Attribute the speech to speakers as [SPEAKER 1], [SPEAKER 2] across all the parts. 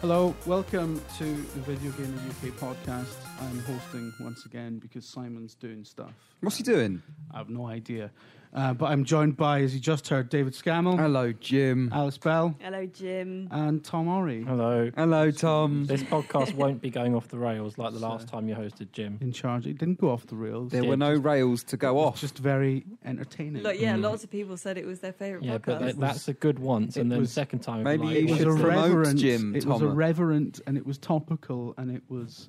[SPEAKER 1] Hello, welcome to the Video Gamer UK podcast. I'm hosting once again because Simon's doing stuff.
[SPEAKER 2] What's he doing?
[SPEAKER 1] I have no idea. Uh, but I'm joined by, as you just heard, David Scammell,
[SPEAKER 2] Hello, Jim.
[SPEAKER 1] Alice Bell,
[SPEAKER 3] Hello, Jim.
[SPEAKER 1] and Tom Ori.
[SPEAKER 4] Hello.
[SPEAKER 2] Hello, Tom.
[SPEAKER 4] This podcast won't be going off the rails like the last
[SPEAKER 1] So-
[SPEAKER 4] time you hosted Jim.
[SPEAKER 1] In charge. It didn't go off the rails.
[SPEAKER 2] There were no rails to go
[SPEAKER 1] It's
[SPEAKER 2] off.
[SPEAKER 1] just very entertaining.
[SPEAKER 3] Look, yeah,
[SPEAKER 4] Mm.
[SPEAKER 3] lots of people said it was their favourite
[SPEAKER 4] Yeah, but
[SPEAKER 3] podcast.
[SPEAKER 4] that, that's a good once,
[SPEAKER 1] it
[SPEAKER 4] and then
[SPEAKER 1] was-
[SPEAKER 4] second time.
[SPEAKER 2] Maybe
[SPEAKER 4] like,
[SPEAKER 2] you
[SPEAKER 1] it
[SPEAKER 4] what's
[SPEAKER 1] was
[SPEAKER 2] should
[SPEAKER 4] this?
[SPEAKER 2] promote
[SPEAKER 1] irreverent.
[SPEAKER 2] Jim
[SPEAKER 1] it was
[SPEAKER 2] Thomer.
[SPEAKER 1] irreverent and it was topical and it was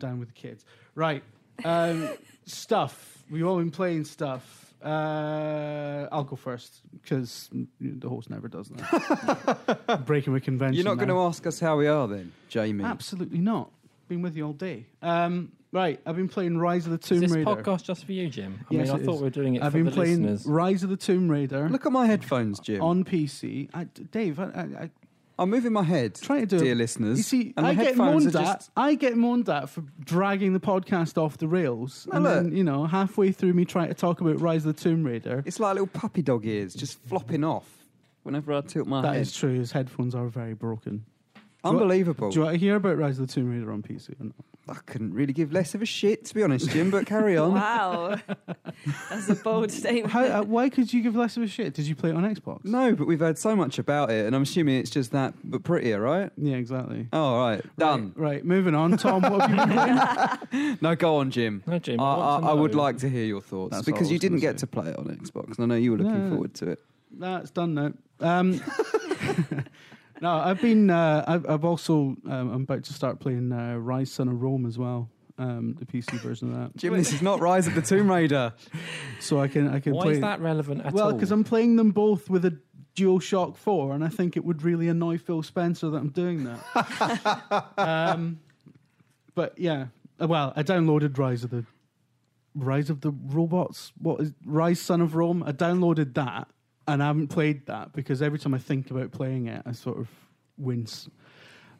[SPEAKER 1] down with the kids. Right. Um, stuff. We've all been playing stuff. Uh, I'll go first because the host never does that. Breaking a convention.
[SPEAKER 2] You're not going to
[SPEAKER 1] now.
[SPEAKER 2] ask us how we are then, Jamie.
[SPEAKER 1] Absolutely not. Been with you all day. Um, right. I've been playing Rise of the
[SPEAKER 4] Is
[SPEAKER 1] Tomb
[SPEAKER 4] this
[SPEAKER 1] Raider.
[SPEAKER 4] podcast just for you, Jim? I
[SPEAKER 1] Yes,
[SPEAKER 4] mean, I
[SPEAKER 1] it
[SPEAKER 4] thought
[SPEAKER 1] is.
[SPEAKER 4] we were doing it
[SPEAKER 1] I've
[SPEAKER 4] for
[SPEAKER 1] been
[SPEAKER 4] the
[SPEAKER 1] playing
[SPEAKER 4] listeners.
[SPEAKER 1] Rise of the Tomb Raider
[SPEAKER 2] Look at my headphones, Jim.
[SPEAKER 1] on PC. I, Dave, I, I, I
[SPEAKER 2] I'm moving my head,
[SPEAKER 1] Try to do
[SPEAKER 2] dear
[SPEAKER 1] it.
[SPEAKER 2] listeners.
[SPEAKER 1] You see,
[SPEAKER 2] and
[SPEAKER 1] I
[SPEAKER 2] my
[SPEAKER 1] get
[SPEAKER 2] headphones
[SPEAKER 1] moaned
[SPEAKER 2] are
[SPEAKER 1] at.
[SPEAKER 2] just.
[SPEAKER 1] I get moaned at for dragging the podcast off the rails,
[SPEAKER 2] Now
[SPEAKER 1] and
[SPEAKER 2] look.
[SPEAKER 1] then you know, halfway through me trying to talk about Rise of the Tomb Raider.
[SPEAKER 2] It's like little puppy dog ears, just flopping off whenever I tilt my
[SPEAKER 1] That
[SPEAKER 2] head.
[SPEAKER 1] is true. His headphones are very broken.
[SPEAKER 2] Unbelievable.
[SPEAKER 1] Do you want to hear about Rise of the Tomb Raider on PC? Or not?
[SPEAKER 2] I couldn't really give less of a shit, to be honest, Jim. But carry on.
[SPEAKER 3] wow. that's a bold statement.
[SPEAKER 1] How, uh, why could you give less of a shit? Did you play it on Xbox?
[SPEAKER 2] No, but we've heard so much about it, and I'm assuming it's just that, but prettier, right?
[SPEAKER 1] Yeah, exactly.
[SPEAKER 2] Oh, all right, done.
[SPEAKER 1] Right, right, moving on. Tom, what have you been playing?
[SPEAKER 2] No, go on, Jim.
[SPEAKER 4] No, Jim.
[SPEAKER 2] I,
[SPEAKER 4] want to
[SPEAKER 2] I, I would
[SPEAKER 4] know.
[SPEAKER 2] like to hear your thoughts
[SPEAKER 1] That's what I
[SPEAKER 2] because
[SPEAKER 1] was
[SPEAKER 2] you didn't
[SPEAKER 1] gonna
[SPEAKER 2] get
[SPEAKER 1] say.
[SPEAKER 2] to play it on Xbox, and I know you were looking
[SPEAKER 1] No.
[SPEAKER 2] forward to it.
[SPEAKER 1] That's done now. Um, no, I've been. Uh, I've, I've also. Um, I'm about to start playing uh, Rise Son of Rome as well. Um, the PC version of that,
[SPEAKER 2] Jim, this is not Rise of the Tomb Raider.
[SPEAKER 1] so I can I can
[SPEAKER 4] Why
[SPEAKER 1] play.
[SPEAKER 4] is that relevant at
[SPEAKER 1] well,
[SPEAKER 4] all?
[SPEAKER 1] because I'm playing them both with a DualShock Four, and I think it would really annoy Phil Spencer that I'm doing that. um, but yeah, Uh, well, I downloaded Rise of the Rise of the Robots. What is Rise Son of Rome? I downloaded that, and I haven't played that because every time I think about playing it, I sort of wince.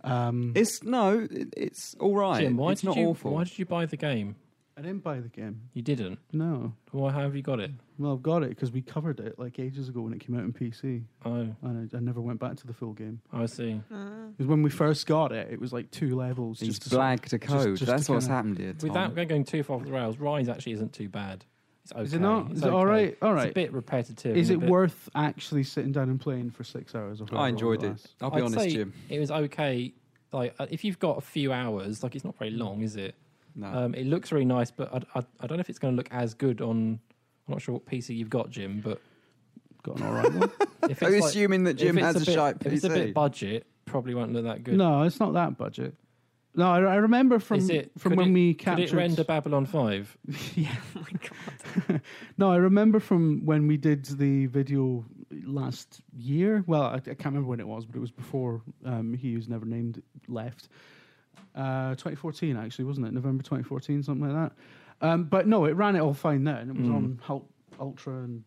[SPEAKER 1] Um,
[SPEAKER 2] It's no, it, it's all right.
[SPEAKER 4] Jim, why
[SPEAKER 2] it's
[SPEAKER 4] did
[SPEAKER 2] not
[SPEAKER 4] you?
[SPEAKER 2] awful.
[SPEAKER 4] Why did you buy the game?
[SPEAKER 1] I didn't buy the game.
[SPEAKER 4] You didn't.
[SPEAKER 1] No,
[SPEAKER 4] Why? How have you got it?
[SPEAKER 1] well, I've got it because we covered it like ages ago when it came out on PC,
[SPEAKER 4] Oh,
[SPEAKER 1] and I, I never went back to the full game.
[SPEAKER 4] I see.
[SPEAKER 3] Ah.
[SPEAKER 1] Because when we first got it, it was like two levels.
[SPEAKER 2] He's
[SPEAKER 1] just to
[SPEAKER 2] blagged a
[SPEAKER 1] just-
[SPEAKER 2] code.
[SPEAKER 1] just
[SPEAKER 2] That's
[SPEAKER 1] to
[SPEAKER 2] what's
[SPEAKER 1] kinda-
[SPEAKER 2] happened here. Tom.
[SPEAKER 4] Without going too far off the rails, Rise actually isn't too bad. It's okay.
[SPEAKER 1] Sort of, is it not?
[SPEAKER 4] It's
[SPEAKER 1] Is it all
[SPEAKER 4] okay.
[SPEAKER 1] right? All
[SPEAKER 4] It's a
[SPEAKER 1] right.
[SPEAKER 4] bit repetitive.
[SPEAKER 1] Is
[SPEAKER 4] and
[SPEAKER 1] it
[SPEAKER 4] a bit-
[SPEAKER 1] worth actually sitting down and playing for six hours? Of
[SPEAKER 2] I enjoyed it. I'll be
[SPEAKER 4] I'd
[SPEAKER 2] honest,
[SPEAKER 4] say
[SPEAKER 2] Jim.
[SPEAKER 4] It was okay. Like uh, if you've got a few hours, like it's not very long, is it?
[SPEAKER 2] No.
[SPEAKER 4] Um, it looks really nice, but I, I, I don't know if it's going to look as good on. I'm not sure what PC you've got, Jim, but
[SPEAKER 1] Got an all right one.
[SPEAKER 4] if
[SPEAKER 2] Are you
[SPEAKER 4] it's like,
[SPEAKER 2] assuming that
[SPEAKER 4] if
[SPEAKER 2] Jim
[SPEAKER 4] it's
[SPEAKER 2] has a,
[SPEAKER 4] bit,
[SPEAKER 2] shite
[SPEAKER 4] If it's a bit
[SPEAKER 2] PC?
[SPEAKER 4] budget, probably won't look that good.
[SPEAKER 1] no, it's not that budget. No, I, I remember from
[SPEAKER 4] Is it-
[SPEAKER 1] from
[SPEAKER 4] could
[SPEAKER 1] when
[SPEAKER 4] it-
[SPEAKER 1] we
[SPEAKER 4] Could
[SPEAKER 1] captured.
[SPEAKER 4] it render Babylon Five?
[SPEAKER 1] yeah.
[SPEAKER 3] Oh my God.
[SPEAKER 1] No, I remember from when we did the video last year. Well, I, I can't remember when it was, but it was before um, he who's never named left. Uh, 2014, actually, wasn't it? November 2014, something like that. Um, but no, it ran it all fine then. It was
[SPEAKER 2] Hmm.
[SPEAKER 4] Mm.
[SPEAKER 1] on Hulk, Ultra and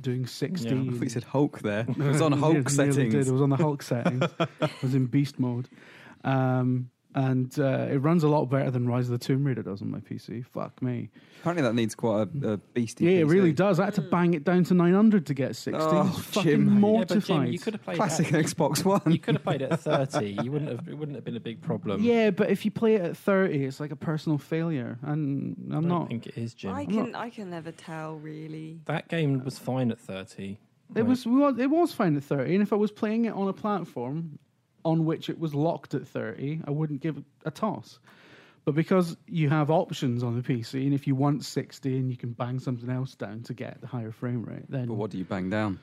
[SPEAKER 1] doing 60.
[SPEAKER 4] Yeah. I
[SPEAKER 2] I
[SPEAKER 4] thought
[SPEAKER 2] thought you said Hulk there. It was on
[SPEAKER 1] Yeah,
[SPEAKER 2] Hulk
[SPEAKER 1] it nearly did.
[SPEAKER 2] settings.
[SPEAKER 1] It was on the Hulk settings. it was in beast mode. Um, and uh, it runs a lot better than Rise of the Tomb Raider does on my PC. Fuck me.
[SPEAKER 2] Apparently, that needs quite a, a beastie.
[SPEAKER 1] Yeah, it
[SPEAKER 2] PC.
[SPEAKER 1] really does. I had to bang it down to 900 to get 60.
[SPEAKER 2] Oh,
[SPEAKER 1] it's fucking
[SPEAKER 2] Jim. Yeah, but Jim,
[SPEAKER 4] Yeah, but
[SPEAKER 1] mortified.
[SPEAKER 4] Jim, you could have played.
[SPEAKER 2] Classic
[SPEAKER 4] At,
[SPEAKER 2] Xbox
[SPEAKER 4] you
[SPEAKER 2] One.
[SPEAKER 4] could have played it at thirty. You wouldn't have. It wouldn't have been a big problem.
[SPEAKER 1] Yeah, but if you play it at 30, it's like a personal failure. And
[SPEAKER 4] I
[SPEAKER 1] I'm
[SPEAKER 4] don't
[SPEAKER 1] not.
[SPEAKER 4] think it is, Jim.
[SPEAKER 3] I can I can never tell really.
[SPEAKER 4] That game was fine at thirty.
[SPEAKER 1] It was, we was- it was fine at 30. And if I was playing it on a platform on which it was locked at 30, I wouldn't give a toss. But because you have options on the PC, and if you want 60 and you can bang something else down to get the higher frame rate, then,
[SPEAKER 2] But what do you bang down?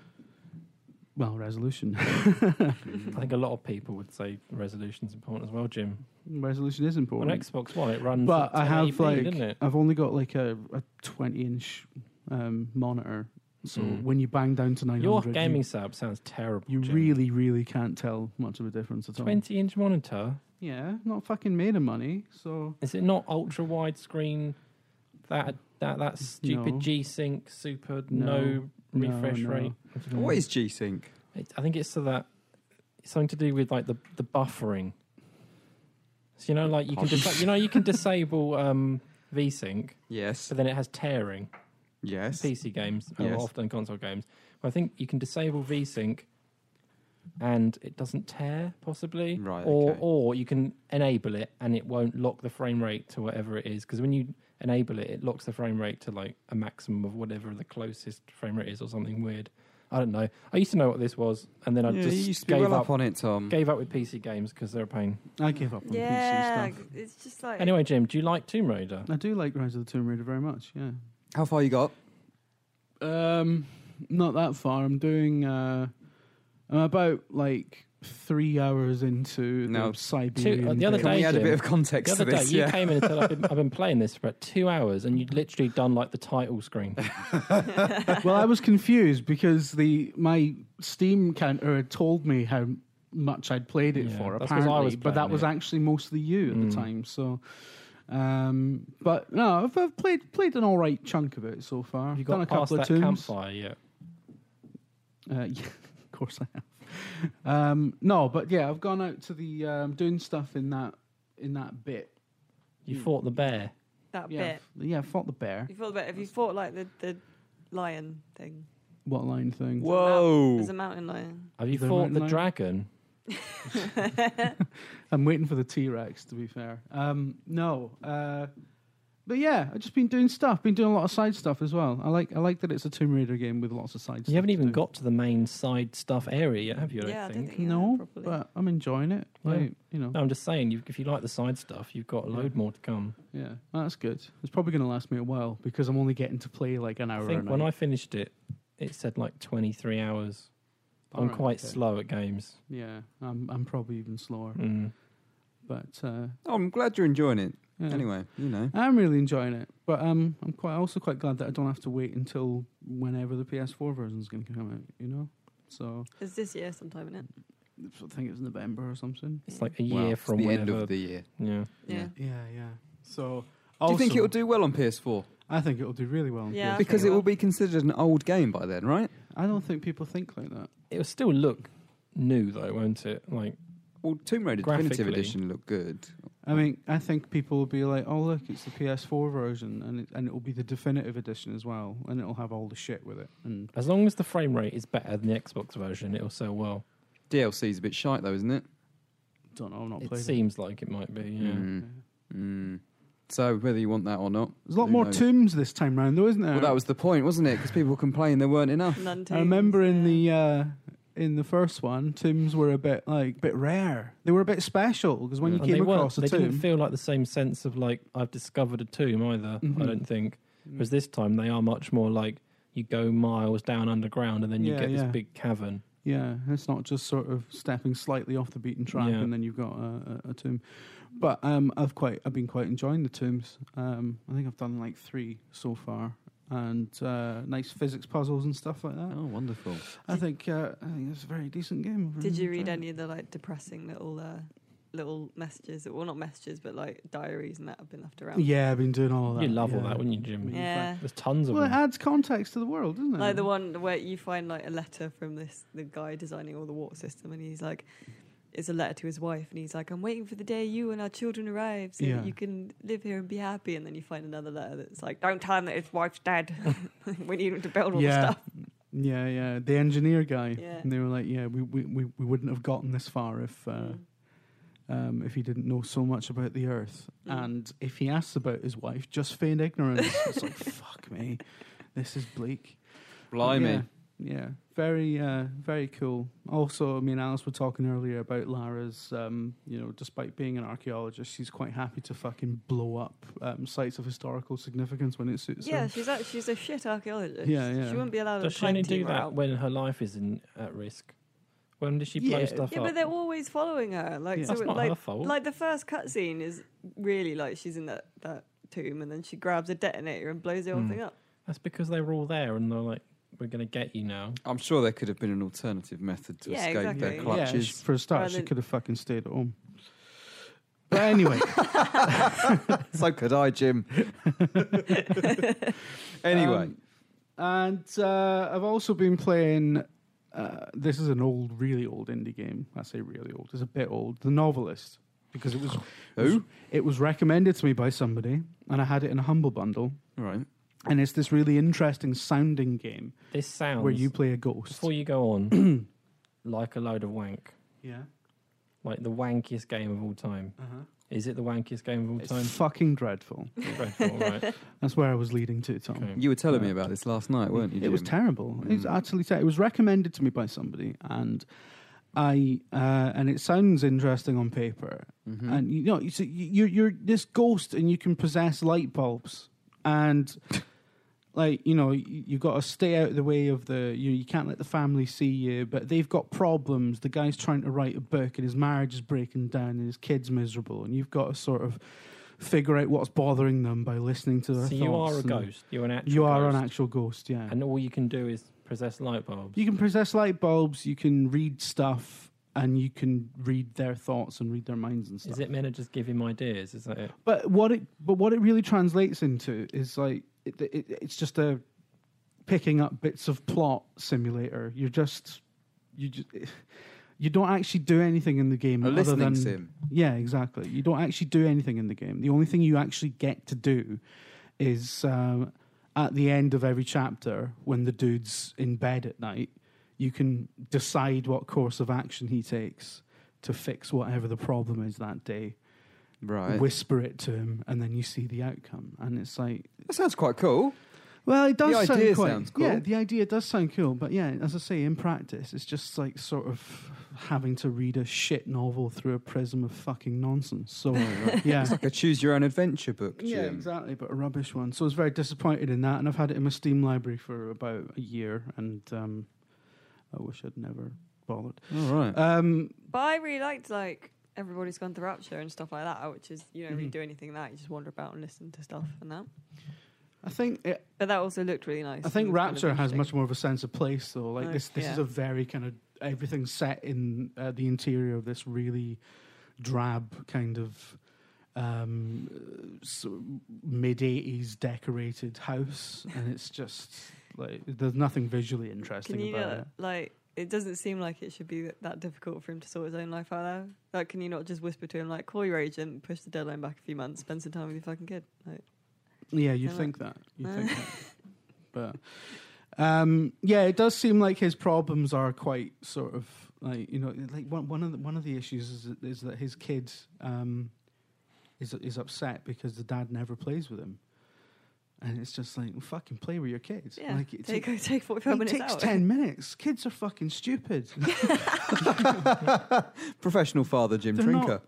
[SPEAKER 1] well, resolution.
[SPEAKER 4] I think a lot of people would say resolution's important as well, Jim.
[SPEAKER 1] resolution is
[SPEAKER 4] On
[SPEAKER 1] important.
[SPEAKER 4] Xbox One, it runs.
[SPEAKER 1] but
[SPEAKER 4] at
[SPEAKER 1] I have
[SPEAKER 4] 1080p,
[SPEAKER 1] like oh
[SPEAKER 4] doesn't it?
[SPEAKER 1] I've only got like a, a twenty inch um, monitor, so
[SPEAKER 4] Mm.
[SPEAKER 1] when you bang down to nine
[SPEAKER 4] Your
[SPEAKER 1] hundred,
[SPEAKER 4] gaming
[SPEAKER 1] you,
[SPEAKER 4] setup sounds terrible.
[SPEAKER 1] you
[SPEAKER 4] Jim.
[SPEAKER 1] really really can't tell much of a difference at all.
[SPEAKER 4] twenty-inch monitor?
[SPEAKER 1] Yeah, not fucking made of money, so
[SPEAKER 4] Is it not ultra wide screen? That that that stupid
[SPEAKER 1] No.
[SPEAKER 4] G-Sync super
[SPEAKER 1] No.
[SPEAKER 4] no,
[SPEAKER 1] No,
[SPEAKER 4] refresh
[SPEAKER 1] no.
[SPEAKER 4] rate. I don't know.
[SPEAKER 2] What is G Sync?
[SPEAKER 4] It, I think it's so that it's something to do with like the the buffering. So you know, like you can disa- you know you can disable um, V-Sync,
[SPEAKER 2] Yes.
[SPEAKER 4] but then it has tearing.
[SPEAKER 2] Yes.
[SPEAKER 4] PC games, or
[SPEAKER 2] Yes.
[SPEAKER 4] often console games. But I think you can disable VSync, and it doesn't tear possibly
[SPEAKER 2] Right,
[SPEAKER 4] or
[SPEAKER 2] okay.
[SPEAKER 4] or you can enable it and it won't lock the frame rate to whatever it is because when you enable it it locks the frame rate to like a maximum of whatever the closest frame rate is or something weird i don't know i used to know what this was and then i
[SPEAKER 2] yeah,
[SPEAKER 4] just
[SPEAKER 2] you used to be
[SPEAKER 4] gave
[SPEAKER 2] well
[SPEAKER 4] up,
[SPEAKER 2] up on it, Tom.
[SPEAKER 4] gave up with pc games because they're a pain
[SPEAKER 1] I give up on
[SPEAKER 3] yeah,
[SPEAKER 1] PC stuff.
[SPEAKER 3] it's just like
[SPEAKER 4] anyway jim do you like tomb raider
[SPEAKER 1] I do like Rise of the Tomb Raider very much. Yeah.
[SPEAKER 2] How far you got?
[SPEAKER 1] Um, not that far. I'm doing. Uh, I'm about like three hours into
[SPEAKER 2] No.
[SPEAKER 1] the Siberian.
[SPEAKER 4] uh, the other
[SPEAKER 1] thing.
[SPEAKER 2] Can
[SPEAKER 4] day-
[SPEAKER 2] we add a
[SPEAKER 4] Jim,
[SPEAKER 2] bit of
[SPEAKER 4] the
[SPEAKER 2] context
[SPEAKER 4] other
[SPEAKER 2] to
[SPEAKER 4] day
[SPEAKER 2] this?
[SPEAKER 4] you
[SPEAKER 2] yeah.
[SPEAKER 4] came in and said I've been, I've been playing this for about two hours and you'd literally done like the title screen
[SPEAKER 1] well, I was confused because the my Steam counter had told me how much I'd played it
[SPEAKER 4] Yeah,
[SPEAKER 1] for
[SPEAKER 4] that's 'cause I
[SPEAKER 1] apparently,
[SPEAKER 4] was
[SPEAKER 1] but that
[SPEAKER 4] playing
[SPEAKER 1] was
[SPEAKER 4] it.
[SPEAKER 1] actually mostly you at
[SPEAKER 4] Mm.
[SPEAKER 1] the time. So, um, but no, I've, I've played played an all right chunk of it so far.
[SPEAKER 4] you
[SPEAKER 1] I've
[SPEAKER 4] got
[SPEAKER 1] done a
[SPEAKER 4] past
[SPEAKER 1] couple of
[SPEAKER 4] that
[SPEAKER 1] tombs.
[SPEAKER 4] campfire yeah
[SPEAKER 1] Uh, yeah, of course I have. Um, no, but yeah, I've gone out to the um, doing stuff in that in that bit.
[SPEAKER 4] you
[SPEAKER 1] Hmm.
[SPEAKER 4] fought the bear
[SPEAKER 3] that
[SPEAKER 1] yeah,
[SPEAKER 3] bit.
[SPEAKER 1] yeah, fought the bear.
[SPEAKER 3] You fought the bit. Have you fought like the the lion thing?
[SPEAKER 1] What line thing?
[SPEAKER 2] Whoa.
[SPEAKER 3] There's a mountain lion.
[SPEAKER 4] Have you
[SPEAKER 1] The
[SPEAKER 4] fought
[SPEAKER 1] mountain
[SPEAKER 4] the
[SPEAKER 1] lion?
[SPEAKER 4] dragon?
[SPEAKER 1] I'm waiting for the T Rex. To be fair, um, no. Uh, but yeah, I've just been doing stuff. Been doing a lot of side stuff as well. I like I like that it's a Tomb Raider game with lots of side. stuff
[SPEAKER 4] You haven't
[SPEAKER 1] to
[SPEAKER 4] even
[SPEAKER 1] do.
[SPEAKER 4] got to the main side stuff area yet, have you? I don't
[SPEAKER 3] yeah, I
[SPEAKER 4] think.
[SPEAKER 3] don't think you have
[SPEAKER 1] No,
[SPEAKER 3] properly.
[SPEAKER 1] but I'm enjoying it.
[SPEAKER 4] Yeah. Oh.
[SPEAKER 1] Like, you know,
[SPEAKER 4] No, I'm just saying, you, if you like the side stuff, you've got a load more to come.
[SPEAKER 1] yeah, that's good. It's probably going to last me a while because I'm only getting to play like an hour.
[SPEAKER 4] I
[SPEAKER 1] a
[SPEAKER 4] think when
[SPEAKER 1] night.
[SPEAKER 4] I finished it, it said like 23 hours. I'm
[SPEAKER 1] Alright,
[SPEAKER 4] quite
[SPEAKER 1] okay.
[SPEAKER 4] slow at games.
[SPEAKER 1] Yeah, I'm I'm probably even slower.
[SPEAKER 4] Mm.
[SPEAKER 1] But uh,
[SPEAKER 2] Oh, I'm glad you're enjoying it.
[SPEAKER 1] yeah.
[SPEAKER 2] Anyway, you know.
[SPEAKER 1] I'm really enjoying it. But um, I'm quite also quite glad that I don't have to wait until whenever the PS4 version is going to come out. You know, so
[SPEAKER 3] It's this year sometime, isn't it?
[SPEAKER 1] I think it's November or something.
[SPEAKER 4] It's like a
[SPEAKER 2] Well,
[SPEAKER 4] year
[SPEAKER 2] it's
[SPEAKER 4] from
[SPEAKER 2] the end
[SPEAKER 4] whenever.
[SPEAKER 2] of the year.
[SPEAKER 4] yeah.
[SPEAKER 3] Yeah.
[SPEAKER 2] Yeah.
[SPEAKER 1] Yeah, yeah. So
[SPEAKER 2] Do you think
[SPEAKER 1] also-
[SPEAKER 2] it'll do well on PS4?
[SPEAKER 1] I think it'll do really well. On
[SPEAKER 3] Yeah,
[SPEAKER 1] PS4.
[SPEAKER 3] I
[SPEAKER 2] Because it
[SPEAKER 3] think it
[SPEAKER 2] will
[SPEAKER 3] will.
[SPEAKER 2] be considered an old game by then, right?
[SPEAKER 1] I don't think people think like that.
[SPEAKER 4] It'll still look new, though, won't it? Like,
[SPEAKER 2] Well, Tomb Raider Definitive
[SPEAKER 4] Graphically.
[SPEAKER 2] Edition looked good.
[SPEAKER 1] I mean, I think people will be like, "Oh, look, it's the PS4 version, and it, and it will be the definitive edition as well, and it'll have all the shit with it." And
[SPEAKER 4] as long as the frame rate is better than the Xbox version, it'll sell well.
[SPEAKER 2] DLC's a bit shite, though, isn't it?
[SPEAKER 1] don't know, I'm not Hmm.
[SPEAKER 4] It
[SPEAKER 1] playing.
[SPEAKER 4] seems like it might be, yeah.
[SPEAKER 1] Yeah.
[SPEAKER 2] Mm. Mm. So whether you want that or not,
[SPEAKER 1] There's a lot
[SPEAKER 2] who
[SPEAKER 1] more
[SPEAKER 2] knows?
[SPEAKER 1] tombs this time round, though, isn't there?
[SPEAKER 2] Well, that was the point, wasn't it? Because people complained there weren't enough.
[SPEAKER 3] None
[SPEAKER 1] I remember in the uh, in the first one, tombs were a bit like bit rare. They were a bit special because when
[SPEAKER 2] Yeah.
[SPEAKER 1] you
[SPEAKER 4] And they
[SPEAKER 1] came
[SPEAKER 4] weren't-
[SPEAKER 1] across a
[SPEAKER 4] they
[SPEAKER 1] tomb,
[SPEAKER 4] didn't feel like the same sense of like I've discovered a tomb either.
[SPEAKER 1] Mhm.
[SPEAKER 4] I don't think.
[SPEAKER 1] Mm.
[SPEAKER 4] Whereas this time they are much more like you go miles down underground and then you
[SPEAKER 1] Yeah,
[SPEAKER 4] get
[SPEAKER 1] yeah.
[SPEAKER 4] this big cavern.
[SPEAKER 1] Yeah, it's not just sort of stepping slightly off the beaten track
[SPEAKER 4] Yeah.
[SPEAKER 1] and then you've got a, a, a tomb. But um, I've quite I've been quite enjoying the tombs. Um, I think I've done like three so far, and uh, nice physics puzzles and stuff like that.
[SPEAKER 2] Oh, wonderful!
[SPEAKER 1] I think uh, I think it's a very decent game. I've
[SPEAKER 3] Did
[SPEAKER 1] really
[SPEAKER 3] you read
[SPEAKER 1] enjoyed it.
[SPEAKER 3] any of the like depressing little uh, little messages? Well, not messages, but like diaries and that have been left around.
[SPEAKER 1] Yeah, I've been doing all of that.
[SPEAKER 4] You'd love all
[SPEAKER 1] yeah.
[SPEAKER 4] that, wouldn't you, Jim?
[SPEAKER 1] Yeah.
[SPEAKER 3] Yeah.
[SPEAKER 4] There's tons of
[SPEAKER 1] Well, it
[SPEAKER 4] them.
[SPEAKER 1] adds context to the world, doesn't it?
[SPEAKER 3] Like the one where you find like a letter from this the guy designing all the water system, and he's like, it's a letter to his wife, and he's like, I'm waiting for the day you and our children arrive, so
[SPEAKER 1] Yeah.
[SPEAKER 3] that you can live here and be happy. And then you find another letter that's like, don't tell him that his wife's dead. we need him to build all
[SPEAKER 1] Yeah.
[SPEAKER 3] the stuff.
[SPEAKER 1] Yeah, yeah, the engineer guy.
[SPEAKER 3] Yeah.
[SPEAKER 1] And they were like, yeah, we, we, we, we wouldn't have gotten this far if. Uh,
[SPEAKER 3] Mm.
[SPEAKER 1] um, if he didn't know so much about the earth.
[SPEAKER 3] Mm.
[SPEAKER 1] And if he asks about his wife, just feign ignorance. it's like, fuck me, this is bleak.
[SPEAKER 2] Blimey!
[SPEAKER 1] Yeah, yeah. very, uh, very cool. Also, me and Alice were talking earlier about Lara's, um, you know, despite being an archaeologist, she's quite happy to fucking blow up um, sites of historical significance when it suits
[SPEAKER 3] yeah,
[SPEAKER 1] her.
[SPEAKER 3] she's a, she's a shit archaeologist.
[SPEAKER 1] Yeah, yeah.
[SPEAKER 3] She wouldn't be allowed.
[SPEAKER 4] Does
[SPEAKER 3] a
[SPEAKER 4] she
[SPEAKER 3] time
[SPEAKER 4] only do
[SPEAKER 3] team
[SPEAKER 4] that
[SPEAKER 3] out.
[SPEAKER 4] when her life is in at risk? When does she blow
[SPEAKER 1] Yeah.
[SPEAKER 4] stuff
[SPEAKER 3] Yeah,
[SPEAKER 4] up?
[SPEAKER 3] but they're always following her. Like,
[SPEAKER 1] Yeah.
[SPEAKER 3] so
[SPEAKER 4] That's
[SPEAKER 3] it-
[SPEAKER 4] not
[SPEAKER 3] like,
[SPEAKER 4] her fault.
[SPEAKER 3] like the first cutscene is really like she's in that that tomb, and then she grabs a detonator and blows the
[SPEAKER 1] Hmm.
[SPEAKER 3] whole
[SPEAKER 4] Mm.
[SPEAKER 3] thing up.
[SPEAKER 4] That's because they were all there and they're like, "We're going to get you now."
[SPEAKER 2] I'm sure there could have been an alternative method to
[SPEAKER 3] Yeah,
[SPEAKER 2] escape
[SPEAKER 3] exactly.
[SPEAKER 2] their
[SPEAKER 3] Yeah,
[SPEAKER 1] Yeah,
[SPEAKER 2] clutches.
[SPEAKER 1] she- for a start,
[SPEAKER 3] Rather
[SPEAKER 1] she
[SPEAKER 3] than-
[SPEAKER 1] could have fucking stayed at home. But anyway,
[SPEAKER 2] so could I, Jim. anyway,
[SPEAKER 1] Um, and uh, I've also been playing. Uh, this is an old, really old indie game. I say really old. It's a bit old. The Novelist, because it was
[SPEAKER 2] Who?
[SPEAKER 1] it was recommended to me by somebody, and I had it in a humble bundle.
[SPEAKER 2] all right.
[SPEAKER 1] And it's this really interesting sounding game
[SPEAKER 4] This sounds
[SPEAKER 1] where you play a ghost.
[SPEAKER 4] before you go on. like a load of wank.
[SPEAKER 1] Yeah.
[SPEAKER 4] Like the wankiest game of all time.
[SPEAKER 1] Uh-huh.
[SPEAKER 4] Is it the wankiest game of all
[SPEAKER 1] It's
[SPEAKER 4] time?
[SPEAKER 1] fucking dreadful.
[SPEAKER 4] Dreadful, right?
[SPEAKER 1] That's where I was leading to, Tom.
[SPEAKER 4] Okay.
[SPEAKER 2] You were telling me about this last night, weren't you?
[SPEAKER 1] It was
[SPEAKER 2] Jim?
[SPEAKER 1] terrible. It was
[SPEAKER 2] Mm.
[SPEAKER 1] actually ter- it was recommended to me by somebody, and I uh, and it sounds interesting on paper.
[SPEAKER 4] Mm-hmm.
[SPEAKER 2] Mhm.
[SPEAKER 1] And you know, you see, you- you're you're this ghost, and you can possess light bulbs, and like you know, you, you've got to stay out of the way of the you. You can't let the family see you, but they've got problems. The guy's trying to write a book, and his marriage is breaking down, and his kid's miserable, and you've got to sort of figure out what's bothering them by listening to their
[SPEAKER 4] So you are
[SPEAKER 1] thoughts
[SPEAKER 4] a
[SPEAKER 1] and-
[SPEAKER 4] ghost. You're an actual
[SPEAKER 1] you are
[SPEAKER 4] ghost,
[SPEAKER 1] an actual ghost, yeah.
[SPEAKER 4] And all you can do is possess light bulbs.
[SPEAKER 1] You can possess light bulbs, you can read stuff, and you can read their thoughts and read their minds and stuff.
[SPEAKER 4] Is it meant to just give him ideas? Is that it?
[SPEAKER 1] But what it but what it really translates into is like it, it, it's just a picking up bits of plot simulator. You're just you just you don't actually do anything in the game
[SPEAKER 2] A
[SPEAKER 1] other
[SPEAKER 2] listening
[SPEAKER 1] than
[SPEAKER 2] sim.
[SPEAKER 1] yeah, exactly. You don't actually do anything in the game. The only thing you actually get to do is um, at the end of every chapter, when the dude's in bed at night, you can decide what course of action he takes to fix whatever the problem is that day.
[SPEAKER 2] Right.
[SPEAKER 1] Whisper it to him, and then you see the outcome. And it's like,
[SPEAKER 2] that sounds quite cool.
[SPEAKER 1] well, it does
[SPEAKER 2] The
[SPEAKER 1] sound
[SPEAKER 2] idea
[SPEAKER 1] quite,
[SPEAKER 2] sounds cool.
[SPEAKER 1] Yeah, the idea does sound cool, but yeah, as I say, in practice, it's just like sort of having to read a shit novel through a prism of fucking nonsense. So yeah.
[SPEAKER 2] It's like a choose your own adventure book.
[SPEAKER 1] Yeah,
[SPEAKER 2] Jim.
[SPEAKER 1] exactly, but a rubbish one. So I was very disappointed in that, and I've had it in my Steam library for about a year, and um, I wish I'd never bothered.
[SPEAKER 2] All right.
[SPEAKER 1] Um,
[SPEAKER 3] But I really liked like everybody's gone to Rapture and stuff like that, which is you don't really
[SPEAKER 1] Mhm.
[SPEAKER 3] do anything like that. You just wander about and listen to stuff and that.
[SPEAKER 1] I think it,
[SPEAKER 3] But that also looked really nice.
[SPEAKER 1] I think Rapture has much more of a sense of place, though. Like
[SPEAKER 3] Oh,
[SPEAKER 1] this, this is
[SPEAKER 3] yeah.
[SPEAKER 1] a very kind of everything set in uh, the interior of this really drab kind of um, uh, sort of mid '80s decorated house, and it's just like there's nothing visually interesting
[SPEAKER 3] Can you
[SPEAKER 1] about
[SPEAKER 3] not,
[SPEAKER 1] it.
[SPEAKER 3] like? It doesn't seem like it should be that, that difficult for him to sort his own life out. Though. Like, can you not just whisper to him like, call your agent, push the deadline back a few months, spend some time with your fucking kid? Like,
[SPEAKER 1] Yeah, you
[SPEAKER 3] Am I-
[SPEAKER 1] think that. You
[SPEAKER 3] Uh.
[SPEAKER 1] think that. But um, yeah, it does seem like his problems are quite sort of like you know like one one of the, one of the issues is, that- is that his kid um, is is upset because the dad never plays with him, and it's just like fucking play with your kids.
[SPEAKER 3] yeah,
[SPEAKER 1] like it,
[SPEAKER 3] take
[SPEAKER 1] ta-
[SPEAKER 3] take forty five
[SPEAKER 1] it
[SPEAKER 3] minutes
[SPEAKER 1] takes
[SPEAKER 3] out.
[SPEAKER 1] ten minutes. Kids are fucking stupid.
[SPEAKER 2] Professional father Jim
[SPEAKER 1] They're
[SPEAKER 2] Trinker.
[SPEAKER 1] not-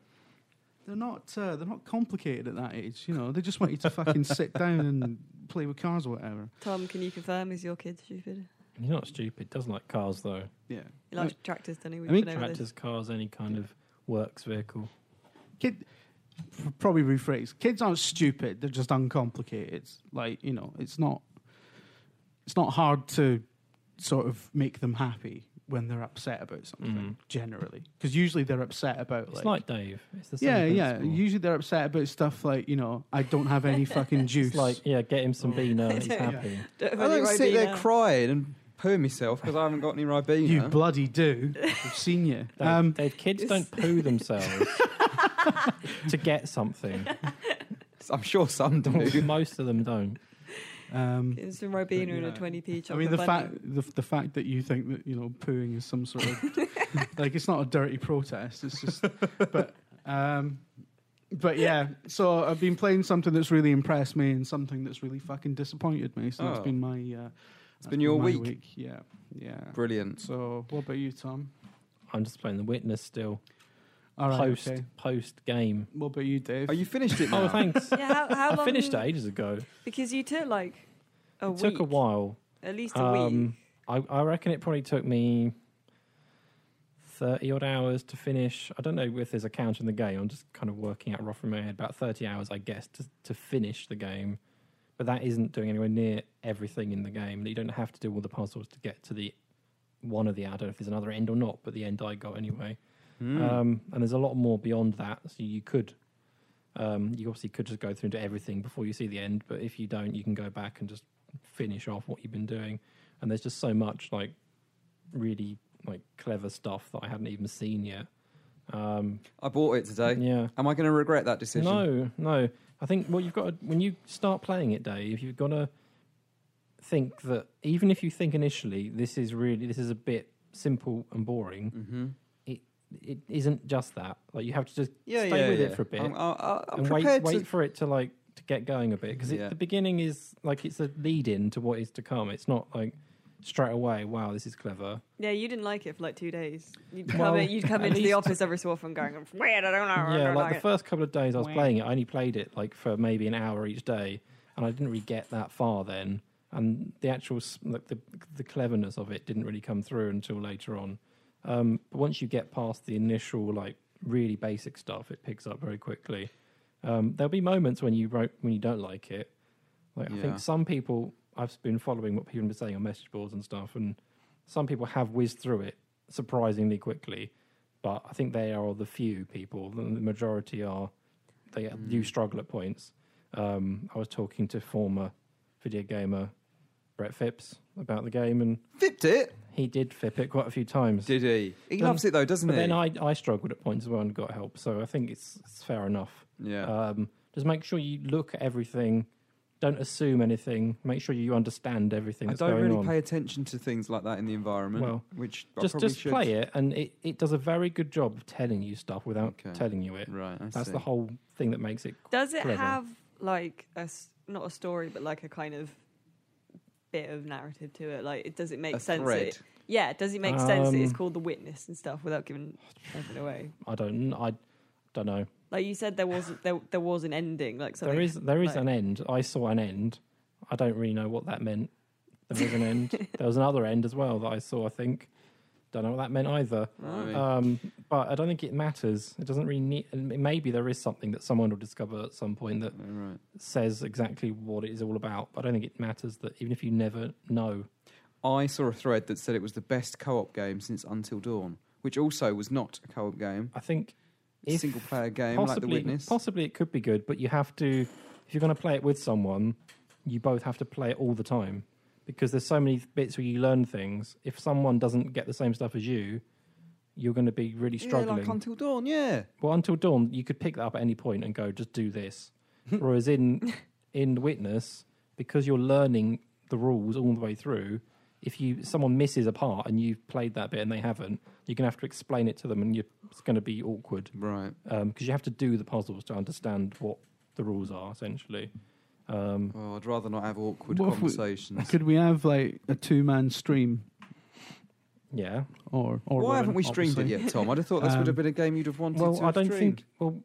[SPEAKER 1] They're not uh, they're not complicated at that age. You know, they just want you to fucking sit down and play with cars or whatever.
[SPEAKER 3] Tom, can you confirm is your kid stupid?
[SPEAKER 4] He's not stupid. Doesn't like cars though.
[SPEAKER 1] Yeah.
[SPEAKER 3] He likes tractors, doesn't he? We've
[SPEAKER 1] Uh, I mean,
[SPEAKER 3] been over this.
[SPEAKER 4] Tractors, cars, any kind of works vehicle.
[SPEAKER 1] kid f- probably rephrase kids aren't stupid they're just uncomplicated like you know it's not it's not hard to sort of make them happy when they're upset about something generally. 'Cause generally because usually they're upset about
[SPEAKER 4] Mm-hmm. It's
[SPEAKER 1] like,
[SPEAKER 4] like Dave. It's the same.
[SPEAKER 1] yeah yeah
[SPEAKER 4] principle.
[SPEAKER 1] usually they're upset about stuff like you know i don't have any fucking juice
[SPEAKER 4] It's like yeah, get him some
[SPEAKER 1] Oh.
[SPEAKER 4] Beano. He's
[SPEAKER 3] Yeah.
[SPEAKER 4] happy.
[SPEAKER 3] Don't have
[SPEAKER 2] I
[SPEAKER 3] any
[SPEAKER 2] don't sit there
[SPEAKER 3] Ribena.
[SPEAKER 2] crying and poo myself because I haven't got any Ribena.
[SPEAKER 1] you bloody do i've seen you
[SPEAKER 4] Dave,
[SPEAKER 1] um
[SPEAKER 4] Dave, kids
[SPEAKER 3] It's-
[SPEAKER 4] don't poo themselves to get something.
[SPEAKER 2] I'm sure some do.
[SPEAKER 4] Most of them don't.
[SPEAKER 1] um
[SPEAKER 3] Give him some Ribena and
[SPEAKER 1] Yeah.
[SPEAKER 3] a twenty p.
[SPEAKER 1] I mean, the fact the, the fact that you think that you know pooing is some sort of like it's not a dirty protest. It's just, but um, but yeah. So I've been playing something that's really impressed me and something that's really fucking disappointed me. So that's
[SPEAKER 2] Oh.
[SPEAKER 1] been my. Uh, that's
[SPEAKER 2] been your
[SPEAKER 1] my
[SPEAKER 2] week.
[SPEAKER 1] Yeah, yeah.
[SPEAKER 2] Brilliant.
[SPEAKER 1] So what about you, Tom?
[SPEAKER 4] I'm just playing the witness still.
[SPEAKER 1] All right.
[SPEAKER 4] post
[SPEAKER 1] Okay.
[SPEAKER 4] post game.
[SPEAKER 1] What about you, Dave?
[SPEAKER 2] Oh, you finished it now?
[SPEAKER 4] Oh, thanks.
[SPEAKER 3] Yeah, how, how
[SPEAKER 4] I
[SPEAKER 3] long?
[SPEAKER 4] finished it ages ago.
[SPEAKER 3] because you took like a
[SPEAKER 4] it
[SPEAKER 3] week.
[SPEAKER 4] took a while.
[SPEAKER 3] At least a week.
[SPEAKER 4] Um, I, I reckon it probably took me thirty odd hours to finish. I don't know if there's a count in the game. I'm just kind of working out rough in my head about thirty hours, I guess, to to finish the game. But that isn't doing anywhere near everything in the game. You don't have to do all the puzzles to get to the one of the. I don't know if there's another end or not, but the end I got anyway.
[SPEAKER 2] Hmm.
[SPEAKER 4] Um, and there's a lot more beyond that. So you could, um, you obviously could just go through into everything before you see the end. But if you don't, you can go back and just finish off what you've been doing. And there's just so much like really like clever stuff that I hadn't even seen yet. Um,
[SPEAKER 2] I bought it today.
[SPEAKER 4] yeah.
[SPEAKER 2] Am I going to regret that decision?
[SPEAKER 4] No, no. I think what you've got to, when you start playing it, Dave, you've got to think that even if you think initially this is really this is a bit simple and boring,
[SPEAKER 2] Mm-hmm.
[SPEAKER 4] it isn't just that. Like you have to just
[SPEAKER 2] Yeah,
[SPEAKER 4] stay
[SPEAKER 2] yeah,
[SPEAKER 4] with
[SPEAKER 2] yeah.
[SPEAKER 4] it for a bit
[SPEAKER 2] I'm, I- I'm
[SPEAKER 4] and wait,
[SPEAKER 2] prepared
[SPEAKER 4] wait
[SPEAKER 2] to.
[SPEAKER 4] for it to like to get going a bit because
[SPEAKER 2] Yeah.
[SPEAKER 4] the beginning is like it's a lead in to what is to come. It's not like straight away. Wow, this is clever.
[SPEAKER 3] Yeah, you didn't like it for like two days. You'd come,
[SPEAKER 4] Well,
[SPEAKER 3] in, you'd come
[SPEAKER 4] at
[SPEAKER 3] into the
[SPEAKER 4] least-
[SPEAKER 3] office every so often going, weird, I don't know. I
[SPEAKER 4] yeah,
[SPEAKER 3] don't
[SPEAKER 4] like
[SPEAKER 3] like
[SPEAKER 4] the
[SPEAKER 3] it."
[SPEAKER 4] first couple of days I was
[SPEAKER 1] Wah.
[SPEAKER 4] playing it, I only played it like for maybe an hour each day, and I didn't really get that far then. And the actual s- like the the cleverness of it didn't really come through until later on. Um, but once you get past the initial like really basic stuff, it picks up very quickly. Um, there'll be moments when you wrote when you don't like it. Like I
[SPEAKER 2] Yeah.
[SPEAKER 4] think some people I've been following what people have been saying on message boards and stuff, and some people have whizzed through it surprisingly quickly, but I think they are the few people. The the majority are they
[SPEAKER 2] Hmm.
[SPEAKER 4] do struggle at points. Um, I was talking to former video gamer Brett Phipps about the game, and
[SPEAKER 2] Fipped it,
[SPEAKER 4] he did flip it quite a few times.
[SPEAKER 2] did he? He
[SPEAKER 4] Um,
[SPEAKER 2] loves it though, doesn't
[SPEAKER 4] but
[SPEAKER 2] he?
[SPEAKER 4] then I, I struggled at points as well and got help, so I think it's, it's fair enough.
[SPEAKER 2] yeah.
[SPEAKER 4] Um, just make sure you look at everything, don't assume anything. Make sure you understand everything
[SPEAKER 2] I
[SPEAKER 4] that's
[SPEAKER 2] don't
[SPEAKER 4] going
[SPEAKER 2] really
[SPEAKER 4] on.
[SPEAKER 2] pay attention to things like that in the environment,
[SPEAKER 4] Well,
[SPEAKER 2] which I
[SPEAKER 4] just
[SPEAKER 2] probably
[SPEAKER 4] just
[SPEAKER 2] should.
[SPEAKER 4] play it, and it, it does a very good job of telling you stuff without
[SPEAKER 2] Okay.
[SPEAKER 4] telling you it.
[SPEAKER 2] Right, I
[SPEAKER 4] That's
[SPEAKER 2] see.
[SPEAKER 4] the whole thing that makes it.
[SPEAKER 3] Does it
[SPEAKER 4] clever.
[SPEAKER 3] have like a s- not a story, but like a kind of bit of narrative to it? Like, it, does it make
[SPEAKER 2] A
[SPEAKER 3] sense?
[SPEAKER 2] thread.
[SPEAKER 3] That it, yeah, does it make sense? That it's
[SPEAKER 4] Um,
[SPEAKER 3] called the witness and stuff without giving everything away.
[SPEAKER 4] I don't. I don't know.
[SPEAKER 3] Like you said, there wasn't there, there was an ending. Like something
[SPEAKER 4] there is there is
[SPEAKER 3] like-
[SPEAKER 4] an end. I saw an end. I don't really know what that meant. There was an end. There was another end as well that I saw. I think. Don't know what that meant either.
[SPEAKER 2] Blimey.
[SPEAKER 4] Um, but I don't think it matters. It doesn't really need. and Maybe there is something that someone will discover at some point that
[SPEAKER 2] All right.
[SPEAKER 4] says exactly what it is all about. But I don't think it matters that even if you never know.
[SPEAKER 2] I saw a thread that said it was the best co-op game since Until Dawn, which also was not a co-op game,
[SPEAKER 4] I think if
[SPEAKER 2] single player game like The
[SPEAKER 4] possibly
[SPEAKER 2] Witness.
[SPEAKER 4] possibly it could be good, but you have to if you're going to play it with someone, you both have to play it all the time because there's so many bits where you learn things. If someone doesn't get the same stuff as you, you're going to be really struggling.
[SPEAKER 2] Yeah, like Until Dawn, yeah.
[SPEAKER 4] Well, until dawn, you could pick that up at any point and go, just do this. Whereas in in witness, because you're learning the rules all the way through, if you someone misses a part and you've played that bit and they haven't, you're gonna have to explain it to them, and you're, it's going to be awkward
[SPEAKER 2] Right.
[SPEAKER 4] because Um, you have to do the puzzles to understand what the rules are essentially. Um,
[SPEAKER 2] Well, I'd rather not have awkward
[SPEAKER 1] What if we-
[SPEAKER 2] conversations.
[SPEAKER 1] Could we have like a two man stream
[SPEAKER 4] yeah.
[SPEAKER 1] or or
[SPEAKER 2] Why
[SPEAKER 1] woman,
[SPEAKER 2] haven't we streamed
[SPEAKER 1] obviously?
[SPEAKER 2] it yet, Tom? I'd have thought this would have
[SPEAKER 1] Um,
[SPEAKER 2] been a game you'd have wanted
[SPEAKER 4] Well,
[SPEAKER 2] to
[SPEAKER 4] I
[SPEAKER 2] have
[SPEAKER 4] don't
[SPEAKER 2] streamed.
[SPEAKER 4] think. Well,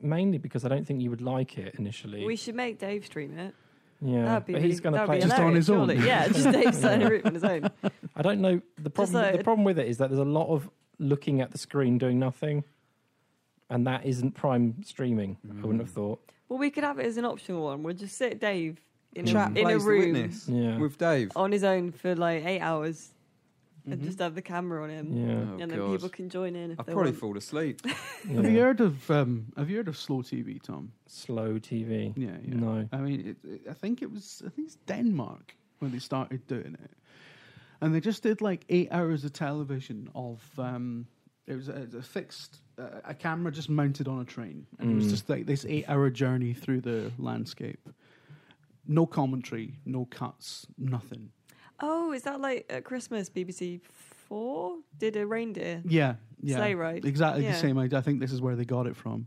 [SPEAKER 4] mainly because I don't think you would like it initially.
[SPEAKER 3] We should make Dave stream it.
[SPEAKER 4] yeah,
[SPEAKER 3] that'd be
[SPEAKER 4] but
[SPEAKER 3] really,
[SPEAKER 4] he's going to
[SPEAKER 3] that'd
[SPEAKER 4] play
[SPEAKER 3] be
[SPEAKER 4] it.
[SPEAKER 1] Just on
[SPEAKER 3] hilarious,
[SPEAKER 1] his own.
[SPEAKER 3] surely. Yeah, just Dave's on
[SPEAKER 4] Yeah.
[SPEAKER 3] a roof on his own.
[SPEAKER 4] I don't know. The problem,
[SPEAKER 3] like-
[SPEAKER 4] the problem with it is that there's a lot of looking at the screen doing nothing, and that isn't prime streaming. I wouldn't
[SPEAKER 1] Mm.
[SPEAKER 4] have thought.
[SPEAKER 3] Well, we could have it as an optional one. We'll just sit Dave in
[SPEAKER 2] Chat
[SPEAKER 3] a, in a
[SPEAKER 2] plays The
[SPEAKER 3] room Oh,
[SPEAKER 2] Witness
[SPEAKER 4] Yeah,
[SPEAKER 2] with Dave.
[SPEAKER 3] on his own for like eight hours and
[SPEAKER 2] Mhm.
[SPEAKER 1] Mm-hmm.
[SPEAKER 3] just have the camera on him.
[SPEAKER 4] Mm-hmm. yeah.
[SPEAKER 2] Oh,
[SPEAKER 3] and then
[SPEAKER 2] God.
[SPEAKER 3] people can join in if
[SPEAKER 2] I'd
[SPEAKER 3] they
[SPEAKER 2] probably
[SPEAKER 3] want.
[SPEAKER 2] fall asleep.
[SPEAKER 4] yeah.
[SPEAKER 1] Have you heard of um, Have you heard of slow TV, Tom?
[SPEAKER 4] Slow TV.
[SPEAKER 1] Yeah, yeah.
[SPEAKER 4] No.
[SPEAKER 1] I mean, it, it, I think it was I think it's Denmark when they started doing it, and they just did like eight hours of television of um, it was a, a fixed uh, a camera just mounted on a train, and it was
[SPEAKER 4] Mm.
[SPEAKER 1] just like this eight hour journey through the landscape. No commentary, no cuts, nothing.
[SPEAKER 3] Oh, is that like at Christmas? BBC Four did a reindeer.
[SPEAKER 1] Yeah, yeah,
[SPEAKER 3] Sleigh ride.
[SPEAKER 1] Exactly
[SPEAKER 3] Yeah.
[SPEAKER 1] the same idea. I think this is where they got it from.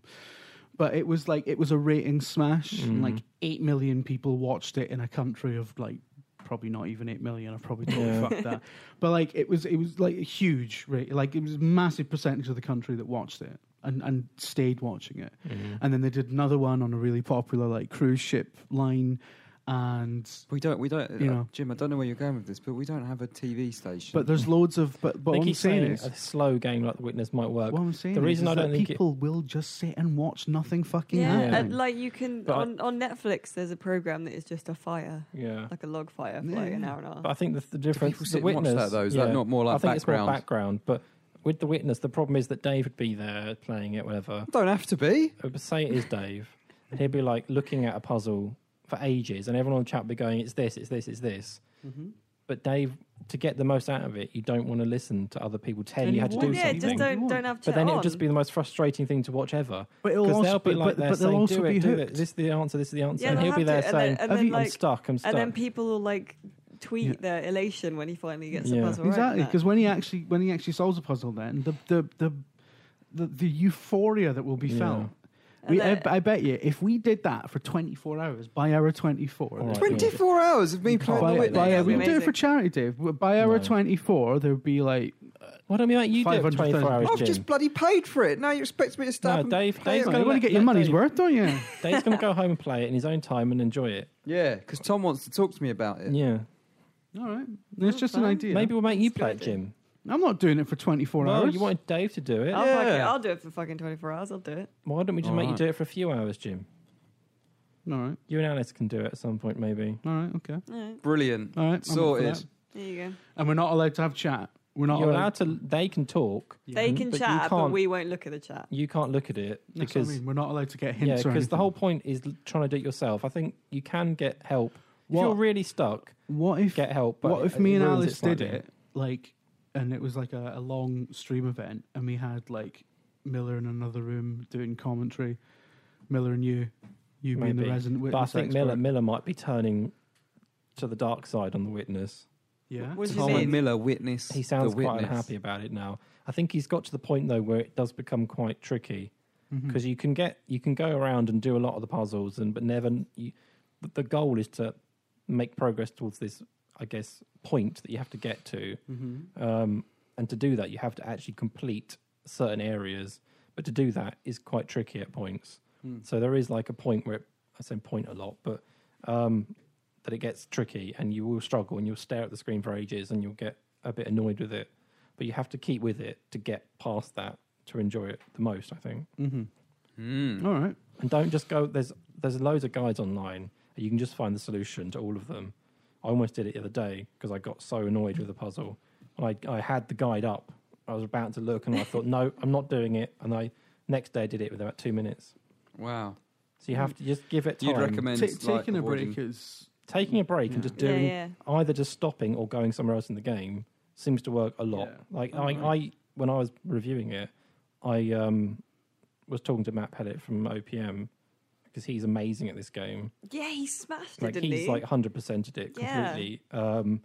[SPEAKER 1] But it was like it was a rating smash. and Like
[SPEAKER 4] Mhm.
[SPEAKER 1] eight million people watched it in a country of like probably not even eight million. I probably totally
[SPEAKER 4] Yeah.
[SPEAKER 1] fucked that. But like it was it was like a huge rate. Like it was a massive percentage of the country that watched it and and stayed watching it.
[SPEAKER 4] Mhm.
[SPEAKER 1] And then they did another one on a really popular like cruise ship line. And
[SPEAKER 2] We don't, we don't,
[SPEAKER 1] You
[SPEAKER 2] uh,
[SPEAKER 1] know.
[SPEAKER 2] Jim. I don't know where you're going with this, but we don't have a TV station.
[SPEAKER 1] but there's loads of but but
[SPEAKER 4] They
[SPEAKER 1] what I'm
[SPEAKER 4] keep
[SPEAKER 1] saying
[SPEAKER 4] saying
[SPEAKER 1] is
[SPEAKER 4] a slow game like The Witness might work.
[SPEAKER 1] What I'm saying
[SPEAKER 4] The
[SPEAKER 1] is-
[SPEAKER 4] reason
[SPEAKER 1] is
[SPEAKER 4] I don't
[SPEAKER 1] that
[SPEAKER 4] think it-
[SPEAKER 1] people will just sit and watch nothing fucking
[SPEAKER 3] Yeah,
[SPEAKER 1] happening.
[SPEAKER 3] and like you can
[SPEAKER 4] But I-
[SPEAKER 3] on, on Netflix. There's a program that is just a fire,
[SPEAKER 4] yeah.
[SPEAKER 3] like a log fire, for
[SPEAKER 1] Yeah,
[SPEAKER 3] like an
[SPEAKER 1] yeah.
[SPEAKER 3] hour and a half.
[SPEAKER 4] But I think the, the
[SPEAKER 2] Do
[SPEAKER 4] difference.
[SPEAKER 2] people
[SPEAKER 4] the
[SPEAKER 2] sit and watch
[SPEAKER 4] witness,
[SPEAKER 2] that though? Is that
[SPEAKER 4] yeah.
[SPEAKER 2] not more like
[SPEAKER 4] I think it's
[SPEAKER 2] background?
[SPEAKER 4] more background. But with the witness, the problem is that Dave would be there playing it, whatever.
[SPEAKER 2] don't have to be.
[SPEAKER 4] Uh, but say it is Dave, and he'd be like looking at a puzzle for ages, and everyone on the chat would be going, "It's this, it's this, it's this." But Dave, to get the most out of it, you don't want to listen to other people tell
[SPEAKER 1] And
[SPEAKER 4] you
[SPEAKER 1] you
[SPEAKER 4] how to
[SPEAKER 1] won't.
[SPEAKER 4] do
[SPEAKER 3] well, yeah,
[SPEAKER 4] something.
[SPEAKER 3] just don't don't have
[SPEAKER 4] but
[SPEAKER 3] chat
[SPEAKER 4] then
[SPEAKER 3] on.
[SPEAKER 4] it'll just be the most frustrating thing to watch ever
[SPEAKER 1] But it'll
[SPEAKER 4] because
[SPEAKER 1] also
[SPEAKER 4] they'll be
[SPEAKER 1] but-
[SPEAKER 4] like
[SPEAKER 1] but-
[SPEAKER 4] they're
[SPEAKER 1] but they'll
[SPEAKER 4] saying,
[SPEAKER 1] also
[SPEAKER 4] "Do
[SPEAKER 1] be
[SPEAKER 4] it, do
[SPEAKER 1] hooked."
[SPEAKER 4] it. This is the answer. This is the answer,"
[SPEAKER 3] Yeah,
[SPEAKER 4] and
[SPEAKER 3] they'll
[SPEAKER 4] he'll be
[SPEAKER 3] have
[SPEAKER 4] there
[SPEAKER 3] to, and
[SPEAKER 4] saying,
[SPEAKER 3] then- and
[SPEAKER 1] Have
[SPEAKER 3] then,
[SPEAKER 1] you-
[SPEAKER 4] "I'm
[SPEAKER 3] like
[SPEAKER 4] stuck. I'm stuck."
[SPEAKER 3] and then people will like tweet
[SPEAKER 1] Yeah.
[SPEAKER 3] their elation when he finally gets
[SPEAKER 4] Yeah.
[SPEAKER 3] the puzzle right.
[SPEAKER 1] exactly
[SPEAKER 3] Matt.
[SPEAKER 1] because when he actually when he actually solves a puzzle, then the the the the, the euphoria that will be
[SPEAKER 4] Yeah.
[SPEAKER 1] felt.
[SPEAKER 3] And
[SPEAKER 1] We, I,
[SPEAKER 3] then-
[SPEAKER 1] I bet you, if we did that for 24 hours, by hour 24,
[SPEAKER 4] All right.
[SPEAKER 2] 24 hours of me playing
[SPEAKER 1] by,
[SPEAKER 2] the Whitney.
[SPEAKER 1] by,
[SPEAKER 3] yeah,
[SPEAKER 1] hour- we
[SPEAKER 3] that'd be
[SPEAKER 1] do it for
[SPEAKER 3] amazing.
[SPEAKER 1] charity, Dave. but By hour
[SPEAKER 4] No.
[SPEAKER 1] 24, there would be like,
[SPEAKER 4] Why don't we let you do it for
[SPEAKER 1] 500,000
[SPEAKER 4] 24 hours,
[SPEAKER 1] I've
[SPEAKER 2] I've
[SPEAKER 4] Jim?
[SPEAKER 2] just bloody paid for it. Now you expect me to stop.
[SPEAKER 4] No,
[SPEAKER 2] and
[SPEAKER 4] Dave-
[SPEAKER 2] play
[SPEAKER 4] Dave's
[SPEAKER 2] it?
[SPEAKER 1] you
[SPEAKER 4] gonna
[SPEAKER 1] want to
[SPEAKER 4] let-
[SPEAKER 1] get your
[SPEAKER 4] let
[SPEAKER 1] money's
[SPEAKER 4] Dave-
[SPEAKER 1] worth, don't you?
[SPEAKER 4] Dave's going to go home and play it in his own time and enjoy it.
[SPEAKER 2] Yeah, because Tom wants to talk to me about it.
[SPEAKER 4] Yeah.
[SPEAKER 1] All right. It's just an
[SPEAKER 3] fine.
[SPEAKER 1] idea.
[SPEAKER 4] Maybe we'll make you play it,
[SPEAKER 3] That's a good
[SPEAKER 4] Jim.
[SPEAKER 1] I'm not doing it for 24
[SPEAKER 4] Well,
[SPEAKER 1] hours.
[SPEAKER 4] you wanted Dave to do it.
[SPEAKER 3] I'll, "Oh, fuck it.
[SPEAKER 2] Yeah.
[SPEAKER 3] I'll do it for fucking 24 hours. I'll do it.
[SPEAKER 4] Why don't we just
[SPEAKER 1] All
[SPEAKER 4] make you
[SPEAKER 1] right.
[SPEAKER 4] do it for a few hours, Jim?
[SPEAKER 1] All right.
[SPEAKER 4] You and Alice can do it at some point, maybe.
[SPEAKER 1] All right. Okay.
[SPEAKER 3] Alright,
[SPEAKER 2] Brilliant.
[SPEAKER 1] All right. I'm up for
[SPEAKER 2] Sorted.
[SPEAKER 1] that.
[SPEAKER 3] There you go.
[SPEAKER 1] And we're not allowed to have chat. We're not
[SPEAKER 4] You're
[SPEAKER 1] allowed.
[SPEAKER 4] allowed to. They can talk.
[SPEAKER 3] They can
[SPEAKER 4] but you
[SPEAKER 3] chat, but
[SPEAKER 4] can't-
[SPEAKER 3] we won't look at the chat.
[SPEAKER 4] You can't look at it
[SPEAKER 1] That's what I
[SPEAKER 4] because
[SPEAKER 1] mean. We're not allowed to get
[SPEAKER 4] yeah,
[SPEAKER 1] hints or
[SPEAKER 4] because the
[SPEAKER 1] anything.
[SPEAKER 4] whole point is l- trying to do it yourself. I think you can get help
[SPEAKER 1] What-
[SPEAKER 4] if you're really stuck.
[SPEAKER 1] What if?
[SPEAKER 4] Get help. But
[SPEAKER 1] what if
[SPEAKER 4] it-
[SPEAKER 1] me
[SPEAKER 4] it
[SPEAKER 1] and
[SPEAKER 4] ruins
[SPEAKER 1] Alice did
[SPEAKER 4] slightly.
[SPEAKER 1] it? Like, and it was like a, a long stream event, and we had like Miller in another room doing commentary. Miller and you, you being the
[SPEAKER 4] Maybe.
[SPEAKER 1] resident
[SPEAKER 4] But I
[SPEAKER 1] witness.
[SPEAKER 4] think
[SPEAKER 1] expert.
[SPEAKER 4] Miller Miller might be turning to the dark side on the witness.
[SPEAKER 1] Yeah.
[SPEAKER 3] What do you
[SPEAKER 2] Tom
[SPEAKER 3] mean?
[SPEAKER 2] Miller witness.
[SPEAKER 4] He sounds
[SPEAKER 2] the
[SPEAKER 4] quite
[SPEAKER 2] witness.
[SPEAKER 4] unhappy about it now. I think he's got to the point though where it does become quite tricky
[SPEAKER 2] Hmm.
[SPEAKER 1] Mhm.
[SPEAKER 4] because you can get you can go around and do a lot of the puzzles and but never you, but the goal is to make progress towards this I guess point that you have to get to.
[SPEAKER 1] Mhm.
[SPEAKER 4] Um, and to do that, you have to actually complete certain areas. But to do that is quite tricky at points.
[SPEAKER 2] Hmm.
[SPEAKER 4] So there is like a point where it, I say point a lot, but um, that it gets tricky and you will struggle and you'll stare at the screen for ages and you'll get a bit annoyed with it. But you have to keep with it to get past that to enjoy it the most, I think.
[SPEAKER 2] Mm-hmm.
[SPEAKER 1] Mhm.
[SPEAKER 2] Mm.
[SPEAKER 1] All right.
[SPEAKER 4] And don't just go. There's there's loads of guides online. And you can just find the solution to all of them. I almost did it the other day because I got so annoyed with the puzzle. I I had the guide up. I was about to look, and I thought, no, I'm not doing it. And I next day I did it with about two minutes.
[SPEAKER 2] Wow.
[SPEAKER 4] So you have to just give it time.
[SPEAKER 2] You'd recommend
[SPEAKER 1] Ta-
[SPEAKER 2] like,
[SPEAKER 1] taking a break
[SPEAKER 2] avoiding-
[SPEAKER 1] is
[SPEAKER 4] taking a break
[SPEAKER 1] Yeah.
[SPEAKER 4] and just
[SPEAKER 3] Yeah,
[SPEAKER 4] doing
[SPEAKER 3] yeah.
[SPEAKER 4] either just stopping or going somewhere else in the game seems to work a lot.
[SPEAKER 1] Yeah.
[SPEAKER 4] Like I,
[SPEAKER 1] Alright.
[SPEAKER 4] I, when I was reviewing it, I um, was talking to Matt Pellet from OPM because he's amazing at this game.
[SPEAKER 3] Yeah, he smashed it,
[SPEAKER 4] Like
[SPEAKER 3] didn't
[SPEAKER 4] he's
[SPEAKER 3] he?
[SPEAKER 4] like hundred percented it
[SPEAKER 3] Yeah.
[SPEAKER 4] completely. Um,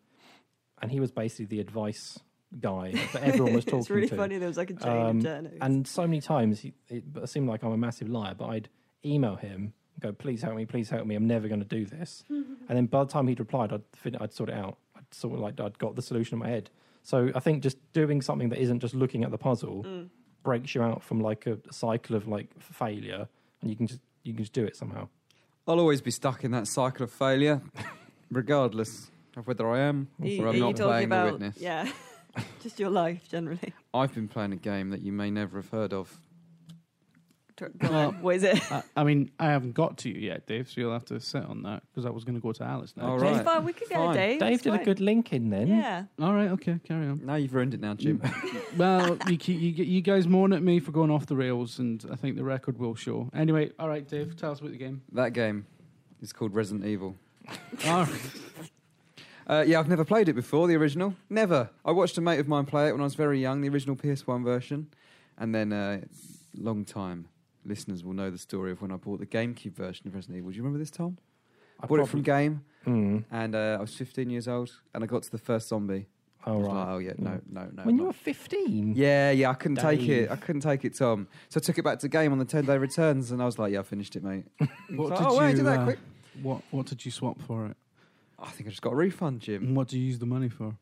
[SPEAKER 4] and he was basically the advice guy that everyone was talking
[SPEAKER 3] it's really
[SPEAKER 4] to.
[SPEAKER 3] funny. There was like a chain
[SPEAKER 4] Um,
[SPEAKER 3] of journos.
[SPEAKER 4] And so many times he, it seemed like I'm a massive liar, but I'd email him, go, please help me, please help me, I'm never going to do this. and then by the time he'd replied, I'd, fin- I'd sort it out. I'd sort of like, I'd got the solution in my head. So I think just doing something that isn't just looking at the puzzle
[SPEAKER 3] Mm.
[SPEAKER 4] breaks you out from like a cycle of like failure and you can just, you can just do it somehow.
[SPEAKER 2] I'll always be stuck in that cycle of failure, regardless of whether I am
[SPEAKER 3] He-
[SPEAKER 2] or
[SPEAKER 3] are
[SPEAKER 2] I'm
[SPEAKER 3] you
[SPEAKER 2] not
[SPEAKER 3] talking
[SPEAKER 2] playing
[SPEAKER 3] about,
[SPEAKER 2] the witness.
[SPEAKER 3] Yeah, just your life generally.
[SPEAKER 2] I've been playing a game that you may never have heard of.
[SPEAKER 3] Tr- go on, what is it?
[SPEAKER 1] I, I mean, I haven't got to you yet, Dave, so you'll have to sit on that because I was going to go to Alice now.
[SPEAKER 2] All
[SPEAKER 3] It's
[SPEAKER 2] right.
[SPEAKER 3] fine. We could go,
[SPEAKER 2] Fine.
[SPEAKER 3] Dave.
[SPEAKER 4] Dave
[SPEAKER 3] it's
[SPEAKER 4] did a
[SPEAKER 3] fine.
[SPEAKER 4] good link in then.
[SPEAKER 3] Yeah.
[SPEAKER 1] All right, okay, carry
[SPEAKER 4] Hmm.
[SPEAKER 1] on.
[SPEAKER 2] Now you've ruined it now, Jim.
[SPEAKER 1] well, you, keep, you, you guys mourn at me for going off the rails, and I think the record will show. Anyway, all right, Dave, tell us about the game.
[SPEAKER 2] that game is called Resident Evil.
[SPEAKER 1] All right.
[SPEAKER 2] Uh, yeah, I've never played it before, the original. Never. I watched a mate of mine play it when I was very young, the original PS1 version. And then, uh, long time listeners will know the story of when I bought the GameCube version of Resident Evil. Do you remember this, Tom? I
[SPEAKER 4] I
[SPEAKER 2] bought it from Game,
[SPEAKER 4] Mm.
[SPEAKER 2] and uh, I was 15 years old, and I got to the first zombie. I
[SPEAKER 4] All
[SPEAKER 2] was
[SPEAKER 4] right.
[SPEAKER 2] like, oh, yeah, no, no, no.
[SPEAKER 4] when
[SPEAKER 2] not-
[SPEAKER 4] you were 15.
[SPEAKER 2] Yeah, yeah, I couldn't take
[SPEAKER 4] Mm. Dave.
[SPEAKER 2] it. I couldn't take it, Tom. So I took it back to game on the 10 day returns, and I was like, yeah, I finished it, mate.
[SPEAKER 1] What
[SPEAKER 2] So, oh, wait, do that
[SPEAKER 1] uh,
[SPEAKER 2] quick.
[SPEAKER 1] What, what did you swap for it?
[SPEAKER 2] I think I just got a refund,
[SPEAKER 4] Mm.
[SPEAKER 2] Jim.
[SPEAKER 1] And what do you use the money for?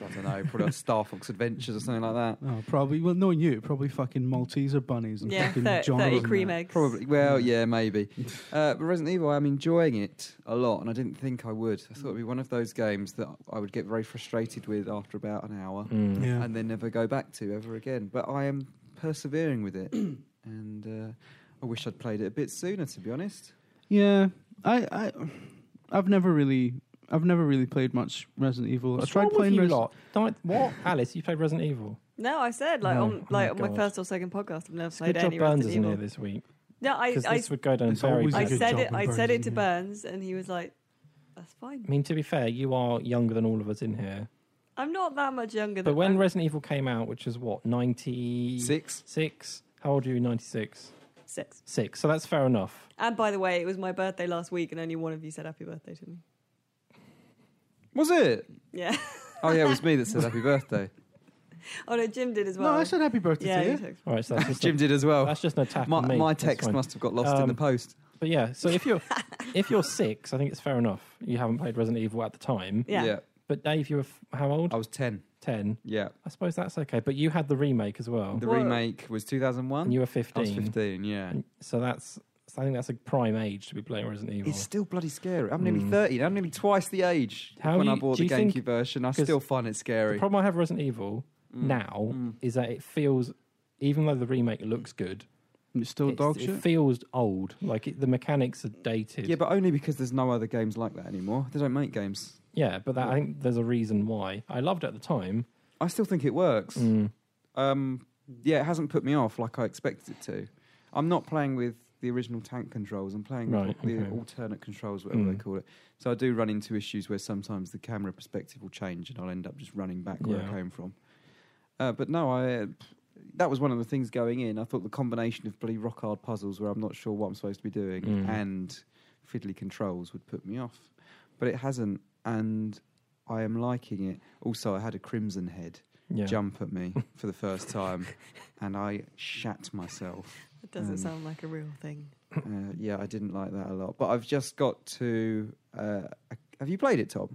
[SPEAKER 2] I don't know, probably on Star Fox Adventures or something like that.
[SPEAKER 1] Oh, probably, well, knowing you, probably fucking Malteser bunnies and
[SPEAKER 3] Yeah.
[SPEAKER 1] fucking
[SPEAKER 3] thir-
[SPEAKER 1] John.
[SPEAKER 3] 30 cream eggs.
[SPEAKER 2] Probably. Well, yeah, maybe. Uh, but Resident Evil, I'm enjoying it a lot, and I didn't think I would. I thought it'd be one of those games that I would get very frustrated with after about an hour,
[SPEAKER 4] Mm.
[SPEAKER 1] Yeah.
[SPEAKER 2] and then never go back to ever again. But I am persevering with it, and uh, I wish I'd played it a bit sooner, to be honest.
[SPEAKER 1] Yeah, I, I, I've never really, I've never really played much Resident Evil.
[SPEAKER 4] What's
[SPEAKER 1] I tried
[SPEAKER 4] wrong
[SPEAKER 1] playing
[SPEAKER 4] with you
[SPEAKER 1] Resi-
[SPEAKER 4] lot? Don't- What? Alice, you played Resident Evil.
[SPEAKER 3] No, I said like
[SPEAKER 4] No.
[SPEAKER 3] on
[SPEAKER 4] Oh
[SPEAKER 3] like
[SPEAKER 4] my
[SPEAKER 3] on my
[SPEAKER 4] God.
[SPEAKER 3] first or second podcast, I've never
[SPEAKER 4] It's
[SPEAKER 3] played
[SPEAKER 4] good job
[SPEAKER 3] any
[SPEAKER 4] Burns
[SPEAKER 3] Resident
[SPEAKER 4] isn't here
[SPEAKER 3] Evil.
[SPEAKER 4] this week
[SPEAKER 3] No, I
[SPEAKER 4] because
[SPEAKER 3] I,
[SPEAKER 4] this would go down
[SPEAKER 1] It's
[SPEAKER 4] very
[SPEAKER 1] always a
[SPEAKER 3] I
[SPEAKER 4] badly.
[SPEAKER 1] good
[SPEAKER 3] said
[SPEAKER 1] job
[SPEAKER 3] it.
[SPEAKER 1] when
[SPEAKER 3] I
[SPEAKER 1] Burns
[SPEAKER 3] said
[SPEAKER 1] isn't
[SPEAKER 3] it to
[SPEAKER 1] here.
[SPEAKER 3] Burns, and he was like, "That's fine."
[SPEAKER 4] I mean, to be fair, you are younger than all of us in here.
[SPEAKER 3] I'm not that much younger.
[SPEAKER 4] But
[SPEAKER 3] than
[SPEAKER 4] when
[SPEAKER 3] I'm-
[SPEAKER 4] Resident Evil came out, which was what ninety
[SPEAKER 2] Six.
[SPEAKER 4] six, how old are you? Ninety six,
[SPEAKER 3] six.
[SPEAKER 4] six. So that's fair enough.
[SPEAKER 3] And by the way, it was my birthday last week, and only one of you said happy birthday to me.
[SPEAKER 2] Was it?
[SPEAKER 3] Yeah.
[SPEAKER 2] Oh yeah, it was me that said happy birthday.
[SPEAKER 3] oh no, Jim did as
[SPEAKER 1] no,
[SPEAKER 3] well.
[SPEAKER 1] I said happy birthday
[SPEAKER 3] yeah,
[SPEAKER 1] to
[SPEAKER 3] he
[SPEAKER 1] you.
[SPEAKER 3] texted-
[SPEAKER 4] All right, so that's just,
[SPEAKER 2] Jim
[SPEAKER 4] a,
[SPEAKER 2] did as well.
[SPEAKER 4] that's just an attack
[SPEAKER 2] My,
[SPEAKER 4] on me.
[SPEAKER 2] my
[SPEAKER 4] That's
[SPEAKER 2] text
[SPEAKER 4] fine.
[SPEAKER 2] must have got lost in
[SPEAKER 4] Um,
[SPEAKER 2] the post.
[SPEAKER 4] But yeah, so if you're if you're six, I think it's fair enough. You haven't played Resident Evil at the time.
[SPEAKER 3] Yeah.
[SPEAKER 4] But Dave, you were f- how old?
[SPEAKER 2] I was ten.
[SPEAKER 4] Ten.
[SPEAKER 2] Yeah,
[SPEAKER 4] I suppose that's okay. But you had the remake as well,
[SPEAKER 2] the
[SPEAKER 3] Whoa.
[SPEAKER 2] remake was two thousand one.
[SPEAKER 4] and you were
[SPEAKER 2] I
[SPEAKER 4] fifteen.
[SPEAKER 2] was fifteen. Yeah,
[SPEAKER 4] And So that's so I think that's a prime age to be playing Resident Evil.
[SPEAKER 2] it's still bloody scary. I'm nearly
[SPEAKER 4] Mm.
[SPEAKER 2] thirty. I'm nearly twice the age
[SPEAKER 4] How
[SPEAKER 2] when
[SPEAKER 4] you-
[SPEAKER 2] I bought
[SPEAKER 4] do
[SPEAKER 2] the
[SPEAKER 4] you think-
[SPEAKER 2] GameCube version. I
[SPEAKER 4] 'cause
[SPEAKER 2] still find it
[SPEAKER 4] the
[SPEAKER 2] scary.
[SPEAKER 4] problem I have with Resident Evil
[SPEAKER 2] Mm.
[SPEAKER 4] now
[SPEAKER 2] Mm.
[SPEAKER 4] is that it feels, even though the remake looks good,
[SPEAKER 1] And It's still
[SPEAKER 4] it's-
[SPEAKER 1] dog
[SPEAKER 4] it
[SPEAKER 1] shit.
[SPEAKER 4] feels old. Like it, the mechanics are dated.
[SPEAKER 2] Yeah, but only because there's no other games like that anymore. They don't make games.
[SPEAKER 4] Yeah, but that, I think there's a reason why. I loved it at the time.
[SPEAKER 2] I still think it works.
[SPEAKER 4] Mm.
[SPEAKER 2] Um, yeah, it hasn't put me off like I expected it to. I'm not playing with the original tank controls. I'm playing
[SPEAKER 4] Right,
[SPEAKER 2] with the
[SPEAKER 4] okay.
[SPEAKER 2] alternate controls, whatever they
[SPEAKER 4] Mm.
[SPEAKER 2] call it. So I do run into issues where sometimes the camera perspective will change, and I'll end up just running back where
[SPEAKER 4] Yeah.
[SPEAKER 2] I came from. Uh, but no, I. Uh, that was one of the things going in. I thought the combination of bloody rock hard puzzles where I'm not sure what I'm supposed to be doing
[SPEAKER 4] Mm.
[SPEAKER 2] and fiddly controls would put me off, but it hasn't, and I am liking it. Also, I had a crimson head
[SPEAKER 4] Yeah.
[SPEAKER 2] jump at me for the first time, and I shat myself.
[SPEAKER 3] It doesn't
[SPEAKER 2] Um,
[SPEAKER 1] Mm.
[SPEAKER 3] sound like a real thing.
[SPEAKER 2] Uh, yeah, I didn't like that a lot. But I've just got to. Uh, have you played it, Tom?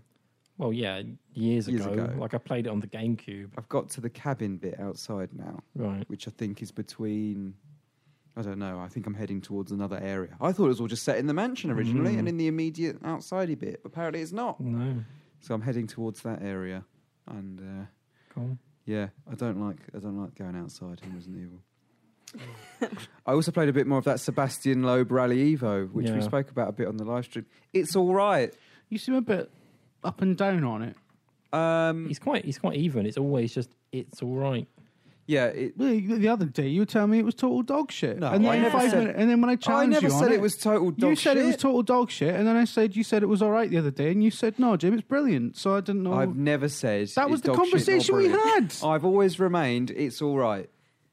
[SPEAKER 4] Well, yeah, years,
[SPEAKER 2] Years
[SPEAKER 4] ago,
[SPEAKER 2] ago.
[SPEAKER 4] Like I played it on the GameCube.
[SPEAKER 2] I've got to the cabin bit outside now,
[SPEAKER 4] Right.
[SPEAKER 2] which I think is between. I don't know. I think I'm heading towards another area. I thought it was all just set in the mansion originally
[SPEAKER 4] Mm.
[SPEAKER 2] and in the immediate outsidey bit. but Apparently, it's not.
[SPEAKER 4] No.
[SPEAKER 2] So I'm heading towards that area, and uh,
[SPEAKER 4] Cool.
[SPEAKER 2] Yeah, I don't like I don't like going outside in Resident Evil. I also played a bit more of that Sebastian Loeb Rally Evo, which
[SPEAKER 4] Yeah.
[SPEAKER 2] we spoke about a bit on the live stream. It's all right.
[SPEAKER 1] You seem a bit up and down on it.
[SPEAKER 2] Um,
[SPEAKER 4] He's quite. He's quite even. It's always just. It's all right.
[SPEAKER 2] yeah, it,
[SPEAKER 1] Well, you- The other day, you were telling me it was total dog shit.
[SPEAKER 2] No,
[SPEAKER 1] and
[SPEAKER 2] I
[SPEAKER 1] then
[SPEAKER 2] never
[SPEAKER 1] five
[SPEAKER 2] said-
[SPEAKER 1] minutes, and then when I
[SPEAKER 2] I
[SPEAKER 1] challenged
[SPEAKER 2] never
[SPEAKER 1] you on
[SPEAKER 2] said
[SPEAKER 1] it,
[SPEAKER 2] it was total dog
[SPEAKER 1] you said it was
[SPEAKER 2] shit.
[SPEAKER 1] total dog shit, and then I said you said it was all right the other day, and you said no, Jim, it's brilliant. So I didn't know.
[SPEAKER 2] I've never said
[SPEAKER 1] that was
[SPEAKER 2] it's
[SPEAKER 1] the
[SPEAKER 2] dog shit or
[SPEAKER 1] conversation we
[SPEAKER 2] brilliant.
[SPEAKER 1] had.
[SPEAKER 2] I've always remained it's all right.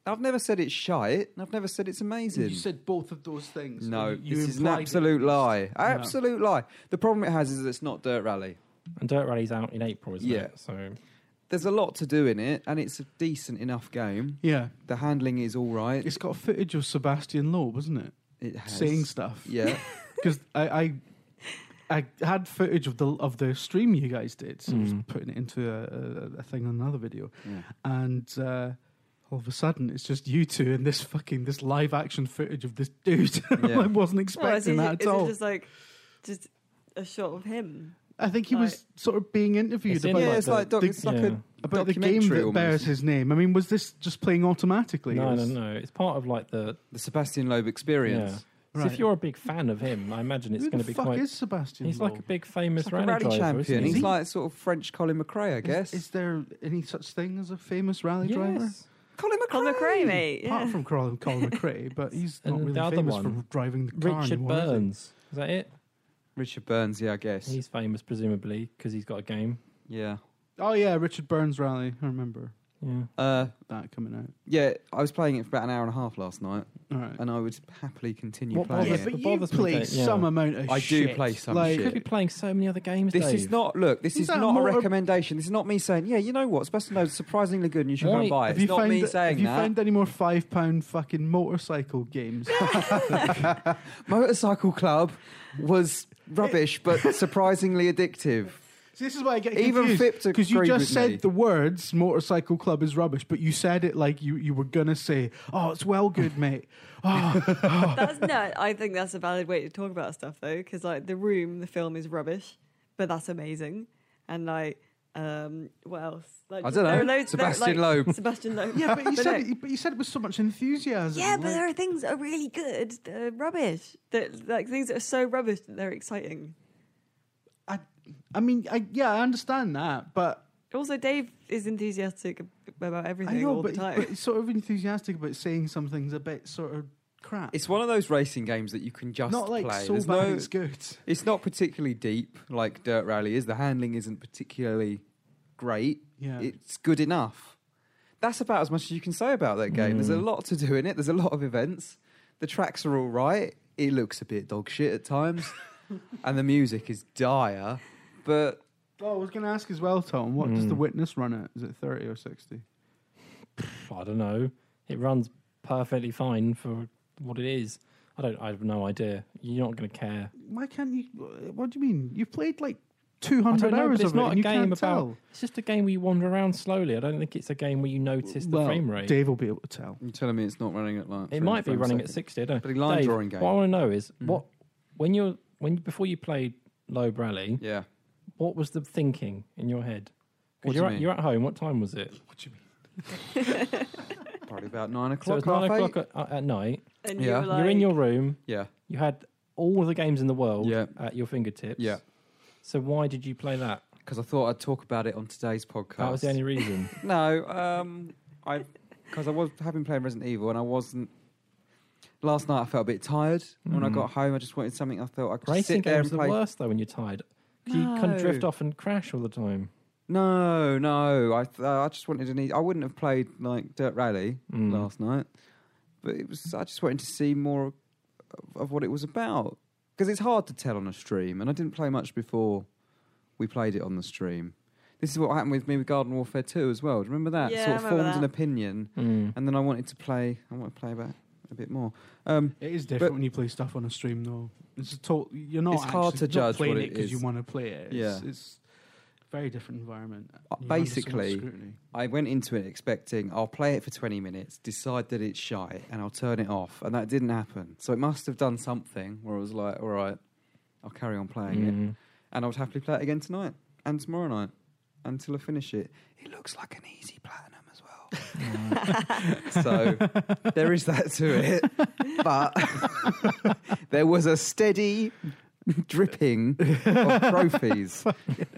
[SPEAKER 2] I've never said it's shite, and I've never said it's amazing.
[SPEAKER 1] You said both of those things.
[SPEAKER 2] no,
[SPEAKER 1] You- you
[SPEAKER 2] this is an
[SPEAKER 1] implied it.
[SPEAKER 2] absolute lie. Absolute lie. The problem it has is it's not Dirt Rally.
[SPEAKER 4] And Dirt Rally's out in April, isn't
[SPEAKER 2] Yeah.
[SPEAKER 4] it? So
[SPEAKER 2] There's a lot to do in it, and it's a decent enough game.
[SPEAKER 1] Yeah,
[SPEAKER 2] The handling is all right.
[SPEAKER 1] it's got footage of Sebastian Loeb, isn't it?
[SPEAKER 2] it has.
[SPEAKER 1] Saying stuff.
[SPEAKER 2] Yeah,
[SPEAKER 1] because I, I I had footage of the of the stream you guys did, so I was
[SPEAKER 4] Mm.
[SPEAKER 1] putting it into a, a, a thing on another video,
[SPEAKER 2] Yeah.
[SPEAKER 1] and uh, all of a sudden it's just you two and this fucking this live action footage of this dude.
[SPEAKER 2] Yeah.
[SPEAKER 1] I wasn't
[SPEAKER 3] Oh, is,
[SPEAKER 1] expecting
[SPEAKER 3] he,
[SPEAKER 1] that
[SPEAKER 3] is
[SPEAKER 1] at
[SPEAKER 3] it
[SPEAKER 1] all.
[SPEAKER 3] just like just a shot of him?
[SPEAKER 1] I think he was sort of being interviewed
[SPEAKER 4] It's in
[SPEAKER 1] about,
[SPEAKER 4] Yeah,
[SPEAKER 1] like,
[SPEAKER 2] it's
[SPEAKER 1] the,
[SPEAKER 2] like doc-
[SPEAKER 1] the-
[SPEAKER 2] it's like
[SPEAKER 4] Yeah.
[SPEAKER 2] a
[SPEAKER 1] about the game
[SPEAKER 2] documentary
[SPEAKER 1] that
[SPEAKER 2] almost.
[SPEAKER 1] bears his name. I mean, was this just playing automatically?
[SPEAKER 4] no,
[SPEAKER 1] It
[SPEAKER 4] no,
[SPEAKER 1] was-
[SPEAKER 4] no. It's part of like the.
[SPEAKER 2] the Sebastian Loeb experience.
[SPEAKER 4] Yeah. So
[SPEAKER 1] Right.
[SPEAKER 4] if you're a big fan of him, I imagine it's
[SPEAKER 1] Who
[SPEAKER 4] going
[SPEAKER 1] the
[SPEAKER 4] to be
[SPEAKER 1] fuck
[SPEAKER 4] quite.
[SPEAKER 1] is Sebastian?
[SPEAKER 4] he's like a
[SPEAKER 1] Loeb?
[SPEAKER 4] big famous
[SPEAKER 2] He's like a
[SPEAKER 4] rally,
[SPEAKER 2] rally
[SPEAKER 4] driver,
[SPEAKER 2] champion.
[SPEAKER 4] Isn't he?
[SPEAKER 2] He's
[SPEAKER 1] Is he?
[SPEAKER 2] like sort of French Colin McRae, I
[SPEAKER 1] Is-
[SPEAKER 2] guess.
[SPEAKER 1] Is, there any such thing as a famous rally
[SPEAKER 4] yes.
[SPEAKER 1] driver?
[SPEAKER 2] Colin McRae.
[SPEAKER 3] Colin McRae, mate. Yeah.
[SPEAKER 1] Apart from Colin, Colin McRae, but he's not
[SPEAKER 4] And
[SPEAKER 1] really
[SPEAKER 4] the other
[SPEAKER 1] famous for
[SPEAKER 4] one,
[SPEAKER 1] driving the car
[SPEAKER 4] Richard
[SPEAKER 1] anymore. is he?
[SPEAKER 4] Burns. Is that it?
[SPEAKER 2] Richard Burns, yeah, I guess.
[SPEAKER 4] He's famous presumably because he's got a game.
[SPEAKER 2] yeah.
[SPEAKER 1] Oh yeah, Richard Burns rally. I remember
[SPEAKER 4] Yeah.
[SPEAKER 2] Uh,
[SPEAKER 1] that coming out.
[SPEAKER 2] yeah, I was playing it for about an hour and a half last night,
[SPEAKER 1] All right.
[SPEAKER 2] and I would happily continue
[SPEAKER 4] What
[SPEAKER 2] playing
[SPEAKER 4] bothers-
[SPEAKER 2] it.
[SPEAKER 4] but you play some
[SPEAKER 1] amount of
[SPEAKER 2] I do shit. play some Like-
[SPEAKER 4] You could be
[SPEAKER 2] shit.
[SPEAKER 4] playing so many other games.
[SPEAKER 2] This
[SPEAKER 4] Dave.
[SPEAKER 2] is not look. This
[SPEAKER 1] Is
[SPEAKER 2] is
[SPEAKER 1] that
[SPEAKER 2] not a
[SPEAKER 1] more of-
[SPEAKER 2] recommendation. This is not me saying, yeah, you know what, Sebastian Loeb's surprisingly good, and you should go
[SPEAKER 4] Why-
[SPEAKER 2] and buy it. It's not me saying
[SPEAKER 1] have you
[SPEAKER 2] that.
[SPEAKER 1] found any more five pound fucking motorcycle games?
[SPEAKER 2] Motorcycle Club was rubbish, but surprisingly addictive.
[SPEAKER 1] See, this is why I get
[SPEAKER 2] Even
[SPEAKER 1] confused
[SPEAKER 2] Fipt
[SPEAKER 1] you
[SPEAKER 2] agreed
[SPEAKER 1] just
[SPEAKER 2] with
[SPEAKER 1] said
[SPEAKER 2] me.
[SPEAKER 1] the words "motorcycle club" is rubbish, but you said it like you, you were gonna say, "Oh, it's well good, mate." Oh,
[SPEAKER 3] That's no. I think that's a valid way to talk about stuff though, because like the room, the film is rubbish, but that's amazing. And like, um, what else? Like,
[SPEAKER 2] I don't
[SPEAKER 3] there are
[SPEAKER 2] know.
[SPEAKER 3] there are,
[SPEAKER 2] Sebastian Loeb.
[SPEAKER 3] Sebastian Loeb.
[SPEAKER 1] yeah, but you said
[SPEAKER 3] no.
[SPEAKER 1] it, but you said it with so much enthusiasm.
[SPEAKER 3] Yeah, but
[SPEAKER 1] like-
[SPEAKER 3] there are things that are really good that are rubbish. That like things that are so rubbish that they're exciting.
[SPEAKER 1] I, I mean, I yeah, I understand that, but
[SPEAKER 3] Also, Dave is enthusiastic ab- about
[SPEAKER 1] I
[SPEAKER 3] everything
[SPEAKER 1] know,
[SPEAKER 3] all
[SPEAKER 1] but,
[SPEAKER 3] the time.
[SPEAKER 1] but he's sort of enthusiastic about saying something's a bit sort of crap.
[SPEAKER 2] It's one of those racing games that you can just
[SPEAKER 1] not like
[SPEAKER 2] play.
[SPEAKER 1] so
[SPEAKER 2] There's
[SPEAKER 1] bad
[SPEAKER 2] no-
[SPEAKER 1] it's good.
[SPEAKER 2] it's not particularly deep like Dirt Rally is. The handling isn't particularly great.
[SPEAKER 1] Yeah,
[SPEAKER 2] It's good enough. That's about as much as you can say about that game. There's a
[SPEAKER 4] Mm.
[SPEAKER 2] lot to do in it. There's a lot of events. The tracks are all right. It looks a bit dog shit at times, and the music is dire. But
[SPEAKER 1] Well, I was going to ask as well, Tom. What does
[SPEAKER 4] Mm.
[SPEAKER 1] the
[SPEAKER 2] Hmm.
[SPEAKER 1] witness run at? Is it thirty or sixty?
[SPEAKER 4] I don't know. It runs perfectly fine for what it is. I don't. I have no idea. You're not going to care.
[SPEAKER 1] Why can't you? What do you mean? You've played like two
[SPEAKER 4] I
[SPEAKER 1] hundred
[SPEAKER 4] don't know,
[SPEAKER 1] hours
[SPEAKER 4] but it's
[SPEAKER 1] of it.
[SPEAKER 4] not
[SPEAKER 1] and
[SPEAKER 4] a
[SPEAKER 1] you
[SPEAKER 4] game
[SPEAKER 1] can't
[SPEAKER 4] about.
[SPEAKER 1] tell.
[SPEAKER 4] It's just a game where you wander around slowly. I don't think it's a game where you notice the
[SPEAKER 1] well,
[SPEAKER 4] frame rate.
[SPEAKER 1] Dave will be able to tell.
[SPEAKER 2] You're telling me it's not running at like.
[SPEAKER 4] it might be running at
[SPEAKER 2] six.
[SPEAKER 4] sixty. I don't.
[SPEAKER 2] But a line
[SPEAKER 4] Dave,
[SPEAKER 2] drawing game.
[SPEAKER 4] What I want to know is
[SPEAKER 2] Mm.
[SPEAKER 4] what when you're when before you played Low Rally,
[SPEAKER 2] Yeah.
[SPEAKER 4] what was the thinking in your head?
[SPEAKER 2] What
[SPEAKER 4] Because
[SPEAKER 2] do
[SPEAKER 4] you're
[SPEAKER 2] you
[SPEAKER 4] at,
[SPEAKER 2] mean?
[SPEAKER 4] you're at home. What time was it?
[SPEAKER 2] Probably about nine
[SPEAKER 4] so
[SPEAKER 2] o'clock.
[SPEAKER 4] it's nine
[SPEAKER 2] half eight.
[SPEAKER 4] o'clock at, uh, at night.
[SPEAKER 3] And
[SPEAKER 2] Yeah.
[SPEAKER 3] you were like,
[SPEAKER 4] you're in your room.
[SPEAKER 2] Yeah.
[SPEAKER 4] You had all the games in the world
[SPEAKER 2] Yeah.
[SPEAKER 4] at your fingertips.
[SPEAKER 2] Yeah.
[SPEAKER 4] So why did you play that?
[SPEAKER 2] Because I thought I'd talk about it on today's podcast.
[SPEAKER 4] That was the only reason.
[SPEAKER 2] No, um, I because I was having playing Resident Evil and I wasn't. Last night I felt a bit tired. and When I
[SPEAKER 4] Mm.
[SPEAKER 2] got home, I just wanted something I thought I could just
[SPEAKER 4] Racing
[SPEAKER 2] sit there
[SPEAKER 4] games
[SPEAKER 2] and
[SPEAKER 4] are the
[SPEAKER 2] play.
[SPEAKER 4] worst though when you're tired. 'Cause You can
[SPEAKER 2] No.
[SPEAKER 4] drift off and crash all the time.
[SPEAKER 2] No, no, I th- I just wanted to. Need, I wouldn't have played like Dirt Rally
[SPEAKER 4] Mm.
[SPEAKER 2] last night, but it was. I just wanted to see more of, of what it was about because it's hard to tell on a stream, and I didn't play much before we played it on the stream. This is what happened with me with Garden Warfare Two as well. Do you remember that?
[SPEAKER 3] Yeah, I
[SPEAKER 2] sort of
[SPEAKER 3] remember
[SPEAKER 2] formed an
[SPEAKER 3] that.
[SPEAKER 2] opinion.
[SPEAKER 4] Mm.
[SPEAKER 2] and then I wanted to play. I want to play about a bit more. Um,
[SPEAKER 1] It is different
[SPEAKER 2] But-
[SPEAKER 1] when you play stuff on a stream, though. It's a total. You're not.
[SPEAKER 2] It's hard
[SPEAKER 1] actually-
[SPEAKER 2] to
[SPEAKER 1] you're not
[SPEAKER 2] judge
[SPEAKER 1] playing
[SPEAKER 2] what
[SPEAKER 1] it
[SPEAKER 2] it
[SPEAKER 1] because you
[SPEAKER 2] is.
[SPEAKER 1] want to play it. It's,
[SPEAKER 2] Yeah.
[SPEAKER 1] it's a very different environment.
[SPEAKER 2] Uh,
[SPEAKER 1] You're under so much
[SPEAKER 2] basically,
[SPEAKER 1] scrutiny.
[SPEAKER 2] I went into it expecting I'll play it for twenty minutes, decide that it's shy, and I'll turn it off. And that didn't happen. So it must have done something where I was like, all right, I'll carry on playing it,
[SPEAKER 4] Mm.
[SPEAKER 2] and I would happily play it again tonight and tomorrow night until I finish it. It looks like an easy platinum as well. so there is that to it, but there was a steady dripping of trophies,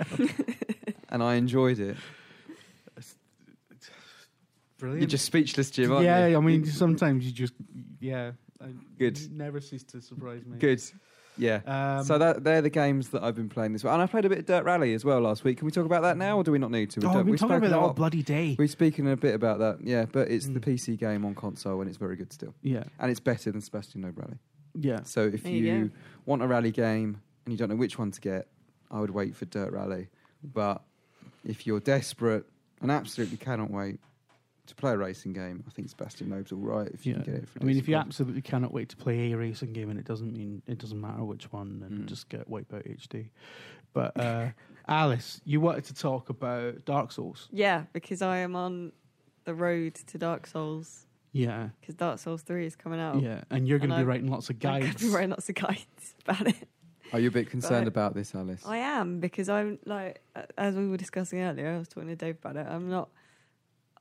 [SPEAKER 2] and I enjoyed it.
[SPEAKER 1] brilliant.
[SPEAKER 2] You're just speechless, Jim. Aren't
[SPEAKER 1] yeah,
[SPEAKER 2] you?
[SPEAKER 1] I mean, sometimes you just. Yeah. I-
[SPEAKER 2] Good.
[SPEAKER 1] you Never cease to surprise me.
[SPEAKER 2] good. Yeah.
[SPEAKER 1] Um,
[SPEAKER 2] so that they're the games that I've been playing this week, and I played a bit of Dirt Rally as well last week. Can we talk about that now, or do we not need to? We
[SPEAKER 1] Oh,
[SPEAKER 2] don't-
[SPEAKER 1] we've been
[SPEAKER 2] we've
[SPEAKER 1] talking about
[SPEAKER 2] spoken
[SPEAKER 1] that
[SPEAKER 2] a
[SPEAKER 1] all
[SPEAKER 2] lot.
[SPEAKER 1] bloody day.
[SPEAKER 2] We're speaking a bit about that, yeah. But it's the
[SPEAKER 1] Mm.
[SPEAKER 2] PC game on console, and it's very good still,
[SPEAKER 1] Yeah.
[SPEAKER 2] and it's better than Sebastian Loeb Rally.
[SPEAKER 1] Yeah.
[SPEAKER 2] So if
[SPEAKER 3] There
[SPEAKER 2] you,
[SPEAKER 3] you go.
[SPEAKER 2] want a rally game and you don't know which one to get, I would wait for Dirt Rally. But if you're desperate and absolutely cannot wait to play a racing game, I think Sebastian Loeb's all right if you
[SPEAKER 1] Yeah.
[SPEAKER 2] can get it. For
[SPEAKER 1] I mean, if you
[SPEAKER 2] decent
[SPEAKER 1] absolutely cannot wait to play a racing game, and it doesn't mean it doesn't matter which one, and
[SPEAKER 2] Mm.
[SPEAKER 1] just get Wipeout HD. But uh, Alice, you wanted to talk about Dark Souls,
[SPEAKER 3] yeah, because I am on the road to Dark Souls
[SPEAKER 1] yeah,
[SPEAKER 3] because Dark Souls 3 is coming out.
[SPEAKER 1] yeah, and you're going to
[SPEAKER 3] Oh. And
[SPEAKER 1] be
[SPEAKER 3] I-
[SPEAKER 1] writing lots of
[SPEAKER 3] I'm
[SPEAKER 1] guides.
[SPEAKER 3] writing lots of guides about it.
[SPEAKER 2] Are you a bit concerned
[SPEAKER 3] But-
[SPEAKER 2] about this, Alice?
[SPEAKER 3] I am because I'm like, a- as we were discussing earlier, I was talking to Dave about it. I'm not,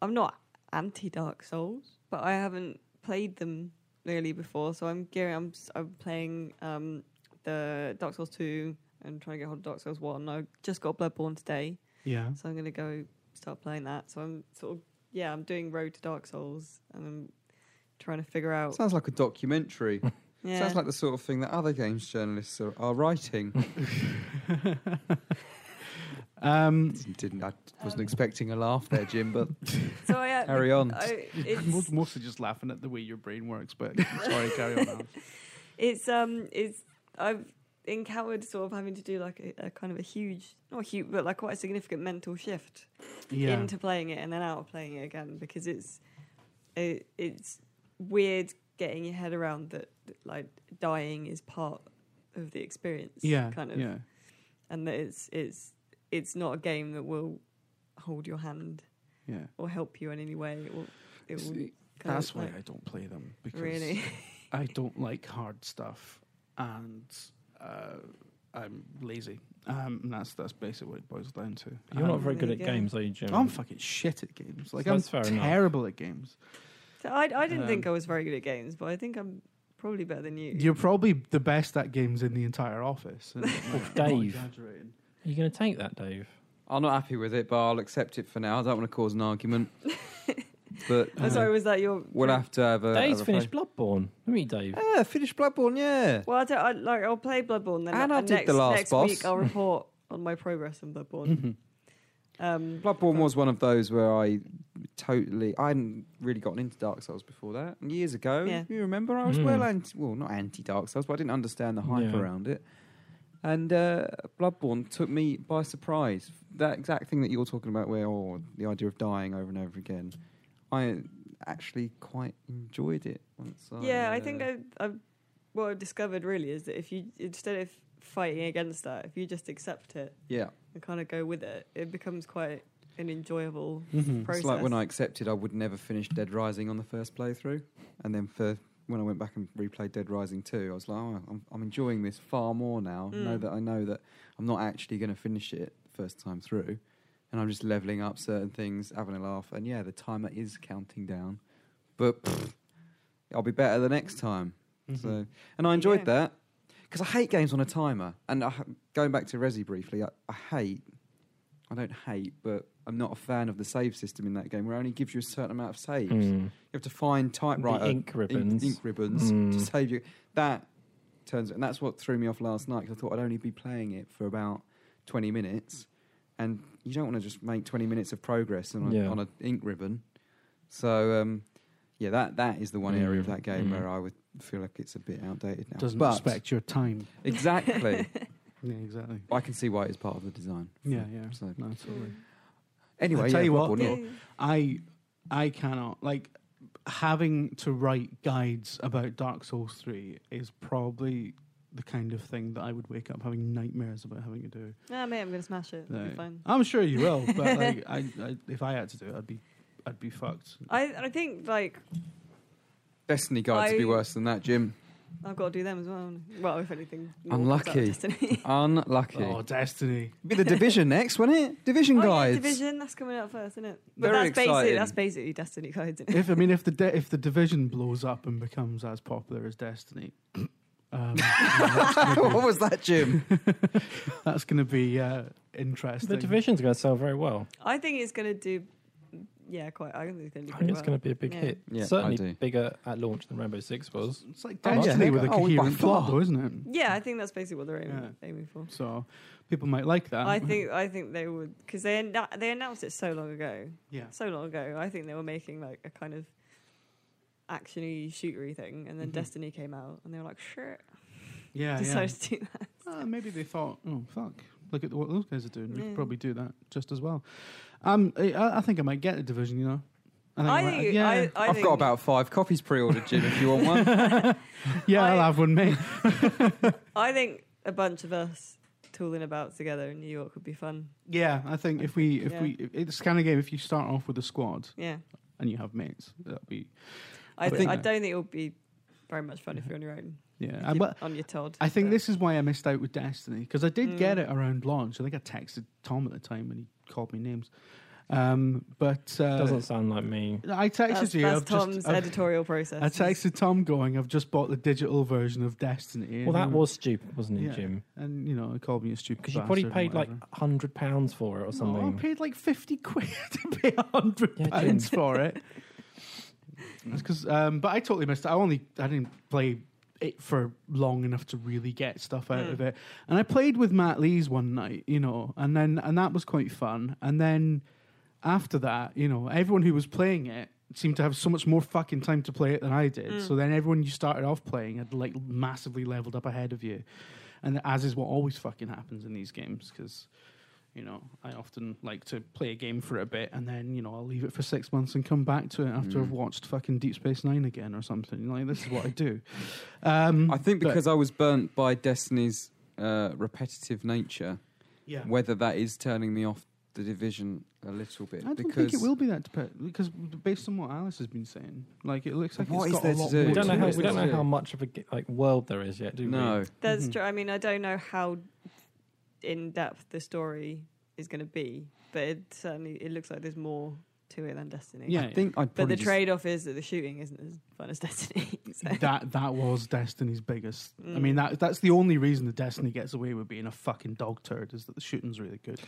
[SPEAKER 3] I'm not anti Dark Souls, but I haven't played them really before, so I'm gearing. I'm, s- I'm playing um, the Dark Souls two and trying to get hold of Dark Souls one. I just got Bloodborne today,
[SPEAKER 1] Yeah,
[SPEAKER 3] so I'm gonna go start playing that. So I'm sort of yeah, I'm doing Road to Dark Souls and I'm trying to figure out.
[SPEAKER 2] Sounds like a documentary.
[SPEAKER 3] yeah.
[SPEAKER 2] Sounds like the sort of thing that other games journalists are, are writing.
[SPEAKER 1] um,
[SPEAKER 2] Didn't I wasn't expecting a laugh there, Jim, but
[SPEAKER 3] so Um, I, uh,
[SPEAKER 2] Carry on.
[SPEAKER 3] I-
[SPEAKER 1] I'm
[SPEAKER 3] it's,
[SPEAKER 1] mostly just laughing at the way your brain works. But sorry, carry on. Alice.
[SPEAKER 3] It's um, it's I've encountered sort of having to do like a, a kind of a huge, not huge, but like quite a significant mental shift
[SPEAKER 1] Yeah,
[SPEAKER 3] into playing it and then out of playing it again because it's it, it's weird getting your head around that that, like dying is part of the experience.
[SPEAKER 1] yeah,
[SPEAKER 3] kind of,
[SPEAKER 1] yeah,
[SPEAKER 3] and that it's it's it's not a game that will hold your hand
[SPEAKER 1] yeah.
[SPEAKER 3] or help you in any way. It will. It will
[SPEAKER 1] See,
[SPEAKER 3] kind of,
[SPEAKER 1] That's why
[SPEAKER 3] like,
[SPEAKER 1] I don't play them because
[SPEAKER 3] really.
[SPEAKER 1] I don't like hard stuff, and uh, I'm lazy. Um, and that's that's basically what it boils down to.
[SPEAKER 4] You're not
[SPEAKER 1] Um,
[SPEAKER 4] very good
[SPEAKER 3] there
[SPEAKER 4] at
[SPEAKER 3] you go.
[SPEAKER 4] games, are you, Jim?
[SPEAKER 1] I'm fucking shit at games. Like
[SPEAKER 4] That's
[SPEAKER 1] I'm
[SPEAKER 4] fair enough.
[SPEAKER 1] terrible at games.
[SPEAKER 3] So I, I didn't think I
[SPEAKER 1] Um,
[SPEAKER 3] was very good at games, but I think I'm probably better than you.
[SPEAKER 1] You're probably the best at games in the entire office. and, like, I'm not
[SPEAKER 4] Dave.
[SPEAKER 1] exaggerating.
[SPEAKER 4] Are you going to take that, Dave?
[SPEAKER 2] I'm not happy with it, but I'll accept it for now. I don't want to cause an argument. but
[SPEAKER 3] I'm sorry, was that your?
[SPEAKER 2] we'll have to have a.
[SPEAKER 4] Dave's
[SPEAKER 2] have uh, a
[SPEAKER 4] finished Bloodborne. Look at you, Dave.
[SPEAKER 2] play. Yeah, finish Bloodborne, yeah.
[SPEAKER 3] Well, I don't, I, like I'll play Bloodborne then,
[SPEAKER 2] And I did
[SPEAKER 3] next,
[SPEAKER 2] the last
[SPEAKER 3] next
[SPEAKER 2] boss.
[SPEAKER 3] week I'll report on my progress in Bloodborne.
[SPEAKER 1] Mhm.
[SPEAKER 2] Mm-hmm.
[SPEAKER 3] Um,
[SPEAKER 2] Bloodborne was one of those where I totally. I hadn't really gotten into Dark Souls before that. And Years ago,
[SPEAKER 3] Yeah.
[SPEAKER 2] you remember, I was
[SPEAKER 4] Mm.
[SPEAKER 2] well anti. Well, not anti Dark Souls, but I didn't understand the hype
[SPEAKER 4] Yeah.
[SPEAKER 2] around it. And uh, Bloodborne took me by surprise. That exact thing that you're talking about, where oh, the idea of dying over and over again, I actually quite enjoyed it once.
[SPEAKER 3] yeah, I
[SPEAKER 2] uh,
[SPEAKER 3] think I, I what I've discovered really is that if you instead of fighting against that, if you just accept it
[SPEAKER 2] yeah.
[SPEAKER 3] and kind of go with it, it becomes quite an enjoyable
[SPEAKER 1] Mhm.
[SPEAKER 2] Mm-hmm.
[SPEAKER 3] process.
[SPEAKER 2] Mm.
[SPEAKER 3] Mm.
[SPEAKER 2] It's like when I accepted I would never finish Dead Rising on the first playthrough, and then for when I went back and replayed Dead Rising 2, I was like, oh, I'm, I'm enjoying this far more now. Know
[SPEAKER 3] Mm.
[SPEAKER 2] that I know that I'm not actually going to finish it first time through, and I'm just leveling up certain things, having a laugh, and yeah, the timer is counting down, but pfft, I'll be better the next time. So, and I enjoyed
[SPEAKER 3] Mm-hmm. Yeah.
[SPEAKER 2] that because I hate games on a timer. And I, ha- going back to Resi briefly, I, I hate. I don't hate, but I'm not a fan of the save system in that game, where it only gives you a certain amount of saves. You
[SPEAKER 4] Mm.
[SPEAKER 2] have to find typewriter
[SPEAKER 4] ink ribbons.
[SPEAKER 2] uh, ink, ribbons to
[SPEAKER 4] Mm.
[SPEAKER 2] save you. That turns, and that's what threw me off last night because I thought I'd only be playing it for about 20 minutes, and you don't want to just make 20 minutes of progress on a,
[SPEAKER 4] Yeah.
[SPEAKER 2] on an ink ribbon. So, um, yeah, that that is the one area of
[SPEAKER 4] Mm,
[SPEAKER 2] that game
[SPEAKER 4] mm.
[SPEAKER 2] where I would feel like it's a bit outdated now.
[SPEAKER 1] Doesn't
[SPEAKER 2] but
[SPEAKER 1] respect your time.
[SPEAKER 2] exactly.
[SPEAKER 1] Yeah, exactly.
[SPEAKER 2] I can see why it's part of the design.
[SPEAKER 1] Yeah, yeah.
[SPEAKER 2] So
[SPEAKER 1] No, totally.
[SPEAKER 2] anyway,
[SPEAKER 1] I'll tell
[SPEAKER 2] yeah,
[SPEAKER 1] you what,
[SPEAKER 2] Bloodborne, yeah.
[SPEAKER 3] Yeah.
[SPEAKER 1] I I cannot like having to write guides about Dark Souls three is probably the kind of thing that I would wake up having nightmares about having to do.
[SPEAKER 3] Ah, mate, I'm gonna smash it. It'll
[SPEAKER 1] No.
[SPEAKER 3] be fine.
[SPEAKER 1] I'm sure you will, but like, I, I, if I had to do it, I'd be I'd be fucked.
[SPEAKER 3] I I think like
[SPEAKER 2] Destiny guide to be
[SPEAKER 3] I-
[SPEAKER 2] worse than that, Jim.
[SPEAKER 3] I've got to do them as well. Well, if anything, more comes out of
[SPEAKER 2] Unlucky.
[SPEAKER 3] Destiny.
[SPEAKER 2] Unlucky.
[SPEAKER 1] Oh, Destiny!
[SPEAKER 2] Be the division next, wasn't it? Division
[SPEAKER 3] Oh, yeah,
[SPEAKER 2] guides.
[SPEAKER 3] Division, that's coming out first, isn't it?
[SPEAKER 2] Very
[SPEAKER 3] that's
[SPEAKER 2] exciting.
[SPEAKER 3] basically that's basically Destiny guides, isn't it?
[SPEAKER 1] If I mean, if the de- if the division blows up and becomes as popular as Destiny, um, that's gonna
[SPEAKER 2] what was that, Jim?
[SPEAKER 1] be, that's gonna be uh, interesting.
[SPEAKER 4] The division's going to sell very well.
[SPEAKER 3] I think it's gonna do. Yeah, quite. I think it's gonna do.
[SPEAKER 4] I
[SPEAKER 3] pretty
[SPEAKER 4] think it's
[SPEAKER 3] well.
[SPEAKER 4] going to be a big
[SPEAKER 3] Yeah.
[SPEAKER 4] hit.
[SPEAKER 2] Yeah, I do.
[SPEAKER 4] Certainly bigger at launch than Rainbow Six was.
[SPEAKER 1] It's like
[SPEAKER 2] Oh, yeah.
[SPEAKER 1] Destiny with a
[SPEAKER 2] Oh, by
[SPEAKER 1] coherent plot,
[SPEAKER 2] far.
[SPEAKER 1] though, isn't it?
[SPEAKER 3] Yeah, I think that's basically what they're aiming, aiming for.
[SPEAKER 1] So people might like that.
[SPEAKER 3] I think I think they would because they anno- they announced it so long ago,
[SPEAKER 1] Yeah.
[SPEAKER 3] so long ago. I think they were making like a kind of actiony shootery thing, and then
[SPEAKER 1] Mhm.
[SPEAKER 3] Destiny came out, and they were like, "Sure,
[SPEAKER 1] Yeah. yeah.
[SPEAKER 3] decided to do that."
[SPEAKER 1] Uh, maybe they thought, oh fuck, look at what those guys are doing. We could
[SPEAKER 3] Yeah.
[SPEAKER 1] probably do that just as well. Um, I, I I think I might get a division. You know,
[SPEAKER 3] I
[SPEAKER 1] might-
[SPEAKER 3] think-
[SPEAKER 1] yeah,
[SPEAKER 3] I- I
[SPEAKER 2] I've
[SPEAKER 3] think-
[SPEAKER 2] got about five copies pre-ordered, Jim. If you want one,
[SPEAKER 1] yeah, I, will
[SPEAKER 3] I-
[SPEAKER 1] have one, mate.
[SPEAKER 3] I think a bunch of us tooling about together in New York would be fun.
[SPEAKER 1] yeah, I think if we if
[SPEAKER 3] Yeah.
[SPEAKER 1] we it's the kind of game. If you start off with a squad
[SPEAKER 3] Yeah,
[SPEAKER 1] and you have mates, that'd be
[SPEAKER 3] I,
[SPEAKER 1] I
[SPEAKER 3] th-
[SPEAKER 1] think- Mm-hmm.
[SPEAKER 3] I don't think it would be very much fun if you're on your own,
[SPEAKER 1] yeah.
[SPEAKER 3] if
[SPEAKER 1] I,
[SPEAKER 3] you're
[SPEAKER 1] but
[SPEAKER 3] on your Todd.
[SPEAKER 1] I think
[SPEAKER 3] but-
[SPEAKER 1] this is why I missed out with Destiny because I did
[SPEAKER 3] Mm.
[SPEAKER 1] get it around launch. I think I texted Tom at the time and he called me names. Um, but uh,
[SPEAKER 4] Doesn't sound like me.
[SPEAKER 1] I texted
[SPEAKER 3] that's,
[SPEAKER 1] you.
[SPEAKER 3] that's
[SPEAKER 1] I've
[SPEAKER 3] Tom's
[SPEAKER 1] just, uh, I've-
[SPEAKER 3] editorial process.
[SPEAKER 1] I texted Tom going, I've just bought the digital version of Destiny.
[SPEAKER 4] Well, that
[SPEAKER 1] And-
[SPEAKER 4] was stupid, wasn't it,
[SPEAKER 1] Yeah.
[SPEAKER 4] Jim?
[SPEAKER 1] And, you know, he called me a stupid
[SPEAKER 4] Because you probably
[SPEAKER 1] bastard and
[SPEAKER 4] paid like
[SPEAKER 1] whatever.
[SPEAKER 4] hundred pounds for it or
[SPEAKER 1] No, I
[SPEAKER 4] something.
[SPEAKER 1] paid like 50 quid to pay 100
[SPEAKER 4] Yeah,
[SPEAKER 1] pounds for it. That's 'cause- um, but I totally missed it. I only, I didn't play it for long enough to really get stuff out
[SPEAKER 3] Mm.
[SPEAKER 1] of it. And I played with Matt Lees one night, you know, and then, and that was quite fun. And then after that, you know, everyone who was playing it seemed to have so much more fucking time to play it than I did.
[SPEAKER 3] Mm.
[SPEAKER 1] So then everyone you started off playing had like massively leveled up ahead of you. And as is what always fucking happens in these games, because you know, I often like to play a game for a bit and then, you know, I'll leave it for six months and come back to it after
[SPEAKER 2] Mm.
[SPEAKER 1] I've watched fucking Deep Space Nine again or something. Like, this is what I do. Um,
[SPEAKER 2] I think
[SPEAKER 1] but-
[SPEAKER 2] because I was burnt by Destiny's uh, repetitive nature,
[SPEAKER 1] yeah.
[SPEAKER 2] whether that is turning me off the division a little bit.
[SPEAKER 1] I don't
[SPEAKER 2] because
[SPEAKER 1] think it will be that dep- because based on what Alice has been saying, like it looks like
[SPEAKER 2] What
[SPEAKER 1] it's
[SPEAKER 2] is
[SPEAKER 1] got
[SPEAKER 2] there
[SPEAKER 1] a
[SPEAKER 2] to
[SPEAKER 1] lot
[SPEAKER 2] do?
[SPEAKER 1] more.
[SPEAKER 4] We don't know
[SPEAKER 1] to
[SPEAKER 4] how
[SPEAKER 1] it.
[SPEAKER 4] we don't know
[SPEAKER 2] Yeah.
[SPEAKER 4] how much of a ge- like world there is yet, do we?
[SPEAKER 2] No,
[SPEAKER 3] That's
[SPEAKER 1] Mhm.
[SPEAKER 3] true. I mean, I don't know how in depth the story is going to be, but it certainly it looks like there's more to it than Destiny.
[SPEAKER 1] Yeah,
[SPEAKER 2] I think I'd
[SPEAKER 3] But
[SPEAKER 2] probably
[SPEAKER 3] the
[SPEAKER 2] just-
[SPEAKER 3] trade off is that the shooting isn't as fun as Destiny. so-
[SPEAKER 1] that that was Destiny's biggest. I mean,
[SPEAKER 3] Mm.
[SPEAKER 1] that that's the only reason that Destiny gets away with being a fucking dog turd is that the shooting's really good.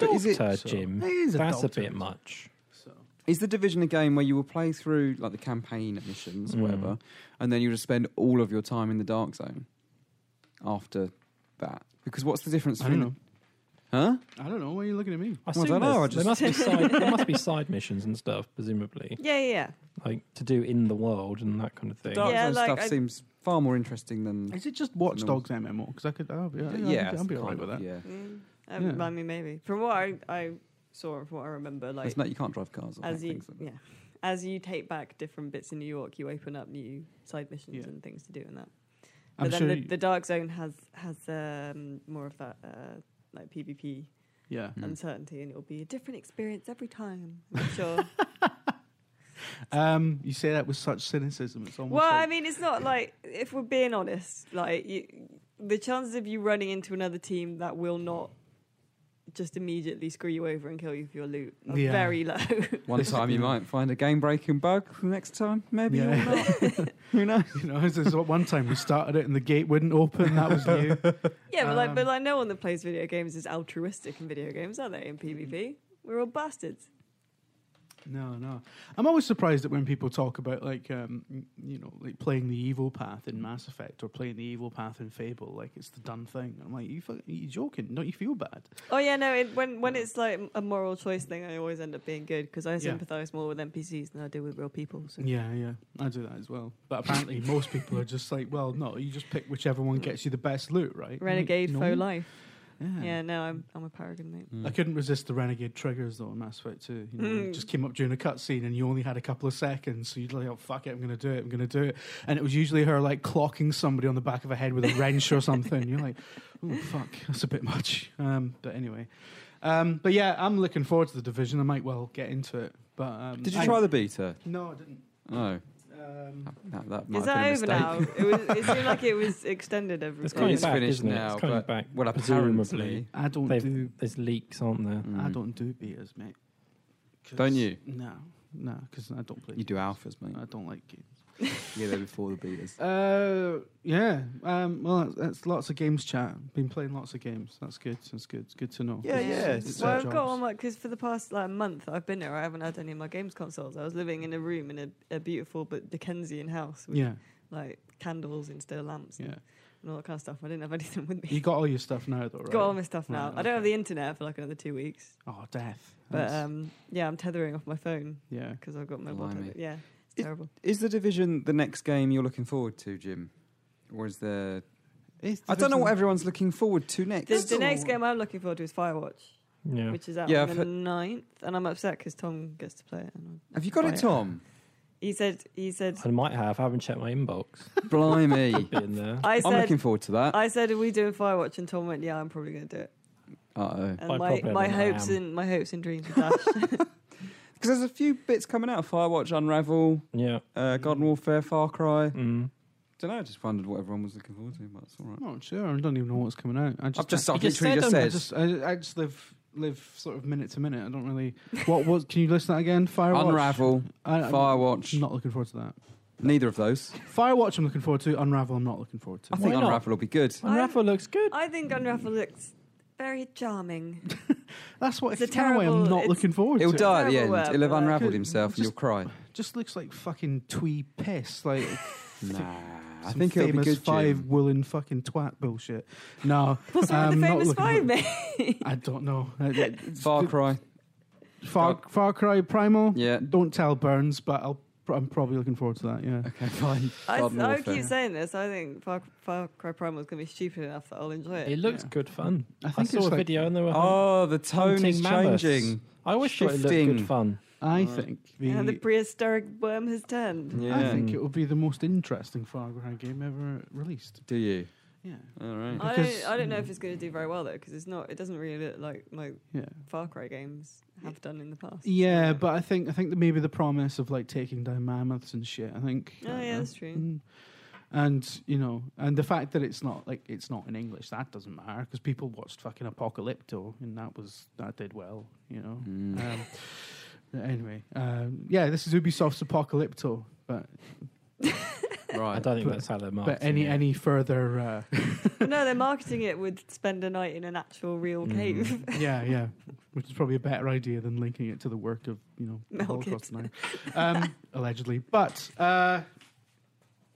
[SPEAKER 2] But is it-
[SPEAKER 4] Turd,
[SPEAKER 1] So-
[SPEAKER 4] Jim.
[SPEAKER 1] It is a
[SPEAKER 4] That's a
[SPEAKER 1] dog
[SPEAKER 4] bit
[SPEAKER 1] turd.
[SPEAKER 4] much.
[SPEAKER 1] So.
[SPEAKER 2] Is the division a game where you will play through like the campaign missions or
[SPEAKER 4] Mm.
[SPEAKER 2] whatever, and then you just spend all of your time in the dark zone after that? Because what's the difference?
[SPEAKER 1] I don't know.
[SPEAKER 2] between- Huh?
[SPEAKER 1] I don't know. Why are you looking at me?
[SPEAKER 4] I,
[SPEAKER 2] Well, I
[SPEAKER 4] assume
[SPEAKER 2] don't know,
[SPEAKER 4] there's-
[SPEAKER 2] I just-
[SPEAKER 4] there must be side there must be side missions and stuff, presumably.
[SPEAKER 3] yeah, yeah, yeah.
[SPEAKER 4] like to do in the world and that kind of thing.
[SPEAKER 2] Dark
[SPEAKER 3] Yeah,
[SPEAKER 2] Zone
[SPEAKER 3] like,
[SPEAKER 2] stuff
[SPEAKER 3] I-
[SPEAKER 2] seems far more interesting than.
[SPEAKER 1] Is it just Watch Dogs MMO? Because I could, I'll be, yeah, I'll be- I'll be,
[SPEAKER 2] it's
[SPEAKER 1] all right
[SPEAKER 2] kind
[SPEAKER 1] with
[SPEAKER 2] of-
[SPEAKER 1] that.
[SPEAKER 2] Yeah.
[SPEAKER 3] Mm,
[SPEAKER 1] Yeah.
[SPEAKER 3] that would remind me maybe. From what I, I saw and from what I remember, like
[SPEAKER 2] It's not, you can't drive cars. I
[SPEAKER 3] as
[SPEAKER 2] don't
[SPEAKER 3] you
[SPEAKER 2] think so.
[SPEAKER 3] yeah, as you take back different bits in New York, you open up new side missions
[SPEAKER 1] Yeah.
[SPEAKER 3] and things to do in that. But
[SPEAKER 1] I'm
[SPEAKER 3] then
[SPEAKER 1] sure.
[SPEAKER 3] the,
[SPEAKER 1] you-
[SPEAKER 3] the Dark Zone has has um, more of that uh, like PvP
[SPEAKER 1] yeah.
[SPEAKER 2] Mm.
[SPEAKER 3] uncertainty, and it'll be a different experience every time. I'm sure.
[SPEAKER 1] Um, you say that with such cynicism. It's almost.
[SPEAKER 3] Well,
[SPEAKER 1] like,
[SPEAKER 3] I mean, it's not like if we're being honest, like you, the chances of you running into another team that will not just immediately screw you over and kill you for your loot are
[SPEAKER 1] Yeah.
[SPEAKER 3] very low.
[SPEAKER 2] One time you might find a game breaking bug, the next time maybe you
[SPEAKER 1] Yeah.
[SPEAKER 2] will not. Who knows?
[SPEAKER 1] you know, there's this one time we started it and the gate wouldn't open. That was new.
[SPEAKER 3] yeah, but like, but
[SPEAKER 1] Um,
[SPEAKER 3] like, no one that plays video games is altruistic in video games, are they? In PvP, we're all bastards.
[SPEAKER 1] No, no. I'm always surprised that when people talk about like um, m- you know, like playing the evil path in Mass Effect or playing the evil path in Fable, like it's the done thing. I'm like, you fuck- you joking? Don't you feel bad?
[SPEAKER 3] Oh yeah, no. It, when when it's like a moral choice thing, I always end up being good because I sympathise more with NPCs than I do with real people. So.
[SPEAKER 1] Yeah, yeah. I do that as well. But apparently, most people are just like, well, no, you just pick whichever one gets you the best loot, right?
[SPEAKER 3] Renegade
[SPEAKER 1] no.
[SPEAKER 3] faux life.
[SPEAKER 1] Yeah.
[SPEAKER 3] Yeah, no, I'm I'm a paragon mate.
[SPEAKER 1] I
[SPEAKER 2] Mm.
[SPEAKER 1] couldn't resist the renegade triggers though in Mass Effect 2. You know, it
[SPEAKER 3] Mm.
[SPEAKER 1] just came up during a cutscene and you only had a couple of seconds, so you'd like, oh fuck it, I'm gonna do it, I'm gonna do it. And it was usually her like clocking somebody on the back of a head with a wrench or something. You're like, oh fuck, that's a bit much. Um, but anyway, um, but yeah, I'm looking forward to the division. I might well get into it. But um,
[SPEAKER 2] Did you
[SPEAKER 1] I-
[SPEAKER 2] try the beta?
[SPEAKER 1] No, I didn't.
[SPEAKER 2] Oh,
[SPEAKER 1] Um,
[SPEAKER 2] that, that might
[SPEAKER 3] Is
[SPEAKER 2] have been
[SPEAKER 3] that
[SPEAKER 2] a
[SPEAKER 3] over
[SPEAKER 2] mistake.
[SPEAKER 3] now? It, was, it seemed like it was extended every.
[SPEAKER 4] It's
[SPEAKER 3] day.
[SPEAKER 4] coming
[SPEAKER 2] It's
[SPEAKER 4] back,
[SPEAKER 2] finished
[SPEAKER 4] isn't it?
[SPEAKER 2] now.
[SPEAKER 4] It's coming
[SPEAKER 2] but,
[SPEAKER 4] back,
[SPEAKER 2] Well,
[SPEAKER 4] presumably.
[SPEAKER 2] apparently.
[SPEAKER 1] I don't
[SPEAKER 4] They've-
[SPEAKER 1] do.
[SPEAKER 4] There's leaks, aren't there?
[SPEAKER 1] I
[SPEAKER 2] Mm.
[SPEAKER 1] don't do beers, mate. 'Cause-
[SPEAKER 2] Don't you?
[SPEAKER 1] No, no, because I don't play.
[SPEAKER 2] You do alphas, mate.
[SPEAKER 1] I don't like games.
[SPEAKER 2] Yeah, they're before the beaters.
[SPEAKER 1] Uh, yeah. Um, well, that's, that's lots of games chat. Been playing lots of games. That's good. That's good. It's good to know.
[SPEAKER 2] Yeah, yeah,
[SPEAKER 1] It's,
[SPEAKER 2] it's
[SPEAKER 1] our
[SPEAKER 3] Well, I've got
[SPEAKER 1] jobs.
[SPEAKER 3] all my because for the past like month I've been here. I haven't had any of my games consoles. I was living in a room in a, a beautiful but Dickensian house with
[SPEAKER 1] Yeah,
[SPEAKER 3] like candles and still lamps
[SPEAKER 1] yeah.
[SPEAKER 3] and, and all that kind of stuff. I didn't have anything with me.
[SPEAKER 1] You got all your stuff now, though, right?
[SPEAKER 3] Got all my stuff now.
[SPEAKER 1] Right,
[SPEAKER 3] I don't have
[SPEAKER 1] okay.
[SPEAKER 3] the internet for like another two weeks.
[SPEAKER 1] Oh, death.
[SPEAKER 3] But
[SPEAKER 1] That's-
[SPEAKER 3] um, yeah, I'm tethering off my phone
[SPEAKER 1] yeah.
[SPEAKER 3] because I've got mobile.
[SPEAKER 2] Blimey.
[SPEAKER 3] tether- Yeah, it's
[SPEAKER 2] It-
[SPEAKER 3] terrible.
[SPEAKER 2] Is the division the next game you're looking forward to, Jim? Or is there?
[SPEAKER 1] It's
[SPEAKER 2] I don't know what
[SPEAKER 1] division-
[SPEAKER 2] everyone's looking forward to next.
[SPEAKER 3] The, the
[SPEAKER 1] still-
[SPEAKER 3] next game I'm looking forward to is Firewatch,
[SPEAKER 4] Yeah.
[SPEAKER 3] which is out
[SPEAKER 2] Yeah,
[SPEAKER 3] on
[SPEAKER 2] I've
[SPEAKER 3] the
[SPEAKER 2] heard-
[SPEAKER 3] 9th, and I'm upset because Tom gets to play it. And I-
[SPEAKER 2] Have you got
[SPEAKER 3] buy
[SPEAKER 2] it, Tom?
[SPEAKER 3] He said. He said.
[SPEAKER 4] I might have. I haven't checked my inbox.
[SPEAKER 2] Blimey!
[SPEAKER 4] Be in there.
[SPEAKER 3] I
[SPEAKER 2] I'm
[SPEAKER 3] said.
[SPEAKER 2] looking forward to that.
[SPEAKER 3] I said, "Are we doing Firewatch?" And Tom went, "Yeah, I'm probably going to do it."
[SPEAKER 2] Uh oh.
[SPEAKER 3] And
[SPEAKER 4] By
[SPEAKER 3] my,
[SPEAKER 4] probably, I
[SPEAKER 3] my
[SPEAKER 4] mean I
[SPEAKER 3] hopes
[SPEAKER 4] am.
[SPEAKER 3] and my hopes and dreams are dashed.
[SPEAKER 2] Because there's a few bits coming out: Firewatch, Unravel,
[SPEAKER 4] Yeah.
[SPEAKER 2] uh, Garden Warfare, Far Cry.
[SPEAKER 4] Mm.
[SPEAKER 2] Don't know. I just wondered what everyone was looking forward to, but it's all right.
[SPEAKER 1] I'm not Oh, sure. I don't even know what's coming out. I just,
[SPEAKER 2] I've just,
[SPEAKER 1] I,
[SPEAKER 2] I've
[SPEAKER 4] You just
[SPEAKER 2] literally
[SPEAKER 4] said
[SPEAKER 2] just
[SPEAKER 4] them,
[SPEAKER 1] I
[SPEAKER 2] said.
[SPEAKER 1] just, I, I just live, live sort of minute to minute. I don't really. What was? Can you list that again? Firewatch.
[SPEAKER 2] Unravel,
[SPEAKER 1] I, I'm
[SPEAKER 2] Firewatch.
[SPEAKER 1] Not looking forward to that.
[SPEAKER 2] Neither of those.
[SPEAKER 1] Firewatch. I'm looking forward to. Unravel. I'm not looking forward to.
[SPEAKER 3] Um,
[SPEAKER 2] I think
[SPEAKER 4] Why not?
[SPEAKER 2] Unravel will be good.
[SPEAKER 4] And Rafa looks good.
[SPEAKER 3] I think Unraffle looks very charming.
[SPEAKER 1] That's what.
[SPEAKER 3] It's
[SPEAKER 1] It's,
[SPEAKER 3] a
[SPEAKER 1] the kind of way I'm
[SPEAKER 3] terrible-
[SPEAKER 1] not
[SPEAKER 3] it's-
[SPEAKER 1] looking forward
[SPEAKER 2] He'll
[SPEAKER 1] to. it.
[SPEAKER 2] die at the end.
[SPEAKER 3] Terrible word,
[SPEAKER 2] He'll have
[SPEAKER 3] but-
[SPEAKER 2] unravelled
[SPEAKER 1] Good.
[SPEAKER 2] himself and
[SPEAKER 1] Just-
[SPEAKER 2] you'll cry.
[SPEAKER 1] Just looks like fucking twee piss. Like
[SPEAKER 2] Nah. I
[SPEAKER 1] some
[SPEAKER 2] think it'll be
[SPEAKER 1] famous
[SPEAKER 2] good.
[SPEAKER 1] five
[SPEAKER 2] Jim.
[SPEAKER 1] woolen fucking twat bullshit. No,
[SPEAKER 3] What's wrong
[SPEAKER 1] I'm
[SPEAKER 3] with the
[SPEAKER 1] not
[SPEAKER 3] famous
[SPEAKER 1] looking
[SPEAKER 3] five,
[SPEAKER 1] for-
[SPEAKER 3] mate?
[SPEAKER 1] I don't know. I- it's-
[SPEAKER 2] Far
[SPEAKER 1] it's-
[SPEAKER 2] Cry.
[SPEAKER 1] Far, Far Cry Primal.
[SPEAKER 2] Yeah.
[SPEAKER 1] Don't tell Burns, but I'll. pr- I'm probably looking forward to that. Yeah.
[SPEAKER 2] Okay, fine.
[SPEAKER 3] I,
[SPEAKER 2] Garden
[SPEAKER 3] I
[SPEAKER 2] Warfare.
[SPEAKER 3] keep saying this. I think Far, Far Cry Primal is going to be stupid enough that I'll enjoy it.
[SPEAKER 4] It looks
[SPEAKER 1] Yeah.
[SPEAKER 4] good fun.
[SPEAKER 1] I
[SPEAKER 4] I,
[SPEAKER 1] think
[SPEAKER 4] saw
[SPEAKER 1] it's
[SPEAKER 4] a
[SPEAKER 1] like-
[SPEAKER 4] video and they were hun-
[SPEAKER 2] Oh, the tone
[SPEAKER 4] hunting
[SPEAKER 2] is
[SPEAKER 4] mammoths.
[SPEAKER 2] changing.
[SPEAKER 4] I always thought it looked
[SPEAKER 2] shifting.
[SPEAKER 4] good fun.
[SPEAKER 1] I
[SPEAKER 2] Right.
[SPEAKER 1] think the.
[SPEAKER 3] and the prehistoric worm has turned.
[SPEAKER 2] Yeah.
[SPEAKER 1] I think it will be the most interesting Far Cry game ever released.
[SPEAKER 2] Do you?
[SPEAKER 1] Yeah.
[SPEAKER 2] All right.
[SPEAKER 3] I
[SPEAKER 1] Because-
[SPEAKER 3] don't. I don't know if it's going to do very well though, because it's not. It doesn't really look like like
[SPEAKER 1] Yeah.
[SPEAKER 3] Far Cry games have done in the past.
[SPEAKER 1] Yeah, but I think I think that maybe the promise of like taking down mammoths and shit. I think.
[SPEAKER 3] Oh,
[SPEAKER 1] I don't
[SPEAKER 3] yeah,
[SPEAKER 1] know.
[SPEAKER 3] that's true.
[SPEAKER 1] Mm. And you know, and the fact that it's not like it's not in English that doesn't matter because people watched fucking Apocalypto and that was that did well, you know.
[SPEAKER 2] Mm.
[SPEAKER 1] Um, anyway, um, yeah, this is Ubisoft's Apocalypto, but
[SPEAKER 4] I
[SPEAKER 2] right.
[SPEAKER 4] don't think
[SPEAKER 1] But-
[SPEAKER 4] that's how they're marketing.
[SPEAKER 1] but any
[SPEAKER 4] it.
[SPEAKER 1] any further, uh,
[SPEAKER 3] no, they're marketing it with spend a night in an actual real
[SPEAKER 4] Mm.
[SPEAKER 3] cave.
[SPEAKER 1] yeah, yeah, which is probably a better idea than linking it to the work of you know the
[SPEAKER 3] Mel
[SPEAKER 1] Holocaust denier. um, allegedly. But uh,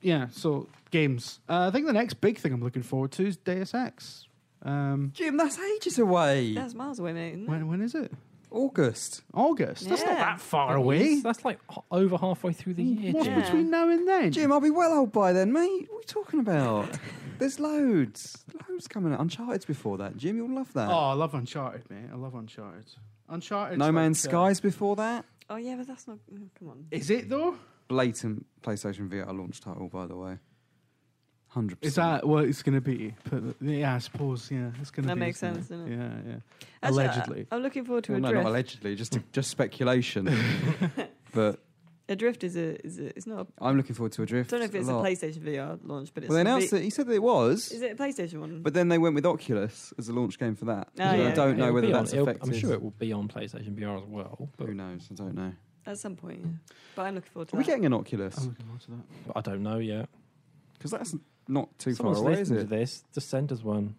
[SPEAKER 1] yeah, so games. Uh, I think the next big thing I'm looking forward to is Deus Ex. Um,
[SPEAKER 2] Jim, that's ages away.
[SPEAKER 3] That's miles away, mate. isn't it?
[SPEAKER 1] when when is it?
[SPEAKER 2] August.
[SPEAKER 1] August. That's not
[SPEAKER 3] Hmm. Yeah.
[SPEAKER 1] that far
[SPEAKER 4] That
[SPEAKER 1] away.
[SPEAKER 4] is- That's like h- over halfway through the year.
[SPEAKER 1] What's
[SPEAKER 4] Jim.
[SPEAKER 3] Yeah.
[SPEAKER 1] between now and then?
[SPEAKER 2] Jim, I'll be well old by then, mate. What are you talking about? There's loads. Loads coming out. Uncharted's before that. Jim, you'll love that.
[SPEAKER 1] Oh, I love Uncharted, mate. I love Uncharted. Uncharted.
[SPEAKER 2] no Man's
[SPEAKER 1] uh,
[SPEAKER 2] Sky's before that.
[SPEAKER 3] Oh yeah, but that's not. oh, come on.
[SPEAKER 1] Is it though?
[SPEAKER 2] Blatant PlayStation VR launch title, by the way. 100%.
[SPEAKER 1] Is that what it's going to be? Put the- yeah, I suppose. Yeah, it's going to
[SPEAKER 3] That
[SPEAKER 1] be.
[SPEAKER 3] makes
[SPEAKER 1] isn't
[SPEAKER 3] sense, doesn't it?
[SPEAKER 1] Yeah, yeah.
[SPEAKER 3] Actually, I-
[SPEAKER 1] Allegedly.
[SPEAKER 3] I'm looking forward to
[SPEAKER 2] Well,
[SPEAKER 3] a
[SPEAKER 2] no,
[SPEAKER 3] drift.
[SPEAKER 2] not allegedly, just just speculation. but
[SPEAKER 3] Adrift is a is a, it's not. A,
[SPEAKER 2] I'm looking forward to
[SPEAKER 3] I
[SPEAKER 2] Adrift.
[SPEAKER 3] don't know if it's a,
[SPEAKER 2] lot.
[SPEAKER 3] PlayStation VR launch, but it's.
[SPEAKER 2] Well, they
[SPEAKER 3] a
[SPEAKER 2] announced
[SPEAKER 3] V-
[SPEAKER 2] it. He said that it was,
[SPEAKER 3] Is it a PlayStation one?
[SPEAKER 2] but then they went with Oculus as a launch game for that.
[SPEAKER 3] Oh,
[SPEAKER 2] And I
[SPEAKER 3] yeah.
[SPEAKER 2] don't
[SPEAKER 4] It'll
[SPEAKER 2] know whether
[SPEAKER 4] be on-
[SPEAKER 2] that's
[SPEAKER 4] it'll-
[SPEAKER 2] effective.
[SPEAKER 4] I'm sure it will be on PlayStation VR as well, but
[SPEAKER 2] Who knows? I don't know.
[SPEAKER 3] at some point. Yeah. But I'm looking forward to
[SPEAKER 2] Are we
[SPEAKER 3] that.
[SPEAKER 2] getting an Oculus?
[SPEAKER 1] I'm
[SPEAKER 4] Um,
[SPEAKER 1] looking forward to that.
[SPEAKER 4] but I don't know yet.
[SPEAKER 2] Because that's not too
[SPEAKER 4] Someone's
[SPEAKER 2] far away, is
[SPEAKER 4] listening
[SPEAKER 2] it?
[SPEAKER 4] to this. Just send us one.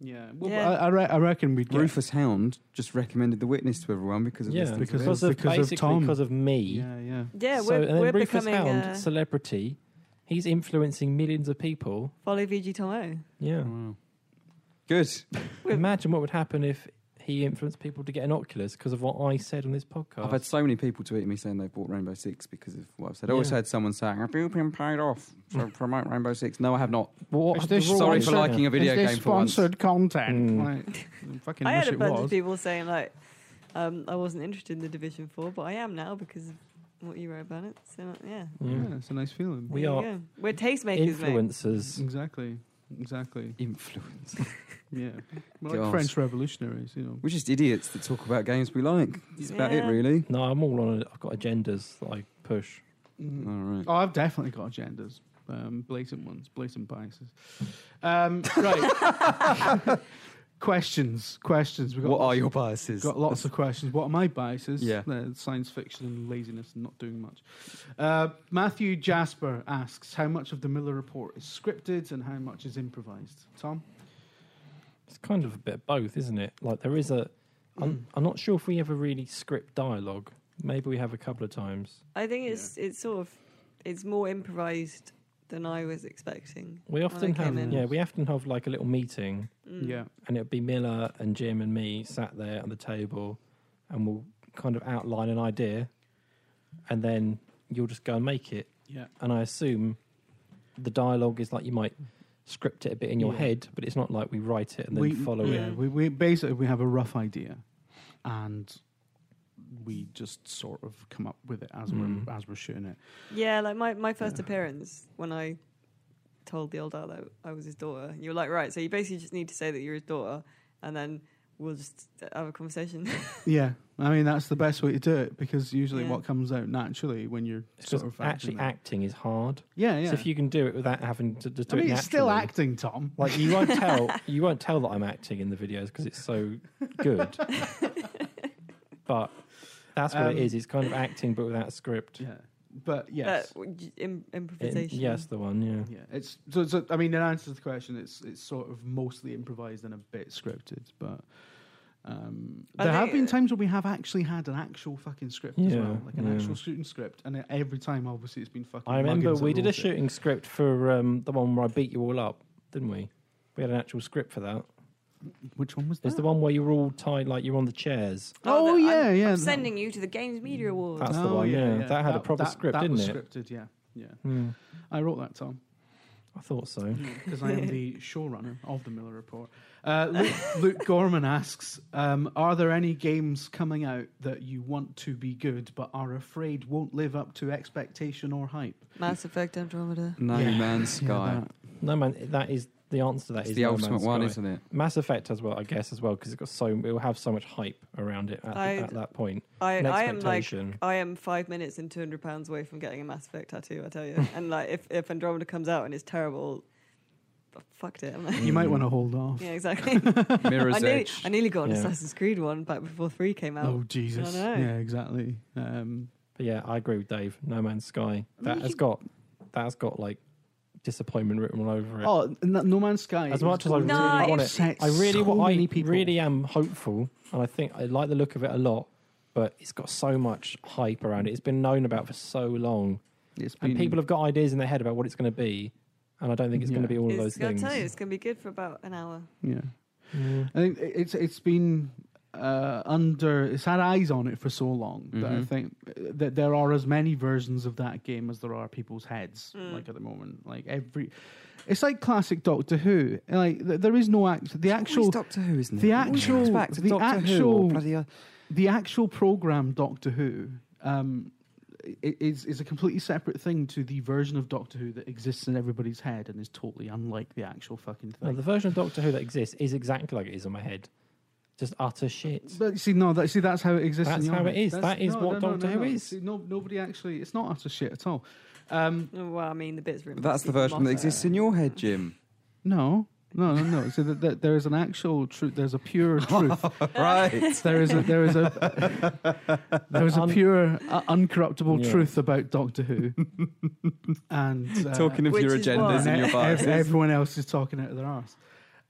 [SPEAKER 1] Yeah. Well,
[SPEAKER 3] Yeah.
[SPEAKER 1] I, I, re- I reckon we'd get.
[SPEAKER 2] Rufus Hound just recommended The Witness to everyone because of
[SPEAKER 4] Yeah,
[SPEAKER 2] this.
[SPEAKER 1] because
[SPEAKER 4] because
[SPEAKER 1] of-
[SPEAKER 4] of
[SPEAKER 1] because of
[SPEAKER 4] basically
[SPEAKER 1] Tom.
[SPEAKER 4] because of me.
[SPEAKER 1] Yeah, yeah.
[SPEAKER 3] Yeah,
[SPEAKER 4] so,
[SPEAKER 3] we're,
[SPEAKER 4] and then
[SPEAKER 3] we're
[SPEAKER 4] Rufus
[SPEAKER 3] becoming
[SPEAKER 4] Hound,
[SPEAKER 3] uh,
[SPEAKER 4] celebrity. He's influencing millions of people.
[SPEAKER 3] follow VG Tomo.
[SPEAKER 4] Yeah.
[SPEAKER 2] Wow. Good.
[SPEAKER 4] Imagine what would happen if he influenced people to get an Oculus because of what I said on this podcast.
[SPEAKER 2] I've had so many people tweeting me saying they've bought Rainbow Six because of what I've said. I always
[SPEAKER 4] Yeah.
[SPEAKER 2] had someone saying, Have you been paid off to promote Rainbow Six? No, I have not.
[SPEAKER 4] Well, what-
[SPEAKER 1] Is
[SPEAKER 4] the
[SPEAKER 1] this-
[SPEAKER 4] rule
[SPEAKER 2] Sorry
[SPEAKER 4] I
[SPEAKER 2] for
[SPEAKER 4] said-
[SPEAKER 2] liking a video
[SPEAKER 1] Is this
[SPEAKER 2] game for once. Hmm.
[SPEAKER 1] sponsored content.
[SPEAKER 4] Mm.
[SPEAKER 1] Like, I fucking
[SPEAKER 3] I
[SPEAKER 1] wish
[SPEAKER 3] had a
[SPEAKER 1] it
[SPEAKER 3] bunch of
[SPEAKER 1] was.
[SPEAKER 3] people saying like, um, I wasn't interested in the Division Four, but I am now because of what you wrote about it. So uh, yeah,
[SPEAKER 2] Hmm.
[SPEAKER 1] Yeah,
[SPEAKER 4] Yeah.
[SPEAKER 1] it's a nice feeling.
[SPEAKER 4] We
[SPEAKER 3] There you
[SPEAKER 4] are
[SPEAKER 3] go. we're tastemakers, mate.
[SPEAKER 4] Influencers.
[SPEAKER 1] Exactly. Exactly.
[SPEAKER 2] Influence.
[SPEAKER 1] Yeah. We're
[SPEAKER 2] God.
[SPEAKER 1] like French revolutionaries, you know.
[SPEAKER 2] We're just idiots that talk about games we like. That's about it,
[SPEAKER 3] Yeah.
[SPEAKER 2] really.
[SPEAKER 4] No, I'm all on. A, I've got agendas that I push.
[SPEAKER 2] All right.
[SPEAKER 1] Oh, I've definitely got agendas. Um, blatant ones, blatant biases. Um, right. questions, questions. We've got
[SPEAKER 2] What
[SPEAKER 1] lots,
[SPEAKER 2] are your biases?
[SPEAKER 1] got lots of questions. What are my biases?
[SPEAKER 2] Yeah.
[SPEAKER 1] They're uh, science fiction and laziness and not doing much. Uh, Matthew Jasper asks how much of the Miller report is scripted and how much is improvised. Tom?
[SPEAKER 4] It's kind of a bit of both, isn't it? Like there is a.
[SPEAKER 3] Mm.
[SPEAKER 4] I'm, I'm not sure if we ever really script dialogue. Maybe we have a couple of times.
[SPEAKER 3] I think it's it's sort of it's more improvised than I was expecting.
[SPEAKER 4] We
[SPEAKER 3] when I
[SPEAKER 4] often have,
[SPEAKER 3] came in.
[SPEAKER 4] yeah, we often have like a little meeting
[SPEAKER 3] Mm.
[SPEAKER 1] Yeah.
[SPEAKER 4] and it'd be Miller and Jim and me sat there on the table, and we'll kind of outline an idea, and then you'll just go and make it.
[SPEAKER 1] Yeah.
[SPEAKER 4] And I assume the dialogue is like you might script it a bit in your
[SPEAKER 1] Yeah.
[SPEAKER 4] head, but it's not like we write it and then
[SPEAKER 1] we,
[SPEAKER 4] follow
[SPEAKER 1] yeah,
[SPEAKER 4] it.
[SPEAKER 1] we, we basically we have a rough idea, and we just sort of come up with it as
[SPEAKER 4] Mm.
[SPEAKER 1] we're as we're shooting it.
[SPEAKER 3] Yeah, like my, my first
[SPEAKER 1] Yeah.
[SPEAKER 3] appearance when I told the old dad that I was his daughter, you were like, right, so you basically just need to say that you're his daughter, and then we'll just have a conversation.
[SPEAKER 1] Yeah, I mean that's the best way to do it because usually
[SPEAKER 3] Yeah.
[SPEAKER 1] what comes out naturally when you're
[SPEAKER 4] It's
[SPEAKER 1] sort
[SPEAKER 4] just
[SPEAKER 1] of
[SPEAKER 4] actually
[SPEAKER 1] acting.
[SPEAKER 4] acting is hard.
[SPEAKER 1] Yeah, yeah.
[SPEAKER 4] So if you can do it without having to just
[SPEAKER 1] I
[SPEAKER 4] do
[SPEAKER 1] mean,
[SPEAKER 4] it
[SPEAKER 1] it's still
[SPEAKER 4] naturally-
[SPEAKER 1] acting, Tom.
[SPEAKER 4] Like you won't tell you won't tell that I'm acting in the videos because it's so good. but that's what
[SPEAKER 1] Um,
[SPEAKER 4] it is. It's kind of acting but without a script.
[SPEAKER 1] Yeah, but yes,
[SPEAKER 3] Uh, Im-
[SPEAKER 4] It-
[SPEAKER 3] improvisation.
[SPEAKER 4] yes, the one. Yeah.
[SPEAKER 1] yeah. It's so, so. I mean, in answer to the question, it's it's sort of mostly improvised and a bit scripted, but. Um,
[SPEAKER 3] I
[SPEAKER 1] there have
[SPEAKER 3] think-
[SPEAKER 1] been times where we have actually had an actual fucking script as
[SPEAKER 4] Yeah,
[SPEAKER 1] well, like an
[SPEAKER 4] yeah.
[SPEAKER 1] actual shooting script, and every time, obviously, it's been fucking.
[SPEAKER 4] I remember
[SPEAKER 1] Muggins that
[SPEAKER 4] we did a
[SPEAKER 1] wrote it.
[SPEAKER 4] shooting script for um, the one where I beat you all up, didn't we? We had an actual script for that.
[SPEAKER 1] Which one was
[SPEAKER 4] It's the one where you were all tied like you're on the chairs.
[SPEAKER 1] Oh,
[SPEAKER 3] the-
[SPEAKER 1] yeah,
[SPEAKER 3] I'm,
[SPEAKER 1] yeah,
[SPEAKER 3] I'm
[SPEAKER 1] that
[SPEAKER 3] sending you to the Games Media Awards.
[SPEAKER 4] That's the one, yeah. That had a proper script,
[SPEAKER 1] Oh, that
[SPEAKER 4] didn't
[SPEAKER 1] was
[SPEAKER 4] it?
[SPEAKER 1] Scripted, yeah, yeah.
[SPEAKER 4] Hmm,
[SPEAKER 1] I wrote that, Tom,
[SPEAKER 4] I thought so.
[SPEAKER 1] because I am the showrunner of the Miller Report. Uh, Luke, Luke Gorman asks, um, "Are there any games coming out that you want to be good but are afraid won't live up to expectation or hype?"
[SPEAKER 3] Mass Effect Andromeda.
[SPEAKER 2] No
[SPEAKER 1] Yeah.
[SPEAKER 2] Man's
[SPEAKER 1] Yeah,
[SPEAKER 2] Sky.
[SPEAKER 1] that-
[SPEAKER 4] No man, that is the answer. to that
[SPEAKER 2] It's
[SPEAKER 4] is
[SPEAKER 2] the
[SPEAKER 4] No
[SPEAKER 2] ultimate
[SPEAKER 4] Man's
[SPEAKER 2] one,
[SPEAKER 4] Sky.
[SPEAKER 2] isn't it?
[SPEAKER 4] Mass Effect as well, I guess, as well, because it got so it will have so much hype around it at, the-
[SPEAKER 3] I'd-
[SPEAKER 4] at that point.
[SPEAKER 3] I,
[SPEAKER 4] An
[SPEAKER 3] I am like
[SPEAKER 4] expectation.
[SPEAKER 3] I am five minutes and two hundred pounds away from getting a Mass Effect tattoo. I tell you, and like if, if Andromeda comes out and it's terrible, I fucked it. I'm like,
[SPEAKER 1] You might want to hold off.
[SPEAKER 3] yeah, exactly. I
[SPEAKER 2] Mirror's
[SPEAKER 3] nearly,
[SPEAKER 2] Edge.
[SPEAKER 3] I nearly got an
[SPEAKER 4] Yeah.
[SPEAKER 3] Assassin's Creed one back before three came out.
[SPEAKER 1] Oh Jesus!
[SPEAKER 3] I know.
[SPEAKER 1] Yeah, exactly. Um,
[SPEAKER 4] But yeah, I agree with Dave. No Man's Sky that
[SPEAKER 1] you
[SPEAKER 4] has
[SPEAKER 1] could-
[SPEAKER 4] got that has got like disappointment written all over it.
[SPEAKER 1] oh, No, no Man's Sky.
[SPEAKER 4] As
[SPEAKER 1] is
[SPEAKER 4] much as I
[SPEAKER 1] going to
[SPEAKER 3] really want it,
[SPEAKER 1] upset
[SPEAKER 4] I really,
[SPEAKER 1] so
[SPEAKER 4] what I
[SPEAKER 1] many people.
[SPEAKER 4] really am hopeful, and I think I like the look of it a lot. But it's got so much hype around it. It's been known about for so long,
[SPEAKER 2] It's
[SPEAKER 4] and
[SPEAKER 2] been-
[SPEAKER 1] Mm.
[SPEAKER 4] people have got ideas in their head about what it's going to be, and I don't think it's going
[SPEAKER 1] Yeah.
[SPEAKER 4] to be all of
[SPEAKER 3] it's,
[SPEAKER 4] those
[SPEAKER 3] I
[SPEAKER 4] things.
[SPEAKER 3] tell you, it's gonna be good for about an hour.
[SPEAKER 1] yeah.
[SPEAKER 4] Yeah.
[SPEAKER 1] I think it's it's been uh, under it's had eyes on it for so long that I
[SPEAKER 2] Mhm.
[SPEAKER 1] think that there are as many versions of that game as there are people's heads.
[SPEAKER 3] Mm.
[SPEAKER 1] Like at the moment, like every, it's like classic Doctor Who. Like th- there is no act. The actual,
[SPEAKER 2] Doctor Who, isn't
[SPEAKER 1] it? the It always actual- comes back to the Doctor Who or actual-
[SPEAKER 2] bloody,
[SPEAKER 1] the actual program Doctor Who. Um, i- is is a completely separate thing to the version of Doctor Who that exists in everybody's head and is totally unlike the actual fucking
[SPEAKER 4] No,
[SPEAKER 1] thing.
[SPEAKER 4] the version of Doctor Who that exists is exactly like it is in my head. Just utter shit.
[SPEAKER 1] But see, no, that see, that's how it exists.
[SPEAKER 4] That's
[SPEAKER 1] in your
[SPEAKER 4] how it
[SPEAKER 1] head.
[SPEAKER 4] is. That is what Doctor Who is.
[SPEAKER 1] See, no, nobody actually. It's not utter shit at all. Um,
[SPEAKER 3] Oh, Well, I mean, the bits written. by
[SPEAKER 2] That's the
[SPEAKER 3] Stephen
[SPEAKER 2] version that
[SPEAKER 3] Moffat.
[SPEAKER 2] exists in your head, Jim.
[SPEAKER 1] no, no, no, no. So that, that there is an actual truth. There's a pure truth.
[SPEAKER 2] right.
[SPEAKER 1] there is a there is a there is a
[SPEAKER 4] Un-
[SPEAKER 1] pure, uh, uncorruptible
[SPEAKER 4] Yeah.
[SPEAKER 1] truth about Doctor Who. and uh,
[SPEAKER 2] Talking of
[SPEAKER 3] Which
[SPEAKER 2] your
[SPEAKER 3] is
[SPEAKER 2] agendas
[SPEAKER 3] why-
[SPEAKER 2] and your
[SPEAKER 1] ev-
[SPEAKER 2] biases.
[SPEAKER 1] everyone else is talking out of their arse.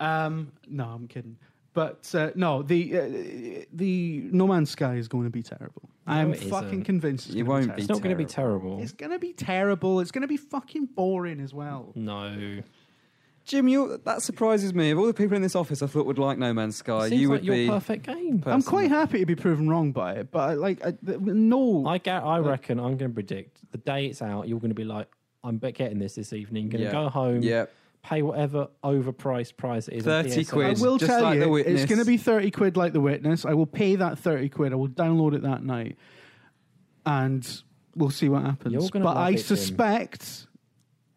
[SPEAKER 1] Um, no, I'm kidding. But uh, no, the uh, the No Man's Sky is going to be terrible. I am
[SPEAKER 4] it isn't.
[SPEAKER 1] fucking convinced. It's
[SPEAKER 2] It
[SPEAKER 1] gonna
[SPEAKER 2] won't be
[SPEAKER 1] terrible.
[SPEAKER 4] It's not going to be terrible.
[SPEAKER 1] It's gonna be terrible. It's gonna be fucking boring as well.
[SPEAKER 4] No.
[SPEAKER 2] Jim, you that surprises me. Of all the people in this office, I thought would like No Man's Sky.
[SPEAKER 4] Seems
[SPEAKER 2] You
[SPEAKER 4] like
[SPEAKER 2] would
[SPEAKER 4] your
[SPEAKER 2] be.
[SPEAKER 4] perfect game.
[SPEAKER 2] per-
[SPEAKER 1] I'm
[SPEAKER 2] Personally.
[SPEAKER 1] quite happy to be proven wrong by it, but I, like, I, th- no,
[SPEAKER 4] I ga- I reckon I'm going to predict the day it's out, you're going to be like, I'm be- getting this this evening. You're going to
[SPEAKER 2] Yeah.
[SPEAKER 4] go home,
[SPEAKER 2] Yeah,
[SPEAKER 4] pay whatever overpriced price it is. on
[SPEAKER 1] I
[SPEAKER 2] 30
[SPEAKER 4] PSN.
[SPEAKER 2] quid.
[SPEAKER 1] will
[SPEAKER 2] just
[SPEAKER 1] tell
[SPEAKER 2] like The
[SPEAKER 1] you,
[SPEAKER 2] Witness.
[SPEAKER 1] it's going to be thirty quid like the witness. I will pay that thirty quid. I will download it that night, and we'll see what happens.
[SPEAKER 4] You're gonna
[SPEAKER 1] But
[SPEAKER 4] love
[SPEAKER 1] I
[SPEAKER 4] it, Jim.
[SPEAKER 1] suspect,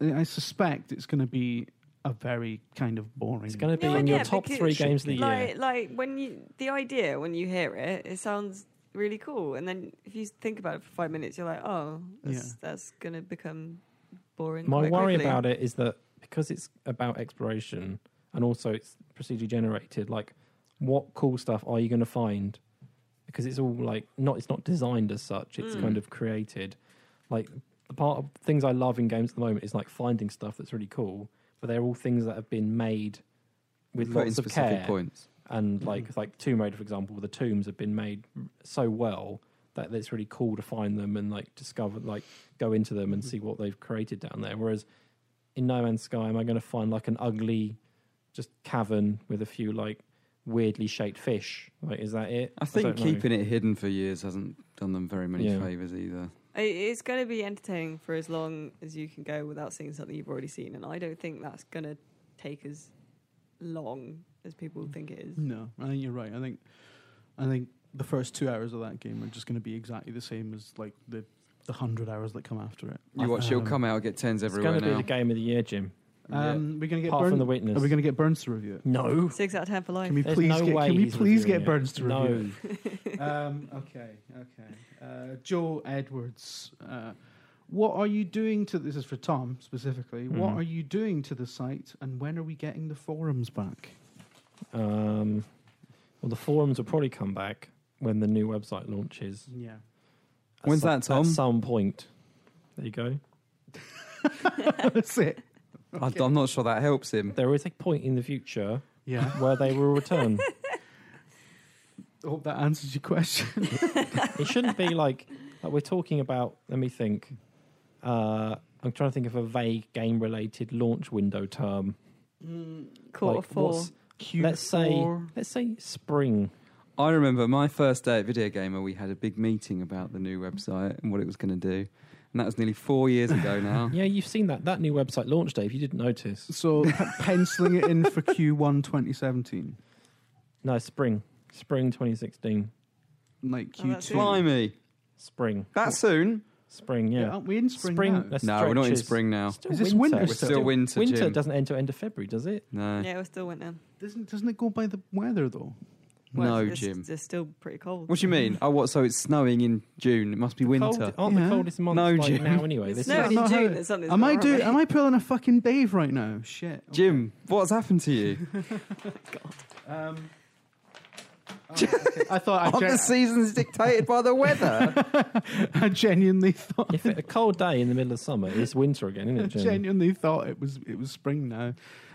[SPEAKER 1] I suspect it's going to be a very kind of boring.
[SPEAKER 4] It's going to be
[SPEAKER 3] No,
[SPEAKER 4] in
[SPEAKER 3] yeah,
[SPEAKER 4] your top
[SPEAKER 3] because
[SPEAKER 4] three games of the
[SPEAKER 3] like,
[SPEAKER 4] year.
[SPEAKER 3] Like when you, the idea when you hear it, it sounds really cool, and then if you think about it for five minutes, you're like, oh, that's,
[SPEAKER 1] Yeah.
[SPEAKER 3] that's gonna become boring.
[SPEAKER 4] My
[SPEAKER 3] quite
[SPEAKER 4] worry
[SPEAKER 3] quickly.
[SPEAKER 4] about it is that because it's about exploration and also it's procedurally generated, like what cool stuff are you going to find? Because it's all like not it's not designed as such. It's
[SPEAKER 3] Mm.
[SPEAKER 4] kind of created. Like the part of things I love in games at the moment is like finding stuff that's really cool, but they're all things that have been made with
[SPEAKER 2] Put in
[SPEAKER 4] lots of
[SPEAKER 2] specific
[SPEAKER 4] care
[SPEAKER 2] points.
[SPEAKER 1] Mm-hmm.
[SPEAKER 4] and like like Tomb Raider, for example, the tombs have been made so well that it's really cool to find them and like discover, like go into them
[SPEAKER 1] Mm-hmm.
[SPEAKER 4] and see what they've created down there. Whereas in No Man's Sky, am I going to find like an ugly, just cavern with a few like weirdly shaped fish? Like, is that it?
[SPEAKER 2] I think
[SPEAKER 4] don't know.
[SPEAKER 2] keeping it hidden for years hasn't done them very many
[SPEAKER 4] Yeah.
[SPEAKER 2] favors either.
[SPEAKER 3] I- It's going to be entertaining for as long as you can go without seeing something you've already seen, and I don't think that's going to take as long as people think it is.
[SPEAKER 1] No, I think you're right. I think, I think the first two hours of that game are just going to be exactly the same as like the the hundred hours that come after it.
[SPEAKER 2] You watch, it'll
[SPEAKER 1] Um,
[SPEAKER 2] come out, get tens
[SPEAKER 4] It's
[SPEAKER 2] everywhere
[SPEAKER 4] going to be
[SPEAKER 2] now.
[SPEAKER 4] the game of the year, Jim.
[SPEAKER 1] Um, We're going to get
[SPEAKER 4] Apart from
[SPEAKER 1] Burn-
[SPEAKER 4] the witness.
[SPEAKER 1] Are we going to get Burns to review it?
[SPEAKER 4] No.
[SPEAKER 3] Six out of ten for life.
[SPEAKER 1] Can we
[SPEAKER 4] There's
[SPEAKER 1] please
[SPEAKER 4] no
[SPEAKER 1] get?
[SPEAKER 4] way
[SPEAKER 1] Can we
[SPEAKER 4] he's
[SPEAKER 1] please
[SPEAKER 4] reviewing
[SPEAKER 1] get
[SPEAKER 4] it.
[SPEAKER 1] Burns to review? it?
[SPEAKER 4] No.
[SPEAKER 1] um, okay, okay. Uh, Joe Edwards, uh, what are you doing to this? Is for Tom specifically. What
[SPEAKER 4] Mhm.
[SPEAKER 1] are you doing to the site, and when are we getting the forums back?
[SPEAKER 4] um, well, the forums will probably come back when the new website launches.
[SPEAKER 1] Yeah,
[SPEAKER 4] At
[SPEAKER 2] When's
[SPEAKER 4] some-
[SPEAKER 2] that, Tom?
[SPEAKER 4] At some point. There you go.
[SPEAKER 1] that's it.
[SPEAKER 2] I- I'm not sure that helps him.
[SPEAKER 4] There is a point in the future
[SPEAKER 1] Yeah,
[SPEAKER 4] where they will return.
[SPEAKER 1] I hope that answers your question.
[SPEAKER 4] it shouldn't be like, like we're talking about. Let me think. Uh, I'm trying to think of a vague game-related launch window term.
[SPEAKER 3] Quarter
[SPEAKER 4] like,
[SPEAKER 3] four.
[SPEAKER 4] what's- Let's say let's say spring.
[SPEAKER 2] I remember my first day at Video Gamer, we had a big meeting about the new website and what it was going to do. And that was nearly four years ago now.
[SPEAKER 4] Yeah, you've seen that that new website launch, Dave. You didn't notice.
[SPEAKER 1] So pe- penciling it in for Q1 2017,
[SPEAKER 4] No, spring, spring 2016,
[SPEAKER 1] like
[SPEAKER 3] Oh, that's
[SPEAKER 1] Q2.
[SPEAKER 3] it.
[SPEAKER 2] Blimey.
[SPEAKER 4] spring,
[SPEAKER 2] That soon?
[SPEAKER 4] spring. Yeah,
[SPEAKER 1] yeah, aren't we in spring? now?
[SPEAKER 4] that's
[SPEAKER 2] No, we're not in
[SPEAKER 4] stretches.
[SPEAKER 2] spring now.
[SPEAKER 4] Still
[SPEAKER 1] Is this winter
[SPEAKER 2] We're still winter,
[SPEAKER 4] Winter
[SPEAKER 2] Jim.
[SPEAKER 4] doesn't enter end of February, does it?
[SPEAKER 2] No.
[SPEAKER 3] Yeah, we're still winter.
[SPEAKER 1] Doesn't doesn't it go by the weather though?
[SPEAKER 2] No,
[SPEAKER 3] it's,
[SPEAKER 2] Jim.
[SPEAKER 3] It's, it's still pretty cold.
[SPEAKER 2] What do you mean? Oh, what? So it's snowing in June. It must be winter.
[SPEAKER 4] Cold, aren't
[SPEAKER 1] Yeah.
[SPEAKER 4] the coldest months
[SPEAKER 2] No,
[SPEAKER 4] like
[SPEAKER 2] Jim.
[SPEAKER 4] now anyway?
[SPEAKER 3] It's
[SPEAKER 4] This
[SPEAKER 1] not
[SPEAKER 3] snowing
[SPEAKER 4] is
[SPEAKER 1] how
[SPEAKER 3] in June.
[SPEAKER 1] it-
[SPEAKER 3] and something's
[SPEAKER 1] Am I
[SPEAKER 3] wrong,
[SPEAKER 1] do?
[SPEAKER 3] right?
[SPEAKER 1] Am I pulling a fucking Dave right now? Shit,
[SPEAKER 2] Jim, what's happened to you?
[SPEAKER 1] Um, I thought I,
[SPEAKER 2] Aren't
[SPEAKER 1] gen-
[SPEAKER 2] the seasons dictated by the weather?
[SPEAKER 1] I genuinely thought
[SPEAKER 4] if it, a cold day in the middle of summer is winter again, isn't
[SPEAKER 1] I
[SPEAKER 4] it, Jim?
[SPEAKER 1] genuinely thought it was it was spring now,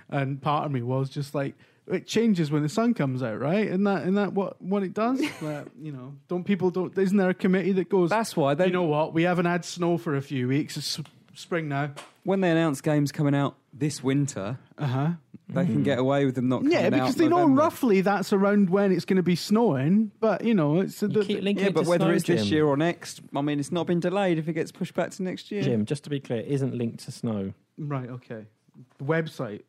[SPEAKER 1] and part of me was just like it changes when the sun comes out, right? Isn't that isn't that what what it does? Like, you know, don't people don't? Isn't there a committee that goes?
[SPEAKER 2] That's why they
[SPEAKER 1] you know what? We haven't had snow for a few weeks. It's s- spring now.
[SPEAKER 2] when they announce games coming out this winter,
[SPEAKER 1] Uh huh.
[SPEAKER 2] They
[SPEAKER 4] Mm.
[SPEAKER 2] can get away with them not. Coming
[SPEAKER 1] Yeah, because
[SPEAKER 2] out
[SPEAKER 1] they know
[SPEAKER 2] November.
[SPEAKER 1] roughly that's around when it's going to be snowing, but you know, it's
[SPEAKER 4] You keep linking
[SPEAKER 2] Yeah,
[SPEAKER 4] it
[SPEAKER 2] but
[SPEAKER 4] to
[SPEAKER 2] whether it's
[SPEAKER 4] Snowstorm.
[SPEAKER 2] this year or next, I mean, it's not been delayed. If it gets pushed back to next year,
[SPEAKER 4] Jim, just to be clear, it isn't linked to snow.
[SPEAKER 1] right. Okay, the website.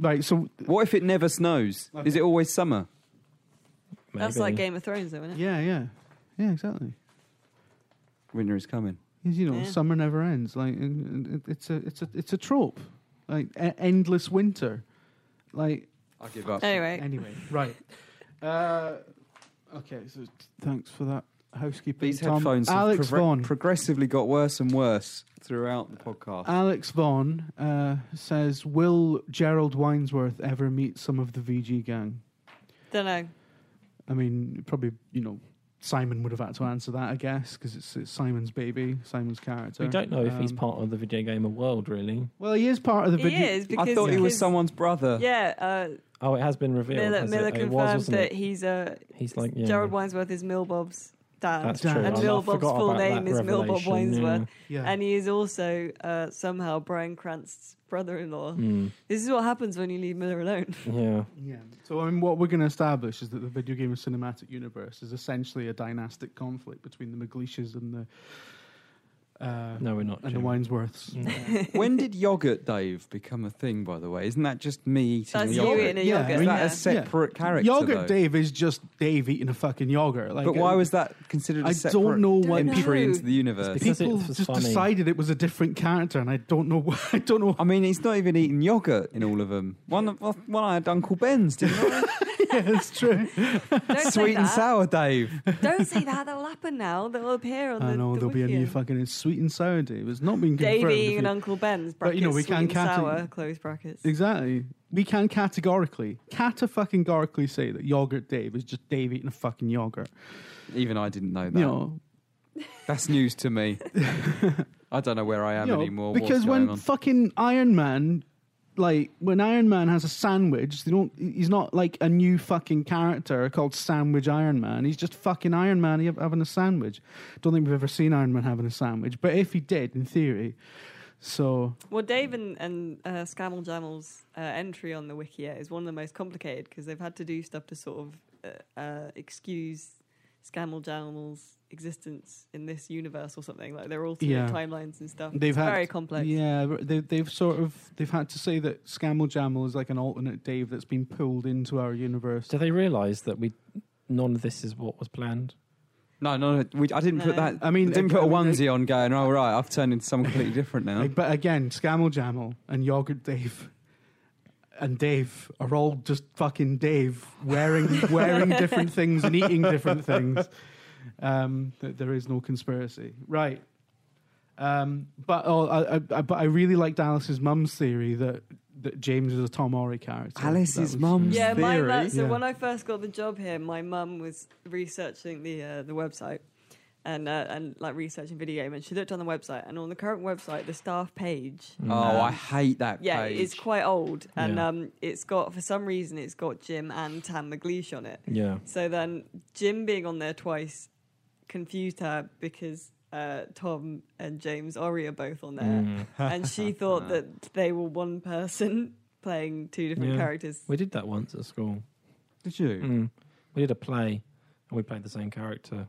[SPEAKER 1] Right, so
[SPEAKER 2] what if it never snows? Is
[SPEAKER 1] Okay.
[SPEAKER 2] it always summer?
[SPEAKER 3] That's
[SPEAKER 4] maybe.
[SPEAKER 3] like Game of Thrones, though, isn't it?
[SPEAKER 1] yeah, yeah, yeah, exactly.
[SPEAKER 2] Winter is coming.
[SPEAKER 1] 'Cause, you know,
[SPEAKER 3] Yeah.
[SPEAKER 1] summer never ends. Like and- and it- it's a it's a it's a trope, like e- endless winter. Like
[SPEAKER 2] I give up.
[SPEAKER 3] Anyway,
[SPEAKER 1] anyway, right. Uh, okay, so t- thanks for that housekeeping.
[SPEAKER 2] These
[SPEAKER 1] Tom.
[SPEAKER 2] headphones have
[SPEAKER 1] Alex
[SPEAKER 2] progre-
[SPEAKER 1] Vaughan.
[SPEAKER 2] progressively got worse and worse throughout the
[SPEAKER 3] Uh,
[SPEAKER 2] podcast.
[SPEAKER 1] Alex Vaughan uh, says, "Will Gerald Winesworth ever meet some of the VG gang?"
[SPEAKER 3] don't know.
[SPEAKER 1] I mean, probably you know Simon would have had to answer that, I guess, because it's, it's Simon's baby, Simon's character.
[SPEAKER 4] We don't know if he's
[SPEAKER 1] Um,
[SPEAKER 4] part of the video gamer world, really.
[SPEAKER 1] Well, he is part of the
[SPEAKER 3] He
[SPEAKER 1] video.
[SPEAKER 3] is because
[SPEAKER 2] I thought he was
[SPEAKER 3] because-
[SPEAKER 2] someone's brother.
[SPEAKER 3] Yeah, uh,
[SPEAKER 4] Oh, it has been revealed.
[SPEAKER 3] Miller,
[SPEAKER 4] has
[SPEAKER 3] Miller
[SPEAKER 4] it? It
[SPEAKER 3] confirmed
[SPEAKER 4] was, wasn't
[SPEAKER 3] that
[SPEAKER 4] it?
[SPEAKER 3] he's a
[SPEAKER 4] He's like yeah,
[SPEAKER 3] Gerald Winesworth is Millbob's dad,
[SPEAKER 4] That's true.
[SPEAKER 1] Dan.
[SPEAKER 4] I-
[SPEAKER 3] and
[SPEAKER 4] I
[SPEAKER 3] Millbob's
[SPEAKER 4] forgot
[SPEAKER 3] full
[SPEAKER 4] about
[SPEAKER 3] name
[SPEAKER 4] that
[SPEAKER 3] is Millbob
[SPEAKER 4] revelation, yeah.
[SPEAKER 3] Winesworth,
[SPEAKER 1] Yeah.
[SPEAKER 3] and he is also uh, somehow Brian Cranst's brother-in-law.
[SPEAKER 4] Hmm,
[SPEAKER 3] This is what happens when you leave Miller alone.
[SPEAKER 4] yeah.
[SPEAKER 1] yeah. So, I mean, what we're going to establish is that the video game cinematic universe is essentially a dynastic conflict between the McLeishes and the uh,
[SPEAKER 4] No, we're not.
[SPEAKER 1] and the
[SPEAKER 4] Jim.
[SPEAKER 1] Winesworths.
[SPEAKER 4] Mm.
[SPEAKER 2] when did yogurt Dave become a thing? By the way, isn't that just me eating
[SPEAKER 3] That's you
[SPEAKER 2] yogurt?
[SPEAKER 3] in a
[SPEAKER 1] Yeah,
[SPEAKER 3] yogurt.
[SPEAKER 1] I
[SPEAKER 2] Is
[SPEAKER 1] mean,
[SPEAKER 2] that
[SPEAKER 3] yeah.
[SPEAKER 2] a separate character?
[SPEAKER 1] Yogurt
[SPEAKER 2] though?
[SPEAKER 1] Dave is just Dave eating a fucking yogurt. Like,
[SPEAKER 2] But why was that considered? a
[SPEAKER 1] I
[SPEAKER 2] separate
[SPEAKER 1] don't know why
[SPEAKER 3] Don't know.
[SPEAKER 2] entry into the
[SPEAKER 4] It's
[SPEAKER 2] universe.
[SPEAKER 4] because
[SPEAKER 1] people
[SPEAKER 4] it was
[SPEAKER 1] just
[SPEAKER 4] funny.
[SPEAKER 1] decided it was a different character, and I don't know. why- I don't know.
[SPEAKER 2] I mean, he's not even eating yogurt in all of them. One, of- well, one I had Uncle Ben's, didn't I?
[SPEAKER 1] yeah, it's true.
[SPEAKER 3] Don't say
[SPEAKER 2] Sweet and
[SPEAKER 3] that.
[SPEAKER 2] sour Dave.
[SPEAKER 3] Don't say that. That will happen now. That will appear on the.
[SPEAKER 1] I know
[SPEAKER 3] the
[SPEAKER 1] there'll be a
[SPEAKER 3] wiki.
[SPEAKER 1] new fucking it's sweet and sour Dave. It's not been confirmed. if
[SPEAKER 3] Davey and
[SPEAKER 1] you-
[SPEAKER 3] Uncle Ben's
[SPEAKER 1] But,
[SPEAKER 3] brackets.
[SPEAKER 1] you know, we
[SPEAKER 3] sweet
[SPEAKER 1] can
[SPEAKER 3] and
[SPEAKER 1] cate-
[SPEAKER 3] sour close brackets.
[SPEAKER 1] Exactly. We can categorically, cata fucking gorically say that yogurt Dave is just Dave eating a fucking yogurt.
[SPEAKER 2] Even I didn't know that.
[SPEAKER 1] You know,
[SPEAKER 2] That's news to me. I don't know where I am
[SPEAKER 1] you know,
[SPEAKER 2] anymore.
[SPEAKER 1] because
[SPEAKER 2] What's
[SPEAKER 1] when
[SPEAKER 2] going on?
[SPEAKER 1] fucking Iron Man, like when Iron Man has a sandwich, they don't. He's not like a new fucking character called Sandwich Iron Man. He's just fucking Iron Man he- having a sandwich. Don't think we've ever seen Iron Man having a sandwich, but if he did, in theory, so
[SPEAKER 3] Well, Dave and, and uh, Scammel Jammel's uh, entry on the wiki is one of the most complicated because they've had to do stuff to sort of uh, uh, excuse Scammel Jammel's existence in this universe or something. Like they're alternate
[SPEAKER 1] Yeah.
[SPEAKER 3] timelines and stuff.
[SPEAKER 1] They've
[SPEAKER 3] it's
[SPEAKER 1] had-
[SPEAKER 3] very complex.
[SPEAKER 1] Yeah, but they, they've sort of they've had to say that Scammel Jamel is like an alternate Dave that's been pulled into our universe.
[SPEAKER 4] Do they realise that we none of this is what was planned?
[SPEAKER 2] No, no, no we, I didn't put
[SPEAKER 3] No.
[SPEAKER 2] that.
[SPEAKER 1] I mean,
[SPEAKER 2] I didn't put
[SPEAKER 1] I
[SPEAKER 2] a
[SPEAKER 1] mean,
[SPEAKER 2] onesie on. Going, oh right, I've turned into someone completely different now.
[SPEAKER 1] Like, but again, Scammel Jamel and Yogurt Dave and Dave are all just fucking Dave wearing wearing different things and eating different things. Um, th- there is no conspiracy, right? Um, but oh, I, I, I- but I really liked Alice's mum's theory that, that James is a Tom Ori character. That
[SPEAKER 2] Alice's
[SPEAKER 1] was-
[SPEAKER 2] mum's
[SPEAKER 3] Yeah, my
[SPEAKER 2] theory.
[SPEAKER 3] mu- so
[SPEAKER 1] Yeah.
[SPEAKER 3] when I first got the job here, my mum was researching the uh, the website and uh, and like researching video game, and she looked on the website, and on the current website, the staff page.
[SPEAKER 2] oh, I hate that.
[SPEAKER 3] Yeah,
[SPEAKER 2] page.
[SPEAKER 3] it's quite old, and
[SPEAKER 4] Yeah.
[SPEAKER 3] um, it's got for some reason it's got Jim and Tam McLeish on it.
[SPEAKER 4] Yeah.
[SPEAKER 3] So then Jim being on there twice confused her because uh, Tom and James Ori are both on there,
[SPEAKER 4] Mm.
[SPEAKER 3] and she thought that they were one person playing two different
[SPEAKER 4] Yeah.
[SPEAKER 3] characters.
[SPEAKER 4] We did that once at school.
[SPEAKER 2] Did you?
[SPEAKER 4] Mm. We did a play and we played the same character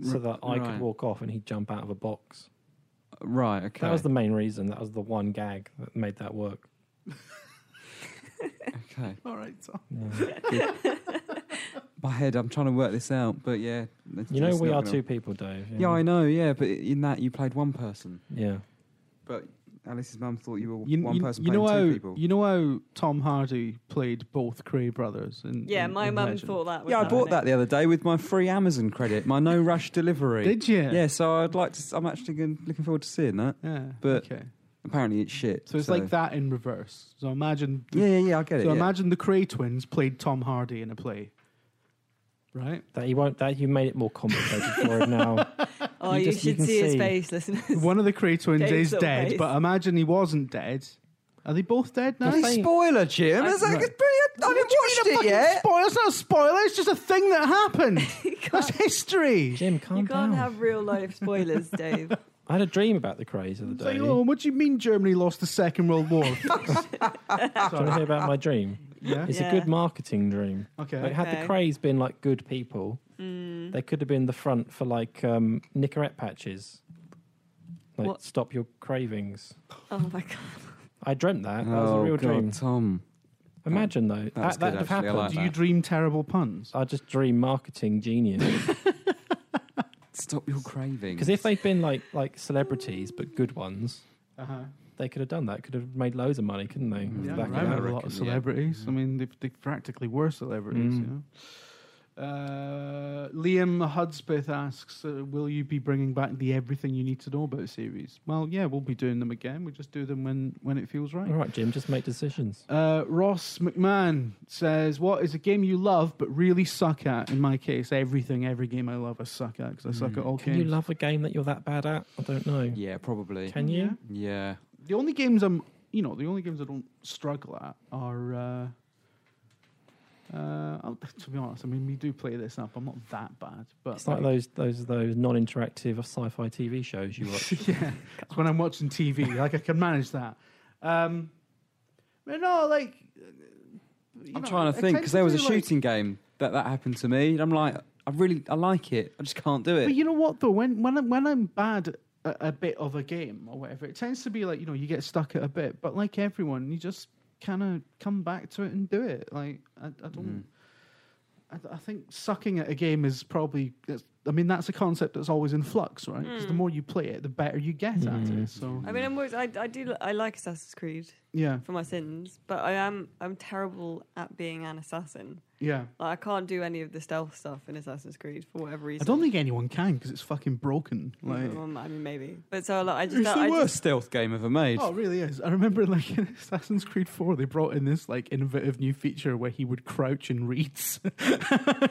[SPEAKER 4] so that I
[SPEAKER 2] right.
[SPEAKER 4] could walk off and he'd jump out of a box.
[SPEAKER 2] Right. Okay.
[SPEAKER 4] That was the main reason. That was the one gag that made that work.
[SPEAKER 2] okay.
[SPEAKER 1] All right, Tom.
[SPEAKER 4] Yeah.
[SPEAKER 2] My head. I'm trying to work this out, but yeah. it's-
[SPEAKER 4] You know,
[SPEAKER 2] it's
[SPEAKER 4] we
[SPEAKER 2] not
[SPEAKER 4] are
[SPEAKER 2] gonna-
[SPEAKER 4] two people, Dave.
[SPEAKER 2] Yeah, I know. Yeah, but in that you played one person,
[SPEAKER 4] Yeah.
[SPEAKER 2] but Alice's mum thought you were
[SPEAKER 1] You,
[SPEAKER 2] one
[SPEAKER 1] you-
[SPEAKER 2] person
[SPEAKER 1] you
[SPEAKER 2] playing
[SPEAKER 1] know
[SPEAKER 2] two
[SPEAKER 1] how
[SPEAKER 2] people.
[SPEAKER 1] you know how Tom Hardy played both Cray brothers. In,
[SPEAKER 3] Yeah,
[SPEAKER 1] in-
[SPEAKER 3] my
[SPEAKER 1] in
[SPEAKER 3] mum
[SPEAKER 1] Legend?
[SPEAKER 3] thought that. Was
[SPEAKER 2] yeah, I bought
[SPEAKER 3] happening.
[SPEAKER 2] that the other day with my free Amazon credit, my no rush delivery.
[SPEAKER 1] Did you?
[SPEAKER 2] Yeah, so I'd like to. s- I'm actually gon- looking forward to seeing that.
[SPEAKER 1] Yeah.
[SPEAKER 2] But-
[SPEAKER 1] okay.
[SPEAKER 2] Apparently, it's shit.
[SPEAKER 1] So it's like that in reverse. So imagine the
[SPEAKER 2] Yeah, yeah, yeah. I get it.
[SPEAKER 1] So
[SPEAKER 2] yeah.
[SPEAKER 1] imagine the Cray twins played Tom Hardy in a play, right?
[SPEAKER 4] That you won't. That you made it more complicated for him now.
[SPEAKER 3] Oh,
[SPEAKER 4] You
[SPEAKER 3] you,
[SPEAKER 4] just- you
[SPEAKER 3] should
[SPEAKER 4] can
[SPEAKER 3] see, his
[SPEAKER 4] see.
[SPEAKER 3] face, listeners.
[SPEAKER 1] One of the Cray twins
[SPEAKER 3] James
[SPEAKER 1] is
[SPEAKER 3] Little
[SPEAKER 1] dead,
[SPEAKER 3] face.
[SPEAKER 1] but imagine he wasn't dead. Are they both dead now?
[SPEAKER 2] Bloody spoiler, Jim.
[SPEAKER 3] I-
[SPEAKER 2] It's like,
[SPEAKER 4] No.
[SPEAKER 2] it's brilliant. I
[SPEAKER 1] What do you mean
[SPEAKER 2] haven't
[SPEAKER 1] a
[SPEAKER 2] watched it
[SPEAKER 1] fucking
[SPEAKER 2] yet.
[SPEAKER 1] Spoiler? It's not a spoiler. It's just a thing that happened.
[SPEAKER 3] you can't,
[SPEAKER 1] That's history.
[SPEAKER 4] Jim, calm
[SPEAKER 3] you can't
[SPEAKER 4] down.
[SPEAKER 3] have real life spoilers, Dave.
[SPEAKER 4] I had a dream about the craze of the
[SPEAKER 1] Say,
[SPEAKER 4] day.
[SPEAKER 1] oh, what do you mean Germany lost the Second World War?
[SPEAKER 4] Do you want to hear about my dream?
[SPEAKER 1] yeah.
[SPEAKER 4] It's
[SPEAKER 3] Yeah.
[SPEAKER 4] a good marketing dream. Like,
[SPEAKER 1] Okay.
[SPEAKER 4] had
[SPEAKER 3] Okay.
[SPEAKER 4] the craze been like good people,
[SPEAKER 3] Mm.
[SPEAKER 4] they could have been the front for like um, Nicorette patches. Like
[SPEAKER 3] What?
[SPEAKER 4] stop your cravings.
[SPEAKER 3] Oh my god.
[SPEAKER 4] I dreamt that. That was a real dream.
[SPEAKER 2] Oh, Tom.
[SPEAKER 4] Imagine though,
[SPEAKER 2] was
[SPEAKER 4] that, that
[SPEAKER 2] good,
[SPEAKER 4] have
[SPEAKER 2] actually. I
[SPEAKER 4] happened.
[SPEAKER 2] like
[SPEAKER 1] Do you dream terrible puns?
[SPEAKER 4] I just dream marketing genius.
[SPEAKER 2] Stop your craving.
[SPEAKER 4] Because if they'd been like like celebrities but good ones,
[SPEAKER 1] Uh-huh.
[SPEAKER 4] they could have done that. Could have made loads of money, couldn't they?
[SPEAKER 2] Mm.
[SPEAKER 1] Yeah,
[SPEAKER 4] Back in
[SPEAKER 1] I
[SPEAKER 2] then,
[SPEAKER 1] remember
[SPEAKER 4] that-
[SPEAKER 1] a lot of
[SPEAKER 2] reckon, yeah.
[SPEAKER 1] celebrities. I mean, they, they practically were celebrities.
[SPEAKER 4] Mm.
[SPEAKER 1] You know? Uh, Liam Hudspeth asks, uh, "Will you be bringing back the Everything You Need to Know About series?" Well, yeah, we'll be doing them again. We just do them when when it feels right.
[SPEAKER 4] All right, Jim, just make decisions.
[SPEAKER 1] Uh, Ross McMahon says, "What is a game you love but really suck at?" In my case, everything. Every game I love, I suck at because I suck
[SPEAKER 2] Mm.
[SPEAKER 1] at all
[SPEAKER 4] Can
[SPEAKER 1] games.
[SPEAKER 4] you love a game that you're that bad at? I don't know.
[SPEAKER 2] Yeah, probably.
[SPEAKER 4] Can you?
[SPEAKER 2] Yeah.
[SPEAKER 1] The only games I'm, you know, the only games I don't struggle at are. Uh, uh, I'll- to be honest, I mean, we do play this up. I'm not that bad, but
[SPEAKER 4] It's like those those those non-interactive sci-fi TV shows you watch.
[SPEAKER 1] yeah, it's when I'm watching TV. Like I can manage that. Um, but no, like uh, you
[SPEAKER 2] I'm
[SPEAKER 1] know,
[SPEAKER 2] trying to
[SPEAKER 1] I
[SPEAKER 2] think
[SPEAKER 1] tend
[SPEAKER 2] because there was a
[SPEAKER 1] do, like-
[SPEAKER 2] shooting game that that happened to me. And I'm like, I really, I like it. I just can't do
[SPEAKER 1] But
[SPEAKER 2] it.
[SPEAKER 1] you know what though, when when I'm, when I'm bad at a bit of a game or whatever, it tends to be like you know you get stuck at a bit. But like everyone, you just kind of come back to it and do it. Like I, I don't. I, th- I think sucking at a game is probably. It's, I mean, that's a concept that's always in flux, right? Because the
[SPEAKER 3] Mm.
[SPEAKER 1] more you play it, the better you get at
[SPEAKER 4] Mm.
[SPEAKER 1] it. So
[SPEAKER 3] I mean, I'm always, I, I do li- I like Assassin's Creed
[SPEAKER 1] yeah,
[SPEAKER 3] for my sins, but I am I'm terrible at being an assassin.
[SPEAKER 1] yeah.
[SPEAKER 3] Like I can't do any of the stealth stuff in Assassin's Creed for whatever
[SPEAKER 1] I
[SPEAKER 3] reason.
[SPEAKER 1] don't think anyone can because it's fucking broken. Like.
[SPEAKER 3] Um, I mean, maybe. But so like, I just
[SPEAKER 2] it's the
[SPEAKER 3] I just-
[SPEAKER 2] worst stealth game ever made.
[SPEAKER 1] Oh, it really is. I remember, like in Assassin's Creed Four, they brought in this like innovative new feature where he would crouch and reads.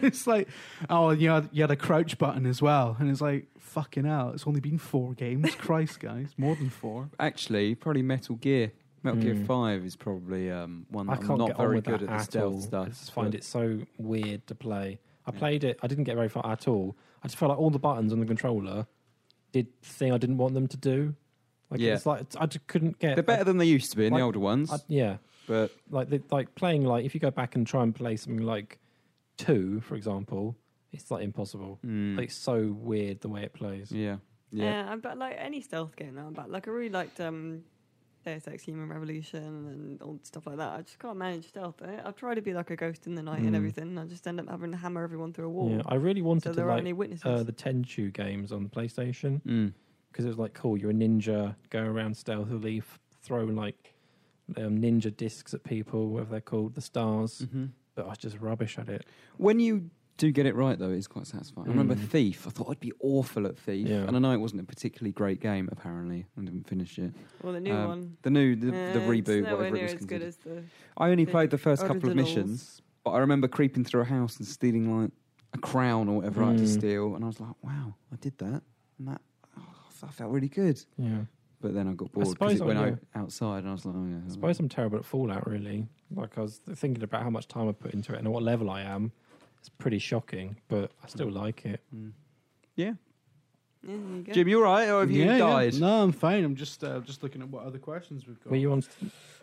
[SPEAKER 1] it's like, oh, and you had you had a crouch button as well, and it's like fucking hell. It's only been four games, Christ, guys, more than four.
[SPEAKER 2] Actually, probably Metal Gear. Metal Gear
[SPEAKER 4] Mm.
[SPEAKER 2] Five is probably um, one
[SPEAKER 4] I
[SPEAKER 2] that I'm
[SPEAKER 4] can't
[SPEAKER 2] not
[SPEAKER 4] get on
[SPEAKER 2] very
[SPEAKER 4] with
[SPEAKER 2] good
[SPEAKER 4] that
[SPEAKER 2] at the
[SPEAKER 4] at,
[SPEAKER 2] stealth
[SPEAKER 4] all.
[SPEAKER 2] stuff.
[SPEAKER 4] I just find
[SPEAKER 2] but-
[SPEAKER 4] it so weird to play. I
[SPEAKER 2] Yeah.
[SPEAKER 4] played it. I didn't get very far at all. I just felt like all the buttons on the controller did the thing I didn't want them to do. Like
[SPEAKER 2] Yeah.
[SPEAKER 4] it's like I just couldn't get.
[SPEAKER 2] They're better than they used to be in
[SPEAKER 4] Like,
[SPEAKER 2] the older ones,
[SPEAKER 4] I, I- yeah,
[SPEAKER 2] but
[SPEAKER 4] like the, like playing like if you go back and try and play something like two, for example, it's like impossible.
[SPEAKER 2] mm,
[SPEAKER 4] Like it's so weird the way it plays.
[SPEAKER 2] yeah, yeah,
[SPEAKER 3] Yeah, I'm about like any stealth game now. I'm about like I really liked um, Deus Ex: Human Revolution and all stuff like that. I just can't manage stealth. I, I try to be like a ghost in the night and
[SPEAKER 4] Mm.
[SPEAKER 3] everything. And I just end up having to hammer everyone through a wall.
[SPEAKER 4] Yeah, I really wanted
[SPEAKER 3] so
[SPEAKER 4] to
[SPEAKER 3] there aren't any
[SPEAKER 4] like
[SPEAKER 3] witnesses.
[SPEAKER 4] uh, the Tenchu games on PlayStation
[SPEAKER 2] mm,
[SPEAKER 4] because it was like cool. You're a ninja, go around stealthily, f- throw like um, ninja discs at people, whatever they're called, the stars.
[SPEAKER 1] Mm.
[SPEAKER 2] mhm.
[SPEAKER 4] But I was just rubbish at it.
[SPEAKER 2] When you do get it right, though, it's quite satisfying. I remember
[SPEAKER 4] Mm.
[SPEAKER 2] Thief. I thought I'd be awful at Thief,
[SPEAKER 4] Yeah.
[SPEAKER 2] and I know it wasn't a particularly great game. Apparently, I didn't finish it.
[SPEAKER 3] or the new
[SPEAKER 2] um,
[SPEAKER 3] one.
[SPEAKER 2] The new, the,
[SPEAKER 3] Uh,
[SPEAKER 2] the reboot,
[SPEAKER 3] It's nowhere
[SPEAKER 2] whatever it
[SPEAKER 3] near
[SPEAKER 2] was
[SPEAKER 3] as good
[SPEAKER 2] considered.
[SPEAKER 3] as the.
[SPEAKER 2] I only
[SPEAKER 3] the
[SPEAKER 2] played the first couple of
[SPEAKER 3] originals.
[SPEAKER 2] missions, but I remember creeping through a house and stealing like a crown or whatever I had to
[SPEAKER 4] Mm.
[SPEAKER 2] steal, and I was like, "Wow, I did that!" And that, oh, that felt really good.
[SPEAKER 4] Yeah,
[SPEAKER 2] But then I got bored because
[SPEAKER 4] suppose
[SPEAKER 2] it
[SPEAKER 4] I
[SPEAKER 2] went
[SPEAKER 4] know.
[SPEAKER 2] out, outside, and I was like, "Oh yeah."
[SPEAKER 4] I suppose I'm terrible at Fallout. Really, like I was thinking about how much time I put into it and what level I am. It's pretty shocking, but I still like it.
[SPEAKER 2] Mm.
[SPEAKER 3] Yeah, there you go.
[SPEAKER 2] Jim, you all right, or Oh, have you
[SPEAKER 1] Yeah, yeah.
[SPEAKER 2] died?
[SPEAKER 1] No, I'm fine. I'm just uh, just looking at what other questions we've got.
[SPEAKER 4] Were you on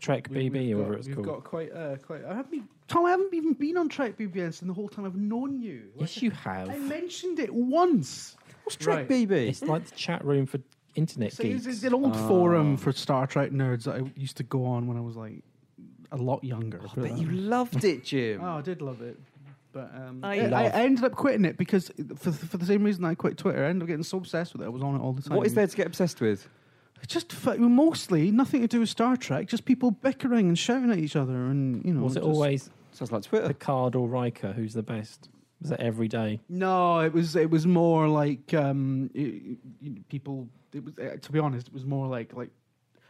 [SPEAKER 4] Trek
[SPEAKER 1] We-
[SPEAKER 4] BB
[SPEAKER 1] we've
[SPEAKER 4] or whatever
[SPEAKER 1] got-
[SPEAKER 4] it's
[SPEAKER 1] we've
[SPEAKER 4] called?
[SPEAKER 1] got quite, uh, quite. I haven't, been- Tom. I haven't even been on Track BBS in the whole time I've known you. Like,
[SPEAKER 4] yes, you
[SPEAKER 1] I
[SPEAKER 4] have.
[SPEAKER 1] mentioned it once.
[SPEAKER 2] What's Trek
[SPEAKER 1] Right.
[SPEAKER 2] BB?
[SPEAKER 4] It's like the chat room for internet
[SPEAKER 1] So
[SPEAKER 4] geeks. Um,
[SPEAKER 1] it's, it's an old
[SPEAKER 2] Oh.
[SPEAKER 1] forum for Star Trek nerds that I used to go on when I was like a lot younger.
[SPEAKER 2] Oh, I
[SPEAKER 1] put it
[SPEAKER 2] bet
[SPEAKER 1] that
[SPEAKER 2] you
[SPEAKER 1] way.
[SPEAKER 2] loved it, Jim.
[SPEAKER 1] oh, I did love it, but um,
[SPEAKER 3] I-
[SPEAKER 1] I, I,
[SPEAKER 4] Love.
[SPEAKER 1] I ended up quitting it because for, for the same reason I quit Twitter. I ended up getting so obsessed with it. I was on it all the time.
[SPEAKER 2] what is there to get obsessed with?
[SPEAKER 1] Just fu- mostly nothing to do with Star Trek. Just people bickering and shouting at each other, and you know.
[SPEAKER 4] was it
[SPEAKER 1] just-
[SPEAKER 4] always
[SPEAKER 2] Sounds like Twitter.
[SPEAKER 4] Picard or Riker who's the best? Was that every day?
[SPEAKER 1] No, it was it was more like um, y- y- people. It was uh, to be honest, it was more like like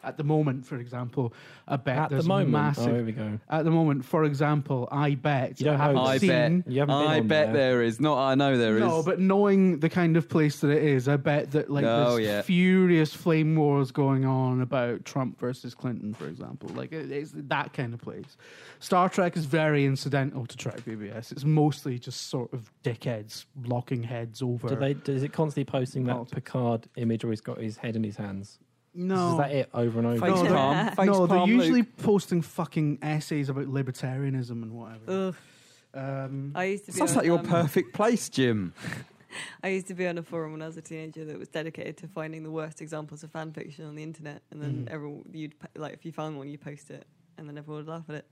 [SPEAKER 1] at the moment, for example, I bet
[SPEAKER 4] At the
[SPEAKER 1] there's
[SPEAKER 4] moment,
[SPEAKER 1] massive.
[SPEAKER 4] oh, here we go.
[SPEAKER 1] At the moment, for example, I bet
[SPEAKER 4] You don't have-
[SPEAKER 1] I've
[SPEAKER 2] I
[SPEAKER 1] seen-
[SPEAKER 2] bet.
[SPEAKER 4] You haven't been
[SPEAKER 2] I
[SPEAKER 4] on
[SPEAKER 2] bet
[SPEAKER 4] there.
[SPEAKER 2] there is. Not I know there is.
[SPEAKER 1] no, but knowing the kind of place that it is, I bet that like
[SPEAKER 2] Oh,
[SPEAKER 1] there's
[SPEAKER 2] yeah.
[SPEAKER 1] furious flame wars going on about Trump versus Clinton, for example. Like it, it's that kind of place. Star Trek is very incidental to Trek BBS. It's mostly just sort of dickheads locking heads over.
[SPEAKER 4] Do they? Is it constantly posting that
[SPEAKER 1] Politics.
[SPEAKER 4] Picard image where he's got his head in his hands?
[SPEAKER 1] no,
[SPEAKER 4] Is that it over and over?
[SPEAKER 2] Face
[SPEAKER 1] No,
[SPEAKER 2] palm. Face
[SPEAKER 1] no, they're
[SPEAKER 2] palm,
[SPEAKER 1] usually
[SPEAKER 2] Luke.
[SPEAKER 1] posting fucking essays about libertarianism and whatever.
[SPEAKER 3] Ugh,
[SPEAKER 1] Um,
[SPEAKER 3] Uh, I used to be.
[SPEAKER 2] Sounds
[SPEAKER 3] on,
[SPEAKER 2] like your
[SPEAKER 3] um, mm.
[SPEAKER 2] perfect place, Jim.
[SPEAKER 3] I used to be on a forum when I was a teenager that was dedicated to finding the worst examples of fan fiction on the internet, and then
[SPEAKER 1] Mhm.
[SPEAKER 3] everyone you'd po- like if you found one, you post it, and then everyone would laugh at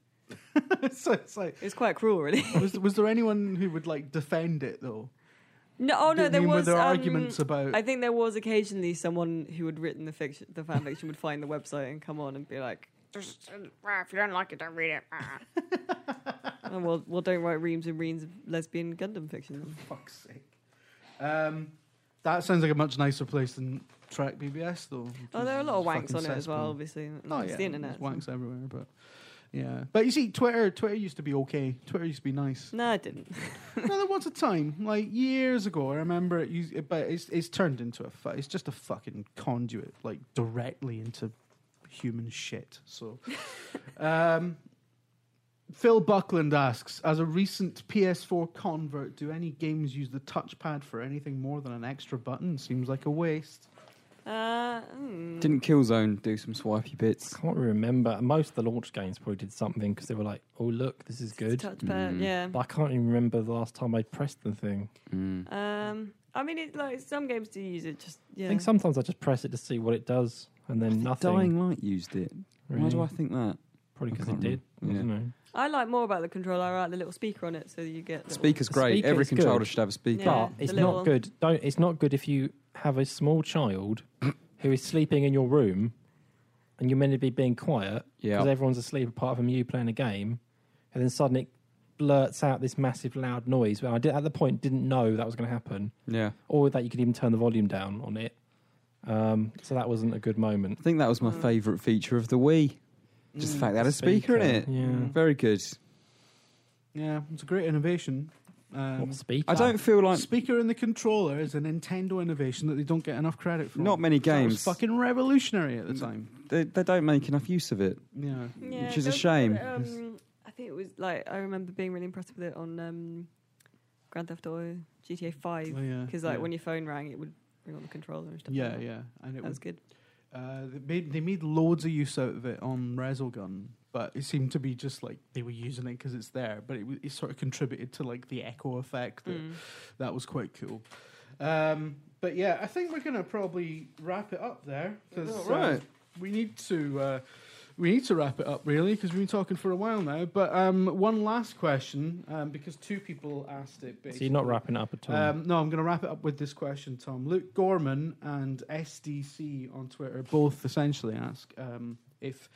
[SPEAKER 3] it.
[SPEAKER 1] so it's like,
[SPEAKER 3] It was quite cruel, really.
[SPEAKER 1] was was there anyone who would like defend it though?
[SPEAKER 3] no, oh no,
[SPEAKER 1] Didn't
[SPEAKER 3] there
[SPEAKER 1] mean,
[SPEAKER 3] was
[SPEAKER 1] were there
[SPEAKER 3] um,
[SPEAKER 1] arguments about.
[SPEAKER 3] I think there was occasionally someone who had written the fiction, the fan fiction, would find the website and come on and be like,
[SPEAKER 5] Just, uh, if you don't like it, don't read it. Uh.
[SPEAKER 3] oh, "Well, well, don't write reams and reams of lesbian Gundam fiction." then."
[SPEAKER 1] fuck's sake. Um, that sounds like a much nicer place than Track BBS though.
[SPEAKER 3] Oh, there are a lot of wanks
[SPEAKER 1] Fucking
[SPEAKER 3] on it as well,
[SPEAKER 1] cesspool.
[SPEAKER 3] obviously.
[SPEAKER 1] Oh,
[SPEAKER 3] it's
[SPEAKER 1] yeah,
[SPEAKER 3] the internet.
[SPEAKER 1] there's wanks everywhere, but yeah. But you see, Twitter, Twitter used to be okay. Twitter used to be nice.
[SPEAKER 3] No, it didn't.
[SPEAKER 1] no, there was a time, like years ago. I remember it, used, it- but it's it's turned into a. fu- It's just a fucking conduit, like directly into human shit. So, um, Phil Buckland asks, as a recent PS4 convert, do any games use the touchpad for anything more than an extra button? Seems like a waste.
[SPEAKER 3] Uh, hmm.
[SPEAKER 2] Didn't Killzone do some swipey bits?
[SPEAKER 4] can't remember. Most of the launch games probably did something because they were like, "Oh look, this is
[SPEAKER 3] It's a
[SPEAKER 4] good."
[SPEAKER 3] Touchpad,
[SPEAKER 2] Mm.
[SPEAKER 3] yeah.
[SPEAKER 4] But I can't even remember the last time I pressed the thing.
[SPEAKER 2] Mm.
[SPEAKER 3] Um, I mean, it like some games do use it. Just yeah.
[SPEAKER 4] I think sometimes I just press it to see what it does, and then nothing.
[SPEAKER 2] Dying Light used it. Why do
[SPEAKER 4] really.
[SPEAKER 2] I think that?
[SPEAKER 4] Probably
[SPEAKER 2] I
[SPEAKER 4] because it
[SPEAKER 2] can't
[SPEAKER 4] did. I
[SPEAKER 2] remember.
[SPEAKER 4] don't know.
[SPEAKER 3] I like more about the controller. I like the little speaker on it, so that you get little-
[SPEAKER 2] Speaker's
[SPEAKER 4] The
[SPEAKER 2] great.
[SPEAKER 4] speaker
[SPEAKER 2] Every
[SPEAKER 4] is good.
[SPEAKER 2] controller should have a speaker.
[SPEAKER 3] Yeah,
[SPEAKER 4] but
[SPEAKER 3] the
[SPEAKER 4] it's
[SPEAKER 3] little-
[SPEAKER 4] not good. Don't. It's not good if you have a small child who is sleeping in your room, and you're meant to be being quiet because
[SPEAKER 2] Yeah.
[SPEAKER 4] everyone's asleep apart from you playing a game, and then suddenly it blurts out this massive loud noise. Well, I did, at the point didn't know that was going to happen,
[SPEAKER 2] Yeah.
[SPEAKER 4] or that you could even turn the volume down on it. Um, so that wasn't a good moment.
[SPEAKER 2] I think that was my
[SPEAKER 3] Mm.
[SPEAKER 2] favourite feature of the Wii. Just the fact they had a speaker, in it.
[SPEAKER 4] Yeah.
[SPEAKER 2] Very good.
[SPEAKER 1] Yeah, it's a great innovation. Um,
[SPEAKER 4] What speaker?
[SPEAKER 2] I don't feel like
[SPEAKER 1] speaker in the controller is a Nintendo innovation that they don't get enough credit for.
[SPEAKER 2] not many
[SPEAKER 1] That was
[SPEAKER 2] games.
[SPEAKER 1] fucking revolutionary at the time.
[SPEAKER 2] They, they don't make enough use of it.
[SPEAKER 1] Yeah.
[SPEAKER 3] Yeah,
[SPEAKER 2] which is a
[SPEAKER 3] there was-
[SPEAKER 2] shame.
[SPEAKER 3] Um, I think it was like I remember being really impressed with it on um, Grand Theft Auto, GTA Five, because like
[SPEAKER 1] Oh, yeah.
[SPEAKER 3] when your phone rang, it would ring on the controller and stuff.
[SPEAKER 1] yeah,
[SPEAKER 3] like that.
[SPEAKER 1] yeah, and it
[SPEAKER 3] That was
[SPEAKER 1] was.
[SPEAKER 3] good.
[SPEAKER 1] Uh, they made they made loads of use out of it on Resogun, but it seemed to be just like they were using it because it's there. But it, w- it sort of contributed to like the echo effect. That,
[SPEAKER 3] Mm.
[SPEAKER 1] that was quite cool. Um, but yeah, I think we're gonna probably wrap it up there because
[SPEAKER 2] Alright.
[SPEAKER 1] we need to. Uh, we need to wrap it up, really, because we've been talking for a while now. But um, one last question, um, because two people asked it.
[SPEAKER 4] So you're not
[SPEAKER 1] basically.
[SPEAKER 4] wrapping it up at all.
[SPEAKER 1] Um, no, I'm going to wrap it up with this question, Tom. Luke Gorman and SDC on Twitter both essentially ask um, if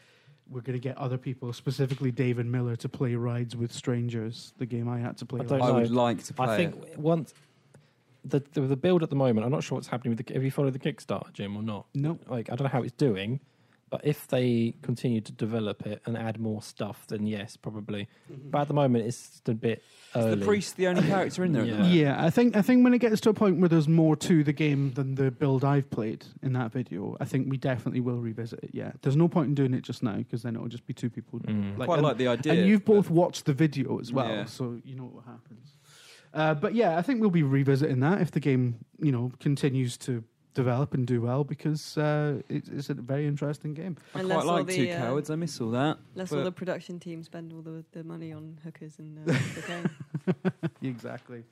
[SPEAKER 1] we're going to get other people, specifically David Miller, to play Rides with Strangers, the game I had to play.
[SPEAKER 4] I don't
[SPEAKER 2] I
[SPEAKER 1] last-
[SPEAKER 2] would
[SPEAKER 4] know.
[SPEAKER 2] like to play.
[SPEAKER 4] I think
[SPEAKER 2] it.
[SPEAKER 4] once the, the the build at the moment, I'm not sure what's happening with the. Have you followed the Kickstarter, Jim, or not?
[SPEAKER 1] No.
[SPEAKER 4] Like I don't know how it's doing, but if they continue to develop it and add more stuff, then yes, probably.
[SPEAKER 2] Mm-hmm.
[SPEAKER 4] But at the moment, it's just a bit early.
[SPEAKER 2] Is the priest the only character in there? at the
[SPEAKER 4] Yeah.
[SPEAKER 2] moment?
[SPEAKER 1] Yeah, I think I think when it gets to a point where there's more to the game than the build I've played in that video, I think we definitely will revisit it. Yeah, there's no point in doing it just now because then it'll just be two people.
[SPEAKER 4] Mm.
[SPEAKER 1] Like,
[SPEAKER 2] Quite
[SPEAKER 1] and-
[SPEAKER 2] like the idea.
[SPEAKER 1] And you've
[SPEAKER 2] but-
[SPEAKER 1] both watched the video as well,
[SPEAKER 2] Yeah.
[SPEAKER 1] so you know what happens. Uh, but yeah, I think we'll be revisiting that if the game, you know, continues to develop and do well because uh, it's, it's a very interesting game.
[SPEAKER 2] I
[SPEAKER 3] And that's
[SPEAKER 2] quite
[SPEAKER 3] all
[SPEAKER 2] like
[SPEAKER 3] the,
[SPEAKER 2] Two
[SPEAKER 3] uh,
[SPEAKER 2] Cowards. I miss all that.
[SPEAKER 3] Unless
[SPEAKER 2] But-
[SPEAKER 3] all the production team spend all the, the money on hookers and uh, cocaine.
[SPEAKER 1] Exactly.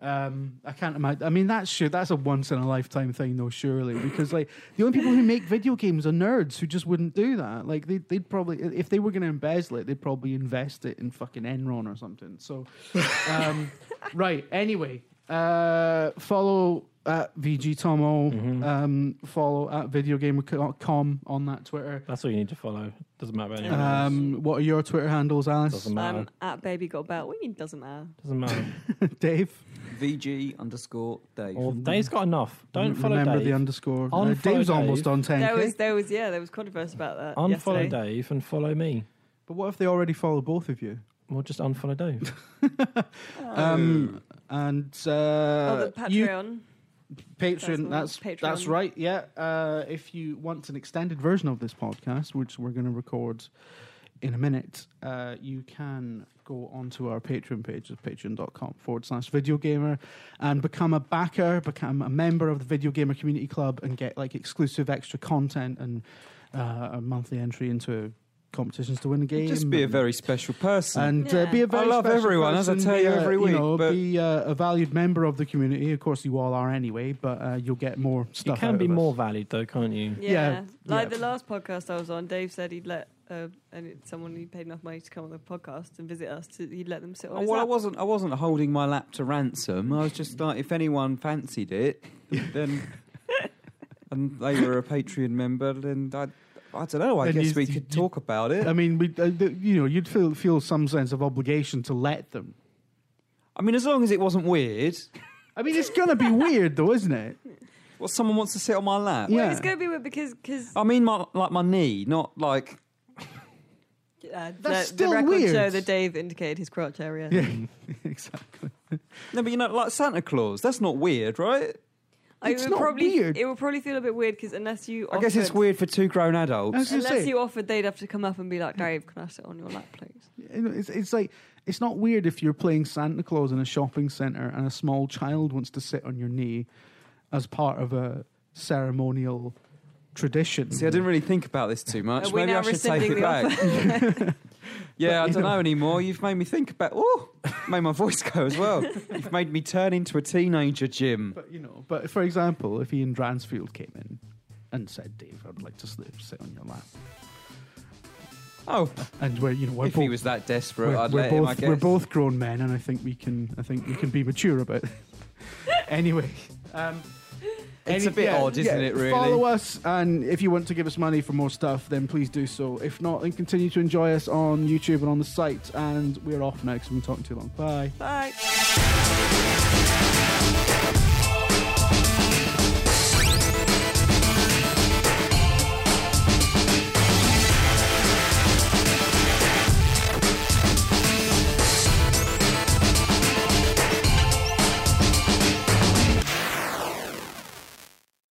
[SPEAKER 1] Um, I can't imagine. I mean, that's sure. That's a once in a lifetime thing, though. Surely, because like the only people who make video games are nerds who just wouldn't do that. Like they, they'd probably, if they were going to embezzle it, they'd probably invest it in fucking Enron or something. So, um, right. Anyway, uh, follow at VG Tomo.
[SPEAKER 4] Mhm.
[SPEAKER 1] Um, follow at videogamer.com on that Twitter.
[SPEAKER 4] That's all you need to follow. Doesn't matter about anyone else.
[SPEAKER 1] Um, what are your Twitter handles, Alice?
[SPEAKER 4] Doesn't matter.
[SPEAKER 3] I'm Um, at Baby Got Belt. What do you mean doesn't matter?
[SPEAKER 4] Doesn't matter.
[SPEAKER 1] Dave.
[SPEAKER 2] VG underscore Dave.
[SPEAKER 4] Well, Dave's got enough. Don't follow
[SPEAKER 1] remember
[SPEAKER 4] Dave.
[SPEAKER 1] the underscore.
[SPEAKER 4] Unfollow
[SPEAKER 1] No, Dave's
[SPEAKER 4] Dave.
[SPEAKER 1] almost on 10k.
[SPEAKER 3] There was, there was, yeah, there was controversy about that.
[SPEAKER 4] unfollow
[SPEAKER 3] yesterday.
[SPEAKER 4] Dave and follow me.
[SPEAKER 1] But what if they already follow both of you?
[SPEAKER 4] Well, just unfollow Dave.
[SPEAKER 1] Um, and uh,
[SPEAKER 3] Oh, the
[SPEAKER 1] you-
[SPEAKER 3] Patreon.
[SPEAKER 1] Patreon. That's
[SPEAKER 3] That's
[SPEAKER 1] that's,
[SPEAKER 3] what- Patreon.
[SPEAKER 1] right. Yeah. Uh, if you want an extended version of this podcast, which we're going to record in a minute, uh, you can go onto our Patreon page at patreon.com forward slash video gamer and become a backer, become a member of the Video Gamer Community Club, and get like exclusive extra content and uh, a monthly entry into competitions to win a game.
[SPEAKER 2] Just be a
[SPEAKER 1] and-
[SPEAKER 2] very special person.
[SPEAKER 1] and uh,
[SPEAKER 3] Yeah.
[SPEAKER 1] be a very
[SPEAKER 2] I love
[SPEAKER 1] special
[SPEAKER 2] everyone, as I
[SPEAKER 1] person,
[SPEAKER 2] tell
[SPEAKER 1] be
[SPEAKER 2] you
[SPEAKER 1] a-
[SPEAKER 2] every week,
[SPEAKER 1] know,
[SPEAKER 2] but-
[SPEAKER 1] be uh, a valued member of the community. Of course, you all are anyway, but uh, you'll get more
[SPEAKER 4] you
[SPEAKER 1] stuff.
[SPEAKER 4] can
[SPEAKER 1] out
[SPEAKER 4] be
[SPEAKER 1] of us.
[SPEAKER 4] more valued though, can't you?
[SPEAKER 3] Yeah.
[SPEAKER 1] Yeah,
[SPEAKER 3] Like
[SPEAKER 1] yeah.
[SPEAKER 3] the last podcast I was on, Dave said he'd let uh, and it, someone he paid enough money to come on the podcast and visit us. To, he'd let them sit on.
[SPEAKER 2] Oh,
[SPEAKER 3] his
[SPEAKER 2] well, I
[SPEAKER 3] lap.
[SPEAKER 2] wasn't. I wasn't holding my lap to ransom. I was just like, if anyone fancied it, then and they were a Patreon member, then I, I don't know. I
[SPEAKER 1] Then you-
[SPEAKER 2] guess we
[SPEAKER 1] you-
[SPEAKER 2] could talk about it.
[SPEAKER 1] I mean, we, uh, th- you know, you'd feel feel some sense of obligation to let them.
[SPEAKER 2] I mean, as long as it wasn't weird.
[SPEAKER 1] I mean, it's gonna be weird, though, isn't it?
[SPEAKER 2] Well, someone wants to sit on my lap.
[SPEAKER 1] Yeah. Oh,
[SPEAKER 3] Well, it's going to be weird because because
[SPEAKER 2] I mean, my, like my knee, not like.
[SPEAKER 3] uh, the,
[SPEAKER 1] That's
[SPEAKER 3] the
[SPEAKER 1] still
[SPEAKER 3] record
[SPEAKER 1] weird.
[SPEAKER 3] show that Dave indicated his crotch area.
[SPEAKER 1] Yeah, exactly.
[SPEAKER 2] No, but you know, like Santa Claus. That's not weird, right?
[SPEAKER 3] I-
[SPEAKER 1] It's
[SPEAKER 3] it would
[SPEAKER 1] not
[SPEAKER 3] probably,
[SPEAKER 1] weird.
[SPEAKER 3] It would probably feel a bit weird because unless you,
[SPEAKER 2] I guess it's
[SPEAKER 3] offered-
[SPEAKER 2] weird for two grown adults.
[SPEAKER 1] As you
[SPEAKER 3] Unless
[SPEAKER 1] say,
[SPEAKER 3] you offered, they'd have to come up and be like, Dave, can I sit on your lap, please?
[SPEAKER 1] you know, it's it's like it's not weird if you're playing Santa Claus in a shopping center and a small child wants to sit on your knee as part of a ceremonial tradition.
[SPEAKER 2] See, I didn't really think about this too much.
[SPEAKER 3] we
[SPEAKER 2] Maybe
[SPEAKER 3] now
[SPEAKER 2] I should take
[SPEAKER 3] rescinding
[SPEAKER 2] it
[SPEAKER 3] the
[SPEAKER 2] back. yeah, I
[SPEAKER 1] you
[SPEAKER 2] don't
[SPEAKER 1] know.
[SPEAKER 2] know anymore. You've made me think about. Oh, made my voice go as well. You've made me turn into a teenager, Jim.
[SPEAKER 1] But you know, but for example, if Ian Dransfield came in and said, "Dave, I'd like to sleep, sit on your lap,"
[SPEAKER 2] Oh,
[SPEAKER 1] and we're you know we're
[SPEAKER 2] if
[SPEAKER 1] both
[SPEAKER 2] he was that desperate,
[SPEAKER 1] we're,
[SPEAKER 2] I'd
[SPEAKER 1] we're
[SPEAKER 2] let
[SPEAKER 1] both
[SPEAKER 2] him. I guess.
[SPEAKER 1] we're both grown men, and I think we can I think we can be mature about. It. anyway. Um,
[SPEAKER 2] It's a bit odd, isn't it, really?
[SPEAKER 1] Follow us, and if you want to give us money for more stuff, then please do so. If not, then continue to enjoy us on YouTube and on the site. And we're off now because we've been talking too long. Bye.
[SPEAKER 3] Bye.